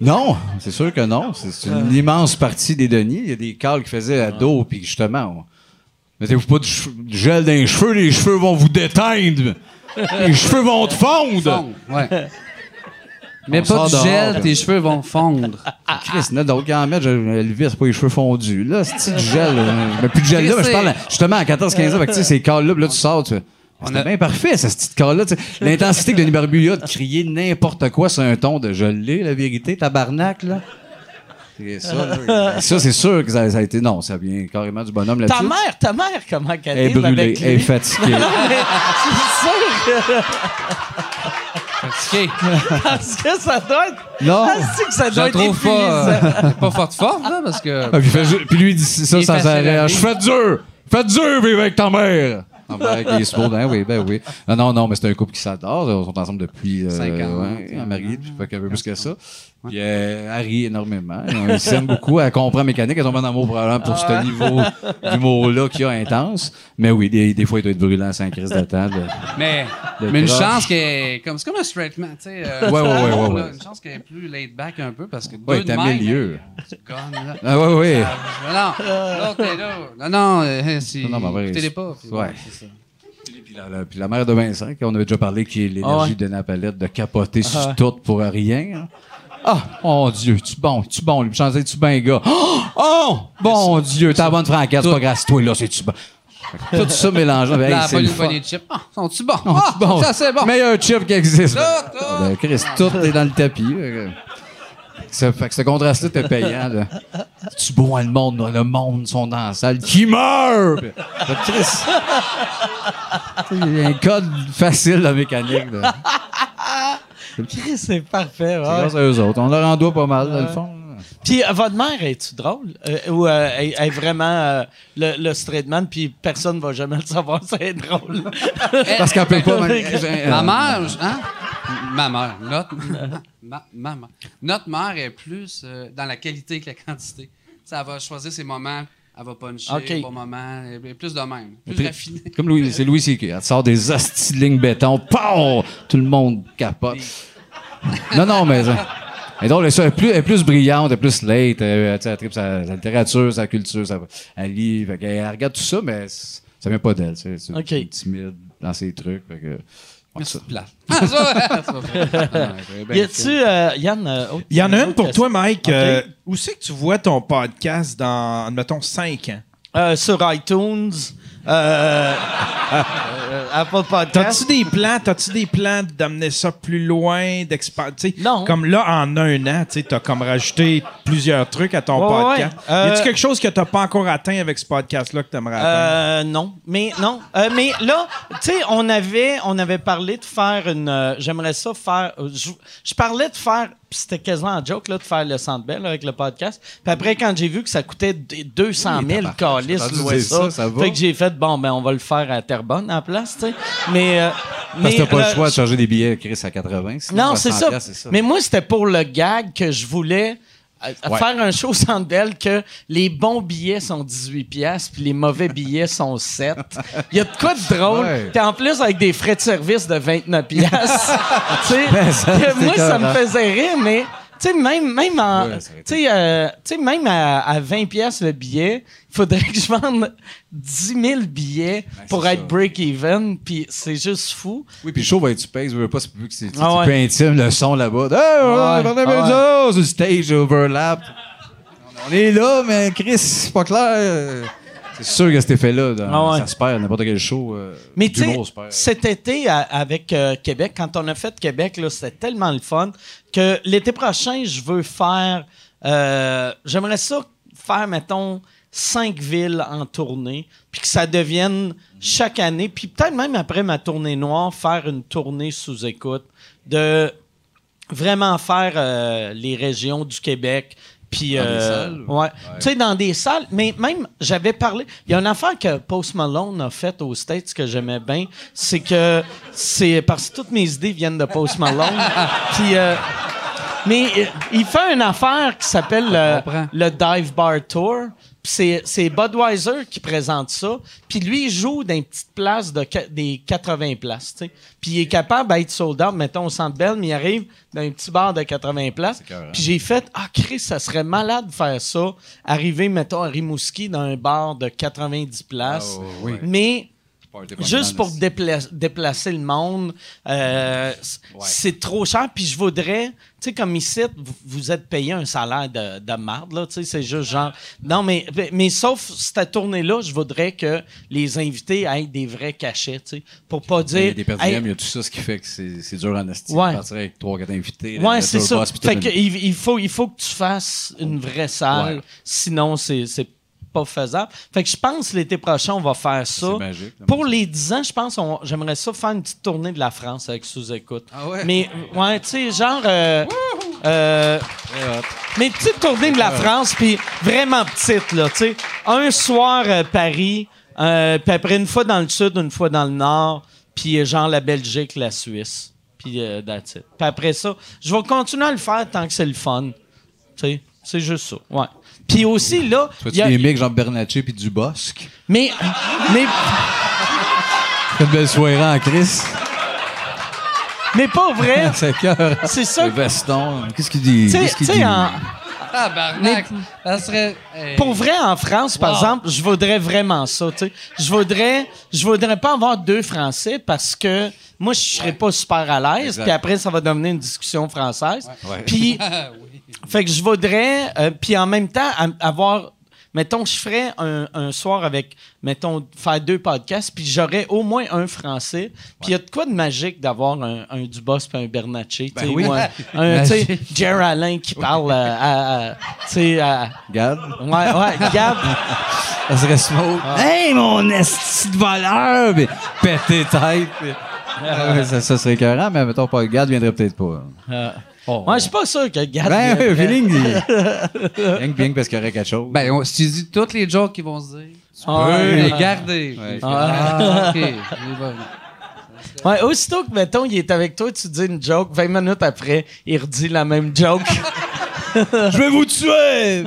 S2: Non, c'est sûr que non. C'est c'est une immense partie des deniers. Il y a des cales qui faisaient à dos, puis justement, on- mettez-vous pas du, che- du gel dans les cheveux, les (laughs) cheveux vont vous déteindre. Les cheveux vont te fondre.
S6: Fond, ouais. Mais
S2: On
S6: pas
S2: sort
S6: de gel,
S2: dehors.
S6: tes cheveux vont fondre.
S1: (laughs)
S2: Chris, il y en a d'autres qui en mettent. je- Elvis, c'est pas les cheveux fondus. Là, c'est du gel. euh, Mais plus de gel là, mais je parle à- justement à 14-15 ans. Fait que tu sais, ces cales-là, puis là, tu sors, tu fais, Ah,
S6: On
S2: C'était
S6: a-
S2: bien parfait, cette petite cale-là. tu sais. L'intensité que Denis Barbu a de crier n'importe quoi sur un ton de je l'ai, la vérité, tabarnak, là. C'est Ça,
S6: (laughs)
S2: là. ça c'est sûr que ça, ça a été. Non, ça vient carrément du bonhomme
S1: Ta
S2: là-dessus.
S1: mère, ta mère, comment qu'elle
S2: Elle est
S1: deal
S2: brûlée,
S1: avec
S2: elle est
S1: lui? (laughs)
S2: fatiguée.
S1: Non, mais c'est sûr que-
S6: Fatigué.
S1: parce que ça doit être...
S2: Non!
S1: Parce que ça
S6: Je
S1: doit
S6: le
S1: être
S6: trouve pas,
S1: épuisant.
S6: euh, (laughs) pas forte forme, là, parce
S2: (laughs)
S6: que.
S2: Ah, puis, il fait ju- puis lui, il dit ça
S6: Il est
S2: sans
S6: facile à
S2: arrêt. hein.
S6: vivre.
S2: Je fais dur! Fais dur, vivre avec ta mère! Ah, ben, avec les Smolder, hein, oui, ben oui. Non, non, non, mais c'est un couple qui s'adore. Ils sont ensemble depuis. Euh,
S6: Cinq ans,
S2: ouais,
S6: ouais.
S2: mariés depuis pas qu'un peu plus que ça. Puis euh, elle rit énormément. Ils s'aiment beaucoup. Elle comprend la mécanique. Elle tombe en amour probablement pour
S6: Ah.
S2: ce niveau d'humour-là qu'il y a intense. Mais oui, des, des fois, il doit être brûlant sans crise de table.
S6: Mais,
S2: De
S6: mais une
S2: croche.
S6: chance qu'elle est comme c'est comme un straight man, tu sais. euh,
S2: Ouais, ouais, ouais,
S6: là,
S2: ouais, ouais.
S6: Une chance qu'elle est plus laid back un peu parce que
S2: Ouais,
S6: deux de
S2: t'as
S6: même,
S2: milieu.
S6: hein, tu gagnes, là.
S2: Ah, oui, oui.
S6: Ah, Non, l'autre est là. Non, non, euh, si,
S2: Non, non, mais ouais,
S6: écoutez-les
S2: c'est-
S6: pas. puis-
S2: ouais. Puis la, la- puis la mère de Vincent, qu'on avait déjà parlé, qui est l'énergie de Napalette, de capoter sur tout pour rien. hein. Ah, mon Dieu, tu bon, tu bon, lui, j'en tu ben, gars. Oh, oh, bon Dieu, t'as la bonne franquette, c'est pas grâce à toi, là, c'est tu bon. Tout ça mélangé. avec
S6: Là,
S2: c'est
S6: pas
S2: le
S6: une
S2: fun.
S6: poignée de chips. Ah, sont-tu bons?
S2: Oh,
S6: Ah,
S2: (laughs) bon.
S6: ça, c'est bon.
S2: Meilleur chip qui existe.
S6: Ça, ça.
S2: Ah, ben, Chris, tout est dans le tapis. Fait que- Ça fait que ce contraste-là était payant. Là. Tu bon le monde, là, le monde sont dans la salle. Qui meurt? Puis, fait que Chris. Il y a un code facile la mécanique. là.
S1: Chris, c'est parfait. Ah, ouais.
S2: C'est grâce à eux autres. On leur en doit pas mal, dans le fond. là.
S1: Puis euh, votre mère, est-tu drôle? Euh, ou euh, elle, elle est vraiment euh, le, le straight man, puis personne va jamais le savoir, c'est drôle.
S2: Parce qu'elle peut pas. man-
S6: Eh, Ma mère, je- hein? Ma mère, notre, ma, ma mère. notre mère est plus euh, dans la qualité que la quantité. Ça va choisir ses moments, elle va puncher
S1: Ok.
S6: au bon moment, elle est plus de même, plus
S2: Puis-
S6: raffinée.
S2: Comme Louis, c'est Louis C.K. Elle te sort des hosties de lignes béton. Pow! Tout le monde capote. Non, non, mais. euh, Elle est drôle, elle est ça, elle est plus, elle est plus brillante, elle est plus late, elle, tu sais, elle tripe sa, sa littérature, sa culture, sa, elle lit, fait qu'elle- elle, regarde tout ça, mais c- ça vient pas d'elle. tu sais, C'est
S1: Ok.
S2: une timide dans ses trucs. Fait que,
S6: Mais c'est plate. (laughs) Ah, ça, ouais.
S1: y a-tu, euh, Yann, euh, autre-
S4: Il y en a une
S1: autre
S4: pour
S1: question?
S4: toi, Mike.
S1: Ok.
S4: Euh, où c'est que tu vois ton podcast dans, mettons, 5 ans?
S1: Euh, sur iTunes, euh, (laughs) euh, Apple
S4: T'as-tu
S1: Podcast.
S4: des plans, t'as-tu des plans d'amener ça plus loin, d'expandre? tu sais,
S1: Non.
S4: Comme là, en un an, tu sais, t'as comme rajouté plusieurs trucs à ton
S1: Ouais,
S4: podcast.
S1: ouais, ouais.
S4: Y a-tu
S1: Euh,
S4: quelque chose que t'as pas encore atteint avec ce podcast-là que t'aimerais atteindre?
S1: Euh, non, mais non, Euh, mais là, tu sais, on avait, on avait parlé de faire une, euh, j'aimerais ça faire, euh, je, je parlais de faire, puis c'était quasiment un joke là de faire le Centre Bell avec le podcast. Puis après quand j'ai vu que ça coûtait d- 200 000 calices,
S2: entendu
S1: louer
S2: dire
S1: ça,
S2: ça, ça va.
S1: fait que j'ai fait bon ben on va le faire à Terrebonne en place, tu sais. Mais, euh,
S2: parce que
S1: mais,
S2: t'as pas le
S1: euh,
S2: choix de changer des billets, Chris, à 80. sinon,
S1: non,
S2: à
S1: c'est
S2: 100
S1: ça.
S2: piastres, c'est
S1: Mais moi, c'était pour le gag que je voulais euh, faire un show sans belle que les bons billets sont 18 pièces puis les mauvais billets sont 7. Il y a de quoi de drôle.
S2: Ouais.
S1: Puis en plus avec des frais de service de 29 pièces.
S2: (laughs) Ben, ça, c'est
S1: moi ça me
S2: écœurant.
S1: faisait rire mais tu sais, même, même, en-
S2: Ouais, ça aurait été-
S1: tu sais, euh, tu sais, même à, à 20 pièces le billet, il faudrait que je vende 10 000 billets pour
S2: Ben, c'est
S1: être
S2: ça.
S1: break-even, puis c'est juste fou.
S2: Oui, puis le show va être space, je veux pas, c'est- vu que c'est c'est
S1: Ah ouais.
S2: un peu intime, le son là-bas. Hey, on
S1: Ah
S2: a
S1: ouais,
S2: parlé
S1: ah
S2: avec ça, c'est du stage overlap. On est là, mais Chris, c'est pas clair. C'est sûr que cet effet-là, dans-
S1: Ah ouais.
S2: ça se perd, n'importe quel show. euh,
S1: Mais tu sais,
S2: d'humour se perd.
S1: cet été à- avec euh, Québec, quand on a fait Québec, là, c'était tellement le fun que l'été prochain, je veux faire. euh, J'aimerais ça faire, mettons, cinq villes en tournée, puis que ça devienne chaque année, puis peut-être même après ma tournée noire, faire une tournée sous écoute de vraiment faire euh, les régions du Québec. Puis,
S2: Dans des
S1: euh,
S2: salles?
S1: ouais. Tu sais, dans des salles, mais même, j'avais parlé. Il y a une affaire que Post Malone a faite aux States que j'aimais bien. C'est que c'est parce que toutes mes idées viennent de Post Malone. (laughs) Puis, euh, mais euh, il fait une affaire qui s'appelle euh,
S6: comprends.
S1: le Dive Bar Tour. Puis c'est- c'est Budweiser qui présente ça. Puis lui, il joue dans une petite place de, qua- des 80 places. tu sais. Puis il est capable d'être sold out, mettons, au Centre Bell, mais il arrive dans un petit bar de 80 places.
S2: écœurant.
S1: Puis j'ai fait, ah, Chris, ça serait malade de faire ça. Arriver, mettons, à Rimouski dans un bar de 90 places. Mais Juste pour dépla- déplacer le monde, euh, c- c'est trop cher. Puis je voudrais, tu sais, comme ici, vous, vous êtes payé un salaire de, de marde, là, tu sais, c'est juste genre. Non, mais, mais, mais sauf cette tournée-là, je voudrais que les invités aient des vrais cachets, tu sais, pour pas
S2: Il y a
S1: dire.
S2: des pertes
S1: Hey,
S2: il y a tout ça, ce qui fait que c'est c'est dur en esti.
S1: Ouais.
S2: Ouais. Partir avec 3-4 invités.
S1: Ouais,
S2: le
S1: c'est
S2: tour
S1: ça.
S2: bus, puis tout
S1: Fait
S2: une-
S1: que il, il faut, il faut que tu fasses une vraie salle.
S2: Ouais.
S1: Sinon, c'est c'est pas faisable. Fait que je pense que l'été prochain, on va faire ça.
S2: C'est magique, là,
S1: Pour
S2: mon
S1: les 10 ans, je pense on- j'aimerais ça faire une petite tournée de la France avec sous-écoute.
S2: Ah ouais?
S1: Mais, euh, ouais, tu sais, genre. euh, euh, mais petite tournée de la France, puis vraiment petite, là, tu sais. Un soir, euh, Paris, euh, puis après, une fois dans le sud, une fois dans le nord, puis euh, genre la Belgique, la Suisse, puis euh, that's it. Puis après ça, je vais continuer à le faire tant que c'est le fun, tu sais. C'est juste ça, ouais. Puis aussi, là...
S2: Tu vois-tu
S1: il y a-
S2: des mecs genre Bernatchez puis Dubosc?
S1: mais, mais,
S2: Une belle soirée en Chris. (laughs)
S1: mais pas vrai...
S2: C'est cœur.
S1: C'est ça.
S2: Le veston. Qu'est-ce qu'il dit?
S1: Tu sais-
S2: Qu'est-ce
S1: tu
S2: qu'il
S1: sais,
S2: dit?
S1: en-
S6: Tabarnak! Ça serait. eh, Hey.
S1: pour vrai, en France, par exemple, je voudrais vraiment ça. tu sais. Je voudrais, je voudrais pas avoir deux Français parce que moi, je serais pas super à l'aise.
S2: Exact.
S1: Puis après, ça va devenir une discussion française.
S2: Ouais.
S1: Puis,
S6: (laughs) Ah oui.
S1: fait que je voudrais, euh, puis en même temps, am- avoir. Mettons, je ferais un, un soir avec, mettons, faire deux podcasts, puis j'aurais au moins un français. Puis il y a de quoi de magique d'avoir un, un Dubos puis un Bernatchez, tu sais,
S2: Ben oui.
S1: ou
S2: (laughs)
S1: un, un, tu sais, Jer Alain qui parle euh, à, à- tu sais, à-
S2: Regarde.
S1: ouais, ouais, Gab.
S2: Ça serait smooth.
S1: Ah.
S2: Hey, mon esti de voleur! Mais pété tête. puis- Ah ouais, ça, ça serait écœurant, mais mettons pas, Gad viendrait peut-être pas.
S1: Moi, je suis pas sûr que Gad.
S2: Ben,
S1: viendrait.
S2: oui, (laughs) feeling. il-
S1: (laughs)
S2: Rien que bien que parce qu'il y aurait quelque chose.
S6: Ben, on, si tu dis toutes les jokes qu'ils vont se dire, tu
S1: Ah,
S6: peux
S1: ouais.
S6: les garder.
S2: Ouais.
S6: Ah, ok. Il va-
S1: Ouais, aussitôt que, mettons, il est avec toi, tu dis une joke, 20 minutes après, il redit la même joke.
S2: je vais vous tuer!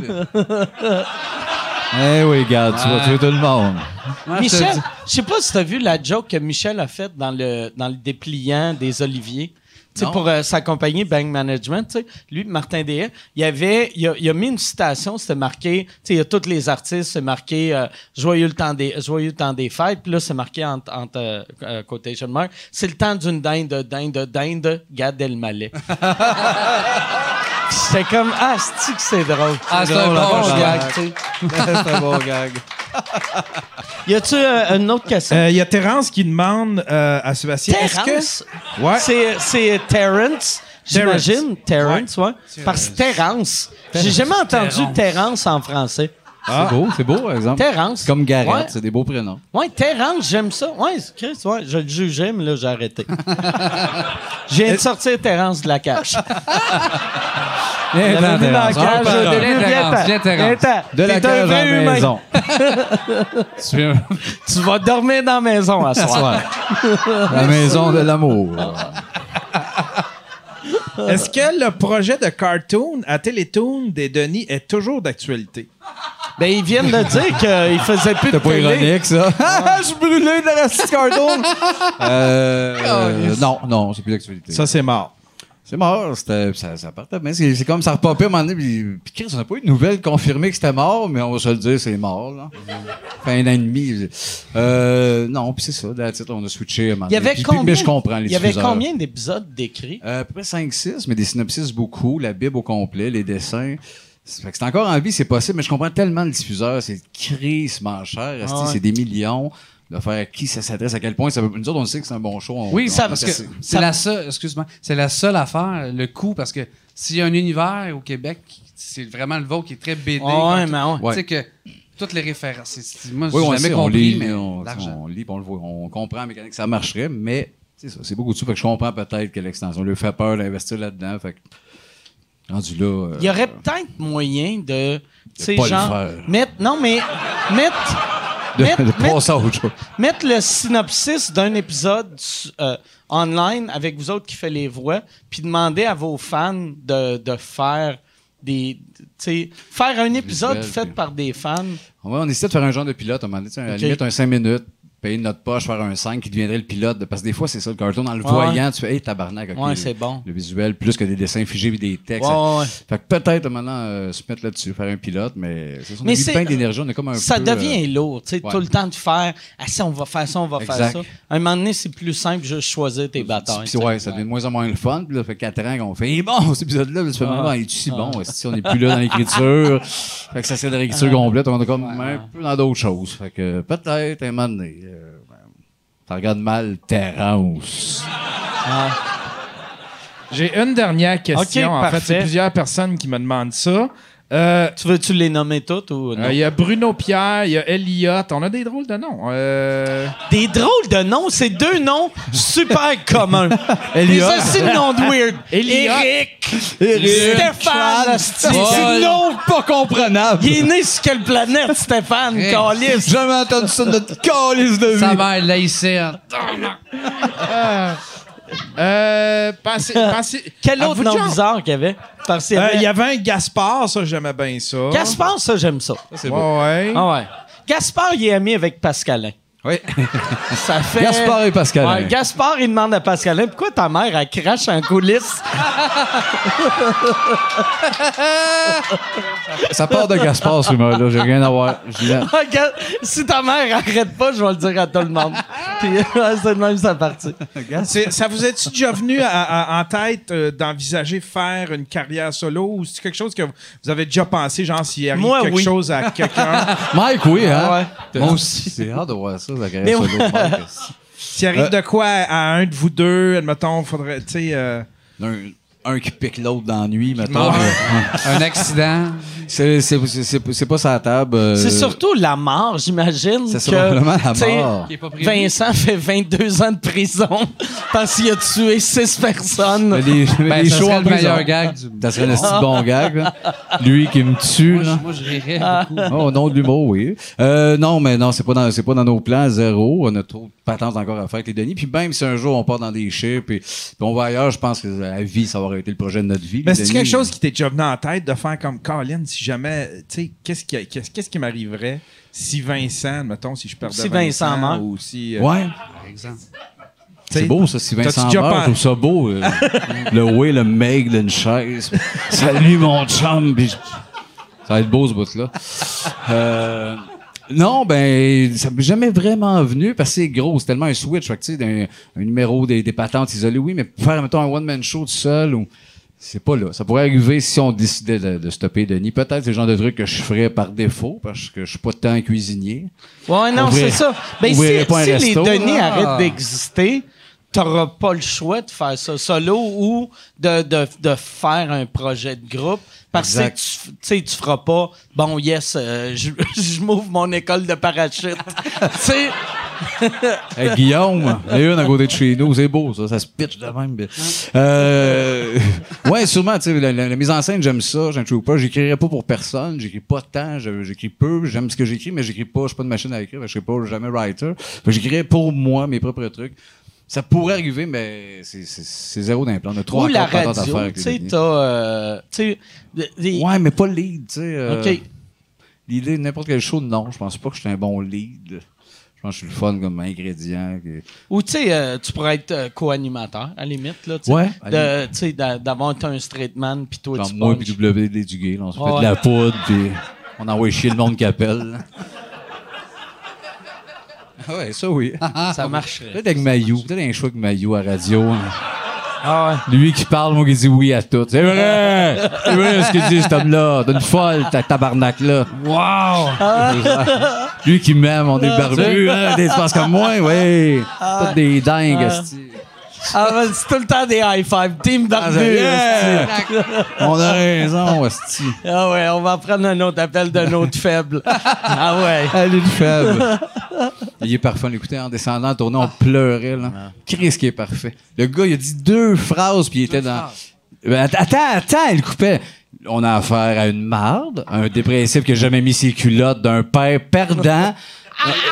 S2: (laughs) Eh oui, Gad, tu vas tuer tout le monde.
S6: Moi, Ah, je te
S1: Michel,
S6: dis-
S1: je sais pas si t'as vu la joke que Michel a faite dans le, dans le dépliant des Oliviers. Tu sais,
S2: Non.
S1: pour euh, s'accompagner Bank Management, tu sais, lui, Martin Dehaye, il avait, il a, il a mis une citation, c'était marqué, tu sais, il y a tous les artistes, c'est marqué euh, Joyeux le temps des, joyeux le temps des fêtes, puis là, c'est marqué entre, entre euh, euh, quotation mark, c'est le temps d'une dinde, dinde, dinde, Gad
S6: (laughs)
S1: Elmaleh. Puis J'étais comme, ah, c'est que c'est drôle.
S6: Ah, c'est un
S1: drôle,
S6: bon
S1: hein,
S6: gag,
S1: tu sais.
S2: (laughs) C'est un bon gag.
S1: Y a-tu euh, une autre question?
S4: Euh, Il y a Terence qui demande euh, à Sébastien. est-ce que-
S1: Terrence?
S4: Ouais.
S1: C'est, c'est Terrence, j'imagine. Terrence, ouais. Parce que Terrence. J'ai jamais entendu Terrence en français.
S2: C'est beau, c'est beau, par exemple.
S1: Ah. Terrence.
S2: Comme Garrett,
S1: Ouais.
S2: c'est des beaux prénoms.
S1: Ouais, Terrence, j'aime ça. Ouais, c'est- Chris, ouais, je le jugeais, mais là, j'ai (laughs) arrêté. j'ai viens de sortir Terrence de la cage.
S2: Viens,
S1: J'avais mis dans la
S2: Terrence, on
S1: cage,
S2: parle.
S1: j'ai
S6: Viens,
S1: devenu-
S6: Terrence,
S1: viens-t'en,
S6: viens, Terrence.
S1: viens-t'en.
S2: De la
S1: T'es un
S2: cage à
S1: vrai
S2: la
S1: humain. (laughs)
S2: maison. tu viens-
S1: Tu vas dormir dans la maison à soir. (laughs)
S2: La maison de l'amour.
S1: euh,
S4: Est-ce que le projet de cartoon à Télétoon des Denis est toujours d'actualité?
S1: Ben, ils viennent de dire qu'ils faisaient plus de
S2: C'était pas
S1: télé. (laughs)
S2: ironique, ça.
S4: (laughs)
S2: Ah, je suis brûlé de la petite carton. Euh,
S1: Oh,
S2: euh, non, non, c'est plus d'actualité.
S4: Ça, c'est mort.
S2: C'est mort, c'était- ça, ça partait. Mais c'est c'est comme ça repopait à un moment donné. Puis, puis Chris, on n'a pas eu de nouvelles confirmées que c'était mort, mais on va se le dire, c'est mort. Là. Fait un an et demi. Euh, non, puis c'est ça. Là, on a switché à un moment
S1: Il y
S2: donné.
S1: avait
S2: Puis- puis-
S1: combien,
S2: Mais je comprends les
S1: il y avait
S2: diffuseurs.
S1: combien d'épisodes décrits?
S2: Euh, à peu près 5-6, mais des synopsis beaucoup, la Bible au complet, les dessins. C'est- Fait que c'est encore en vie, c'est possible, mais je comprends tellement le diffuseur, c'est crissement cher, esti,
S1: Ah ouais.
S2: c'est des millions. De faire à qui ça s'adresse, à quel point ça peut. Nous autres, on sait que c'est un bon show. on-
S6: Oui,
S2: on-
S6: ça,
S2: on-
S6: parce que
S2: c'est-
S6: c'est la seule, excuse-moi, c'est la seule affaire, le coût, parce que s'il y a un univers au Québec, c'est vraiment le vôtre qui est très BD.
S1: Ouais, mais ouais.
S6: Tu sais que toutes les références, c'est- c'est- moi,
S2: Oui, on,
S6: j'ai
S2: sait,
S6: jamais
S2: on
S6: compris,
S2: lit,
S6: mais
S2: on,
S6: l'argent.
S2: on lit, puis on le voit, on comprend la mécanique, ça marcherait, mais c'est ça, c'est beaucoup de sous. Fait que je comprends peut-être que l'extension lui fait peur d'investir là-dedans. Fait que, rendu là. euh,
S1: Il y aurait peut-être moyen de, tu sais,
S2: pas le
S1: genre,
S2: faire.
S1: mettre, non, mais, mettre,
S2: de,
S1: mettre-
S2: de
S1: mettre-
S2: passer à autre chose.
S1: mettre le synopsis d'un épisode euh, online avec vous autres qui fait les voix, puis demander à vos fans de, de faire des, tu sais, faire un épisode
S2: visuels,
S1: fait
S2: puis-
S1: par des fans.
S2: Ouais, on essaie de faire un genre de pilote, on m'a dit, tu sais, à la
S1: Ok.
S2: limite, un 5 minutes. puis payer de notre poche, faire un 5 qui deviendrait le pilote. de- Parce que des fois, c'est ça, le cartoon, en le
S1: Ouais.
S2: voyant, tu fais, hey, tabarnak, ok.
S1: Ouais, c'est bon.
S2: Le visuel, plus que des dessins figés et des textes.
S1: Ouais, ouais.
S2: Fait que peut-être maintenant euh, se mettre là-dessus, faire un pilote, mais c'est ça, on
S1: Mais
S2: a mis
S1: c'est-
S2: plein d'énergie, on est comme un
S1: ça
S2: peu,
S1: devient
S2: euh,
S1: lourd, tu sais,
S2: ouais.
S1: tout le temps de faire « Ah ça, on va faire ça, on va faire
S2: Exact.
S1: ça ». À un moment donné, c'est plus simple juste choisir tes batailles.
S2: puis
S1: tu sais.
S2: ouais, ça devient de moins en moins le fun. Puis là, ça fait 4 ans qu'on fait, il est bon, cet épisode-là. Puis tu fais,
S1: Ah.
S2: non, il est si bon? Si on n'est plus là dans (laughs) l'écriture. fait que ça, c'est de l'écriture complète. On est comme un peu dans d'autres choses. Fait que peut-être, un moment donné, euh, ben, ça regarde mal Terence.
S4: J'ai une dernière question.
S1: Ok,
S4: en
S1: parfait.
S4: fait, c'est plusieurs personnes qui me demandent ça. Euh,
S1: Tu veux-tu les nommer toutes ou
S4: euh, Il
S1: non?
S4: y a Bruno Pierre, il y a Elliot. On a des drôles de noms. Euh,
S1: Des drôles de noms, c'est deux noms super communs. Les aussi de noms de weird.
S4: Elliot.
S1: Eric. Stéphane. C'est
S2: Ouais.
S1: du nom.
S2: Pas comprenable.
S1: Il est né sur quelle planète, Stéphane?
S6: Hey.
S1: Caliste.
S2: Jamais entendu ça de notre calice de
S6: Ça
S2: vie.
S6: va, là, ici. hein.
S4: euh,
S1: (laughs)
S4: pensez- pensez-
S1: Quel
S4: Ah,
S1: autre
S4: vous
S1: nom
S4: genre-
S1: bizarre qu'il y avait? Parce qu'il y
S4: Euh, Il
S1: avait...
S4: y avait un Gaspard, ça, j'aimais bien ça.
S1: Gaspard, ça, j'aime ça.
S4: Ouais, ouais.
S1: Ah ouais. Gaspard, il est ami avec Pascalin.
S2: Oui.
S1: Ça fait...
S2: Gaspard et Pascal.
S1: Ouais, Gaspard, il demande à Pascalin, pourquoi ta mère, elle crache en coulisses? (laughs)
S2: Ça part de Gaspard, ce humeur-là. J'ai rien à voir. Je l'ai-
S1: Regarde, Ah, si ta mère arrête pas, je vais le dire à tout le monde. Puis (laughs) ouais, c'est de même ça partie.
S4: C'est- Ça vous est-tu déjà venu à- à- en tête euh, d'envisager faire une carrière solo ou c'est quelque chose que vous avez déjà pensé, genre s'il arrive
S1: Moi,
S4: quelque
S1: oui.
S4: chose
S1: (laughs)
S4: à quelqu'un,
S2: Mike, oui, hein?
S1: Ouais.
S2: Moi aussi. C'est rare de voir ça, la
S1: Mais
S2: carrière
S1: ouais.
S2: solo. Mike.
S4: s'il
S1: Euh,
S4: arrive de quoi à, à un de vous deux, admettons, faudrait, tu sais, euh,
S2: un, un qui pique l'autre dans la nuit, mettons.
S6: manque. Un accident.
S2: C'est, c'est, c'est, c'est- c'est pas sa table. euh,
S1: C'est surtout la mort, j'imagine.
S2: C'est
S1: que,
S2: probablement la
S1: tu sais,
S2: mort.
S6: Qui est pas prévu.
S1: Vincent fait 22 ans de prison (laughs) parce qu'il a tué 6 personnes.
S2: Mais les, (laughs) mais
S6: Ben,
S2: les
S6: ça
S2: shows
S6: serait
S2: en
S6: le
S2: prison.
S6: meilleur gag du
S2: Ça
S6: (laughs)
S2: serait un esti de bon gag, là. Lui qui me tue,
S6: Moi, je,
S2: là.
S6: moi, je rirais
S1: Ah.
S6: beaucoup.
S2: Oh, au nom de l'humour, oui. Euh, non, mais non, c'est pas, dans, c'est pas dans nos plans, zéro. On a trop de patentes encore à faire avec les Denis. Puis même si un jour on part dans des chips et on va ailleurs, je pense que la vie, ça va arrêter le projet de notre vie.
S4: mais
S2: les
S4: c'est
S2: Denis.
S4: Ben, quelque chose qui t'est déjà venu en tête de faire comme Colin, si jamais, tu sais, qu'est-ce qui, qu'est-ce, qu'est-ce qui m'arriverait si Vincent, admettons, si je perdais
S1: Si Vincent meurt.
S4: ou si, euh,
S2: Ouais.
S6: Par exemple.
S4: tu sais,
S2: C'est beau, ça, si Vincent
S4: déjà
S2: meurt,
S4: pas-
S2: je trouve ça beau. euh, le way, le meg d'une chaise. Salut, mon chum. puis je- Ça va être beau, ce bout-là. Euh, Non, ben, ça m'est jamais vraiment venu parce que c'est gros, c'est tellement un switch. Fait que, tu sais, d'un- un, numéro des, des patentes isolées, oui, mais faire, mettons, un one-man show tout seul ou. C'est pas là. Ça pourrait arriver si on décidait de, de stopper Denis. Peut-être c'est le genre de truc que je ferais par défaut parce que je suis pas tant cuisinier.
S1: Ouais, non,
S2: Ouvrir-
S1: c'est ça. Ben, si,
S2: ouvrirez pas un
S1: si les
S2: resto,
S1: données
S2: là.
S1: arrêtent d'exister, t'auras pas le choix de faire ça solo ou de, de, de faire un projet de groupe parce que
S2: Exact.
S1: tu, f- tu sais, tu feras pas bon yes euh, (laughs) je, je m'ouvre mon école de parachute (laughs) tu sais
S2: Hey, Guillaume, il y en a une à côté de chez nous, c'est beau ça, ça se pitch de même. Euh, ouais, sûrement, tu sais, la, la- la mise en scène, j'aime ça, j'aime toujours pas, j'écrirais pas pour personne, j'écris pas tant, je- j'écris peu, j'aime ce que j'écris, mais j'écris pas, je suis pas de machine à écrire, je suis pas jamais writer, Fait que j'écrirais pour moi, mes propres trucs. Ça pourrait arriver, mais c'est- c'est c'est zéro d'implant. On a trois
S1: ou la
S2: encore patentes à faire
S1: radio
S2: avec
S1: tu
S2: les
S1: sais
S2: Denis.
S1: t'as euh, tu sais le- les-
S2: Ouais, mais pas lead, tu sais. euh,
S1: Ok.
S2: L'idée de n'importe quel show, non, je pense pas que je suis un bon lead. Je pense que je suis le fun comme ingrédient. que-
S1: Ou tu sais, euh, tu pourrais être euh, co-animateur, à la limite, là. tu sais.
S2: Ouais.
S1: De- Tu sais, d'a- d'avoir été un straight man, puis toi,
S2: Genre
S1: tu
S2: moi
S1: punches.
S2: puis WD Duguay, là, on se fait
S1: Ouais.
S2: de la poudre, puis on envoie chier le monde qui appelle. là. Ah ouais, ça oui.
S1: Ça marcherait.
S2: (laughs) Peut-être avec Mayou, peut-être un choix avec Mayou à radio. hein.
S1: Ah ouais.
S2: Lui qui parle, moi qui dit oui à tout. C'est vrai! C'est vrai ce qu'il dit, cet homme-là. D'une folle, ta tabarnak-là. Wow! (laughs) Lui qui m'aime, on est
S1: Ah,
S2: barbus, hein, des espaces comme moi, oui. Toutes des dingues, esti.
S1: Ah ouais, c'est tout le temps des high five. Team
S2: Ah,
S1: barbu.
S2: c'est-
S1: esti.
S2: Yeah! On a raison, esti.
S1: Ah ouais, on va prendre un autre appel d'un autre
S2: (laughs)
S1: faible. Ah ouais.
S2: Elle est faible. (laughs) Ah. Il est parfait. On l'écoutait en descendant, en tournant, on pleurait. Là. Chris qui est parfait. Le gars, il a dit deux phrases, puis il était dans. Ben, att- attends, attends, il coupait. On a affaire à une marde, à un dépressif qui a jamais mis ses culottes, d'un père (laughs) perdant.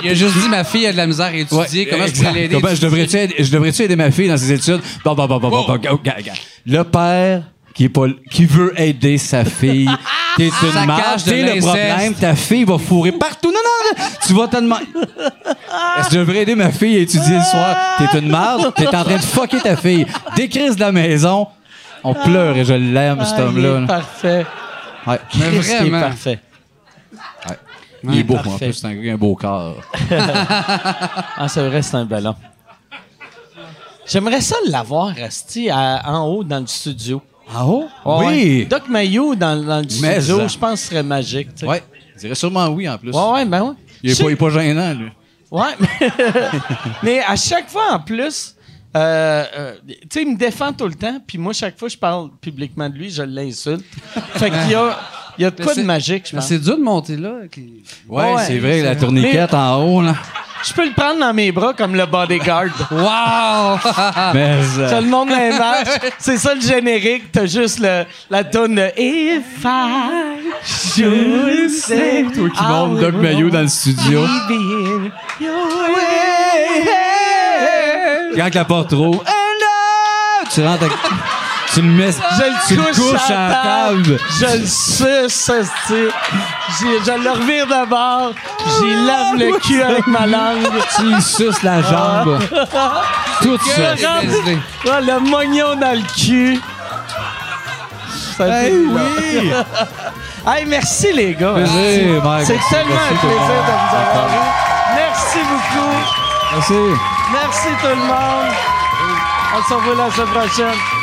S6: Il a juste dit ma fille a de la misère à étudier.
S2: Ouais,
S6: comment je
S2: exact.
S6: pourrais l'aider?
S2: Comment je devrais-tu aider, je devrais-tu aider ma fille dans ses études? Bon, bon, bon, bon, bon, bon, go, go, go. Le père qui, est pas, qui veut aider sa
S6: (laughs)
S2: fille. T'es une marge,
S6: Saccage de
S2: t'es le
S6: l'inceste.
S2: problème, ta fille va fourrer partout. Non, non, tu vas te demander. Est-ce que je devrais aider ma fille à étudier le soir? T'es une marde, t'es en train de fucker ta fille. Décrise de la maison. On pleure et je l'aime, cet
S1: Ah, il est
S2: homme-là. là.
S1: Parfait.
S2: Ouais.
S6: Mais
S1: Christ, il est
S6: vraiment.
S1: parfait.
S2: Il est beau,
S1: Parfait.
S2: en plus, c'est un gars qui a un beau corps.
S1: Ah, c'est vrai, c'est un ballon. J'aimerais ça l'avoir, Asti, à- en haut dans le studio.
S2: Ah oh?
S1: Ouais, ouais.
S2: Oui!
S1: Doc Mayo dans, dans le
S2: Mais
S1: studio,
S2: ça.
S1: je pense, que serait magique. tu sais.
S2: Ouais. Je dirais sûrement oui, en plus.
S1: Ouais, ouais, ben ouais.
S2: Il est
S1: Je-
S2: pas, il est pas gênant, lui.
S1: Ouais, mais, (laughs) mais à chaque fois en plus, euh, euh, tu sais, il me défend tout le temps, puis moi, chaque fois que je parle publiquement de lui, je l'insulte. Fait qu'il y a, il y a de
S6: Mais
S1: quoi de
S6: c'est-
S1: magique, je
S6: Mais
S1: pense.
S6: C'est dur de monter là. avec les-
S2: Ouais,
S1: Ouais,
S2: c'est vrai, la
S1: c'est-
S2: tourniquette en haut, là.
S1: Je peux le prendre dans mes bras comme le bodyguard.
S2: (laughs)
S6: Wow!
S1: Ah.
S2: Mais, euh,
S1: T'as le monde dans les marches, c'est ça le générique, t'as juste le, la tonne de If I should say
S2: toi qui montes Doc Mayo dans le studio.
S1: le
S2: Quand la porte roule, tu rentres avec- Tu le mets.
S1: Je
S2: tu
S1: le couche,
S2: couches à la table.
S1: Je le suce, esti. J'y- Je le revire de bord. J'y
S2: Ah,
S1: lave le cul avec ma langue.
S2: Tu lui suces la jambe. Tout ça.
S1: Ah,
S6: Désolé.
S1: ah, le mognon dans le cul. Ça fait-
S9: Oui!
S1: Hey, merci les gars.
S2: Plaisir, Mike.
S1: C'est
S2: Merci,
S1: tellement un
S2: merci,
S1: plaisir
S2: tout
S1: de
S2: le monde.
S1: vous avoir eu. Merci beaucoup.
S2: Merci.
S1: Merci tout le monde. On se revoit la semaine prochaine.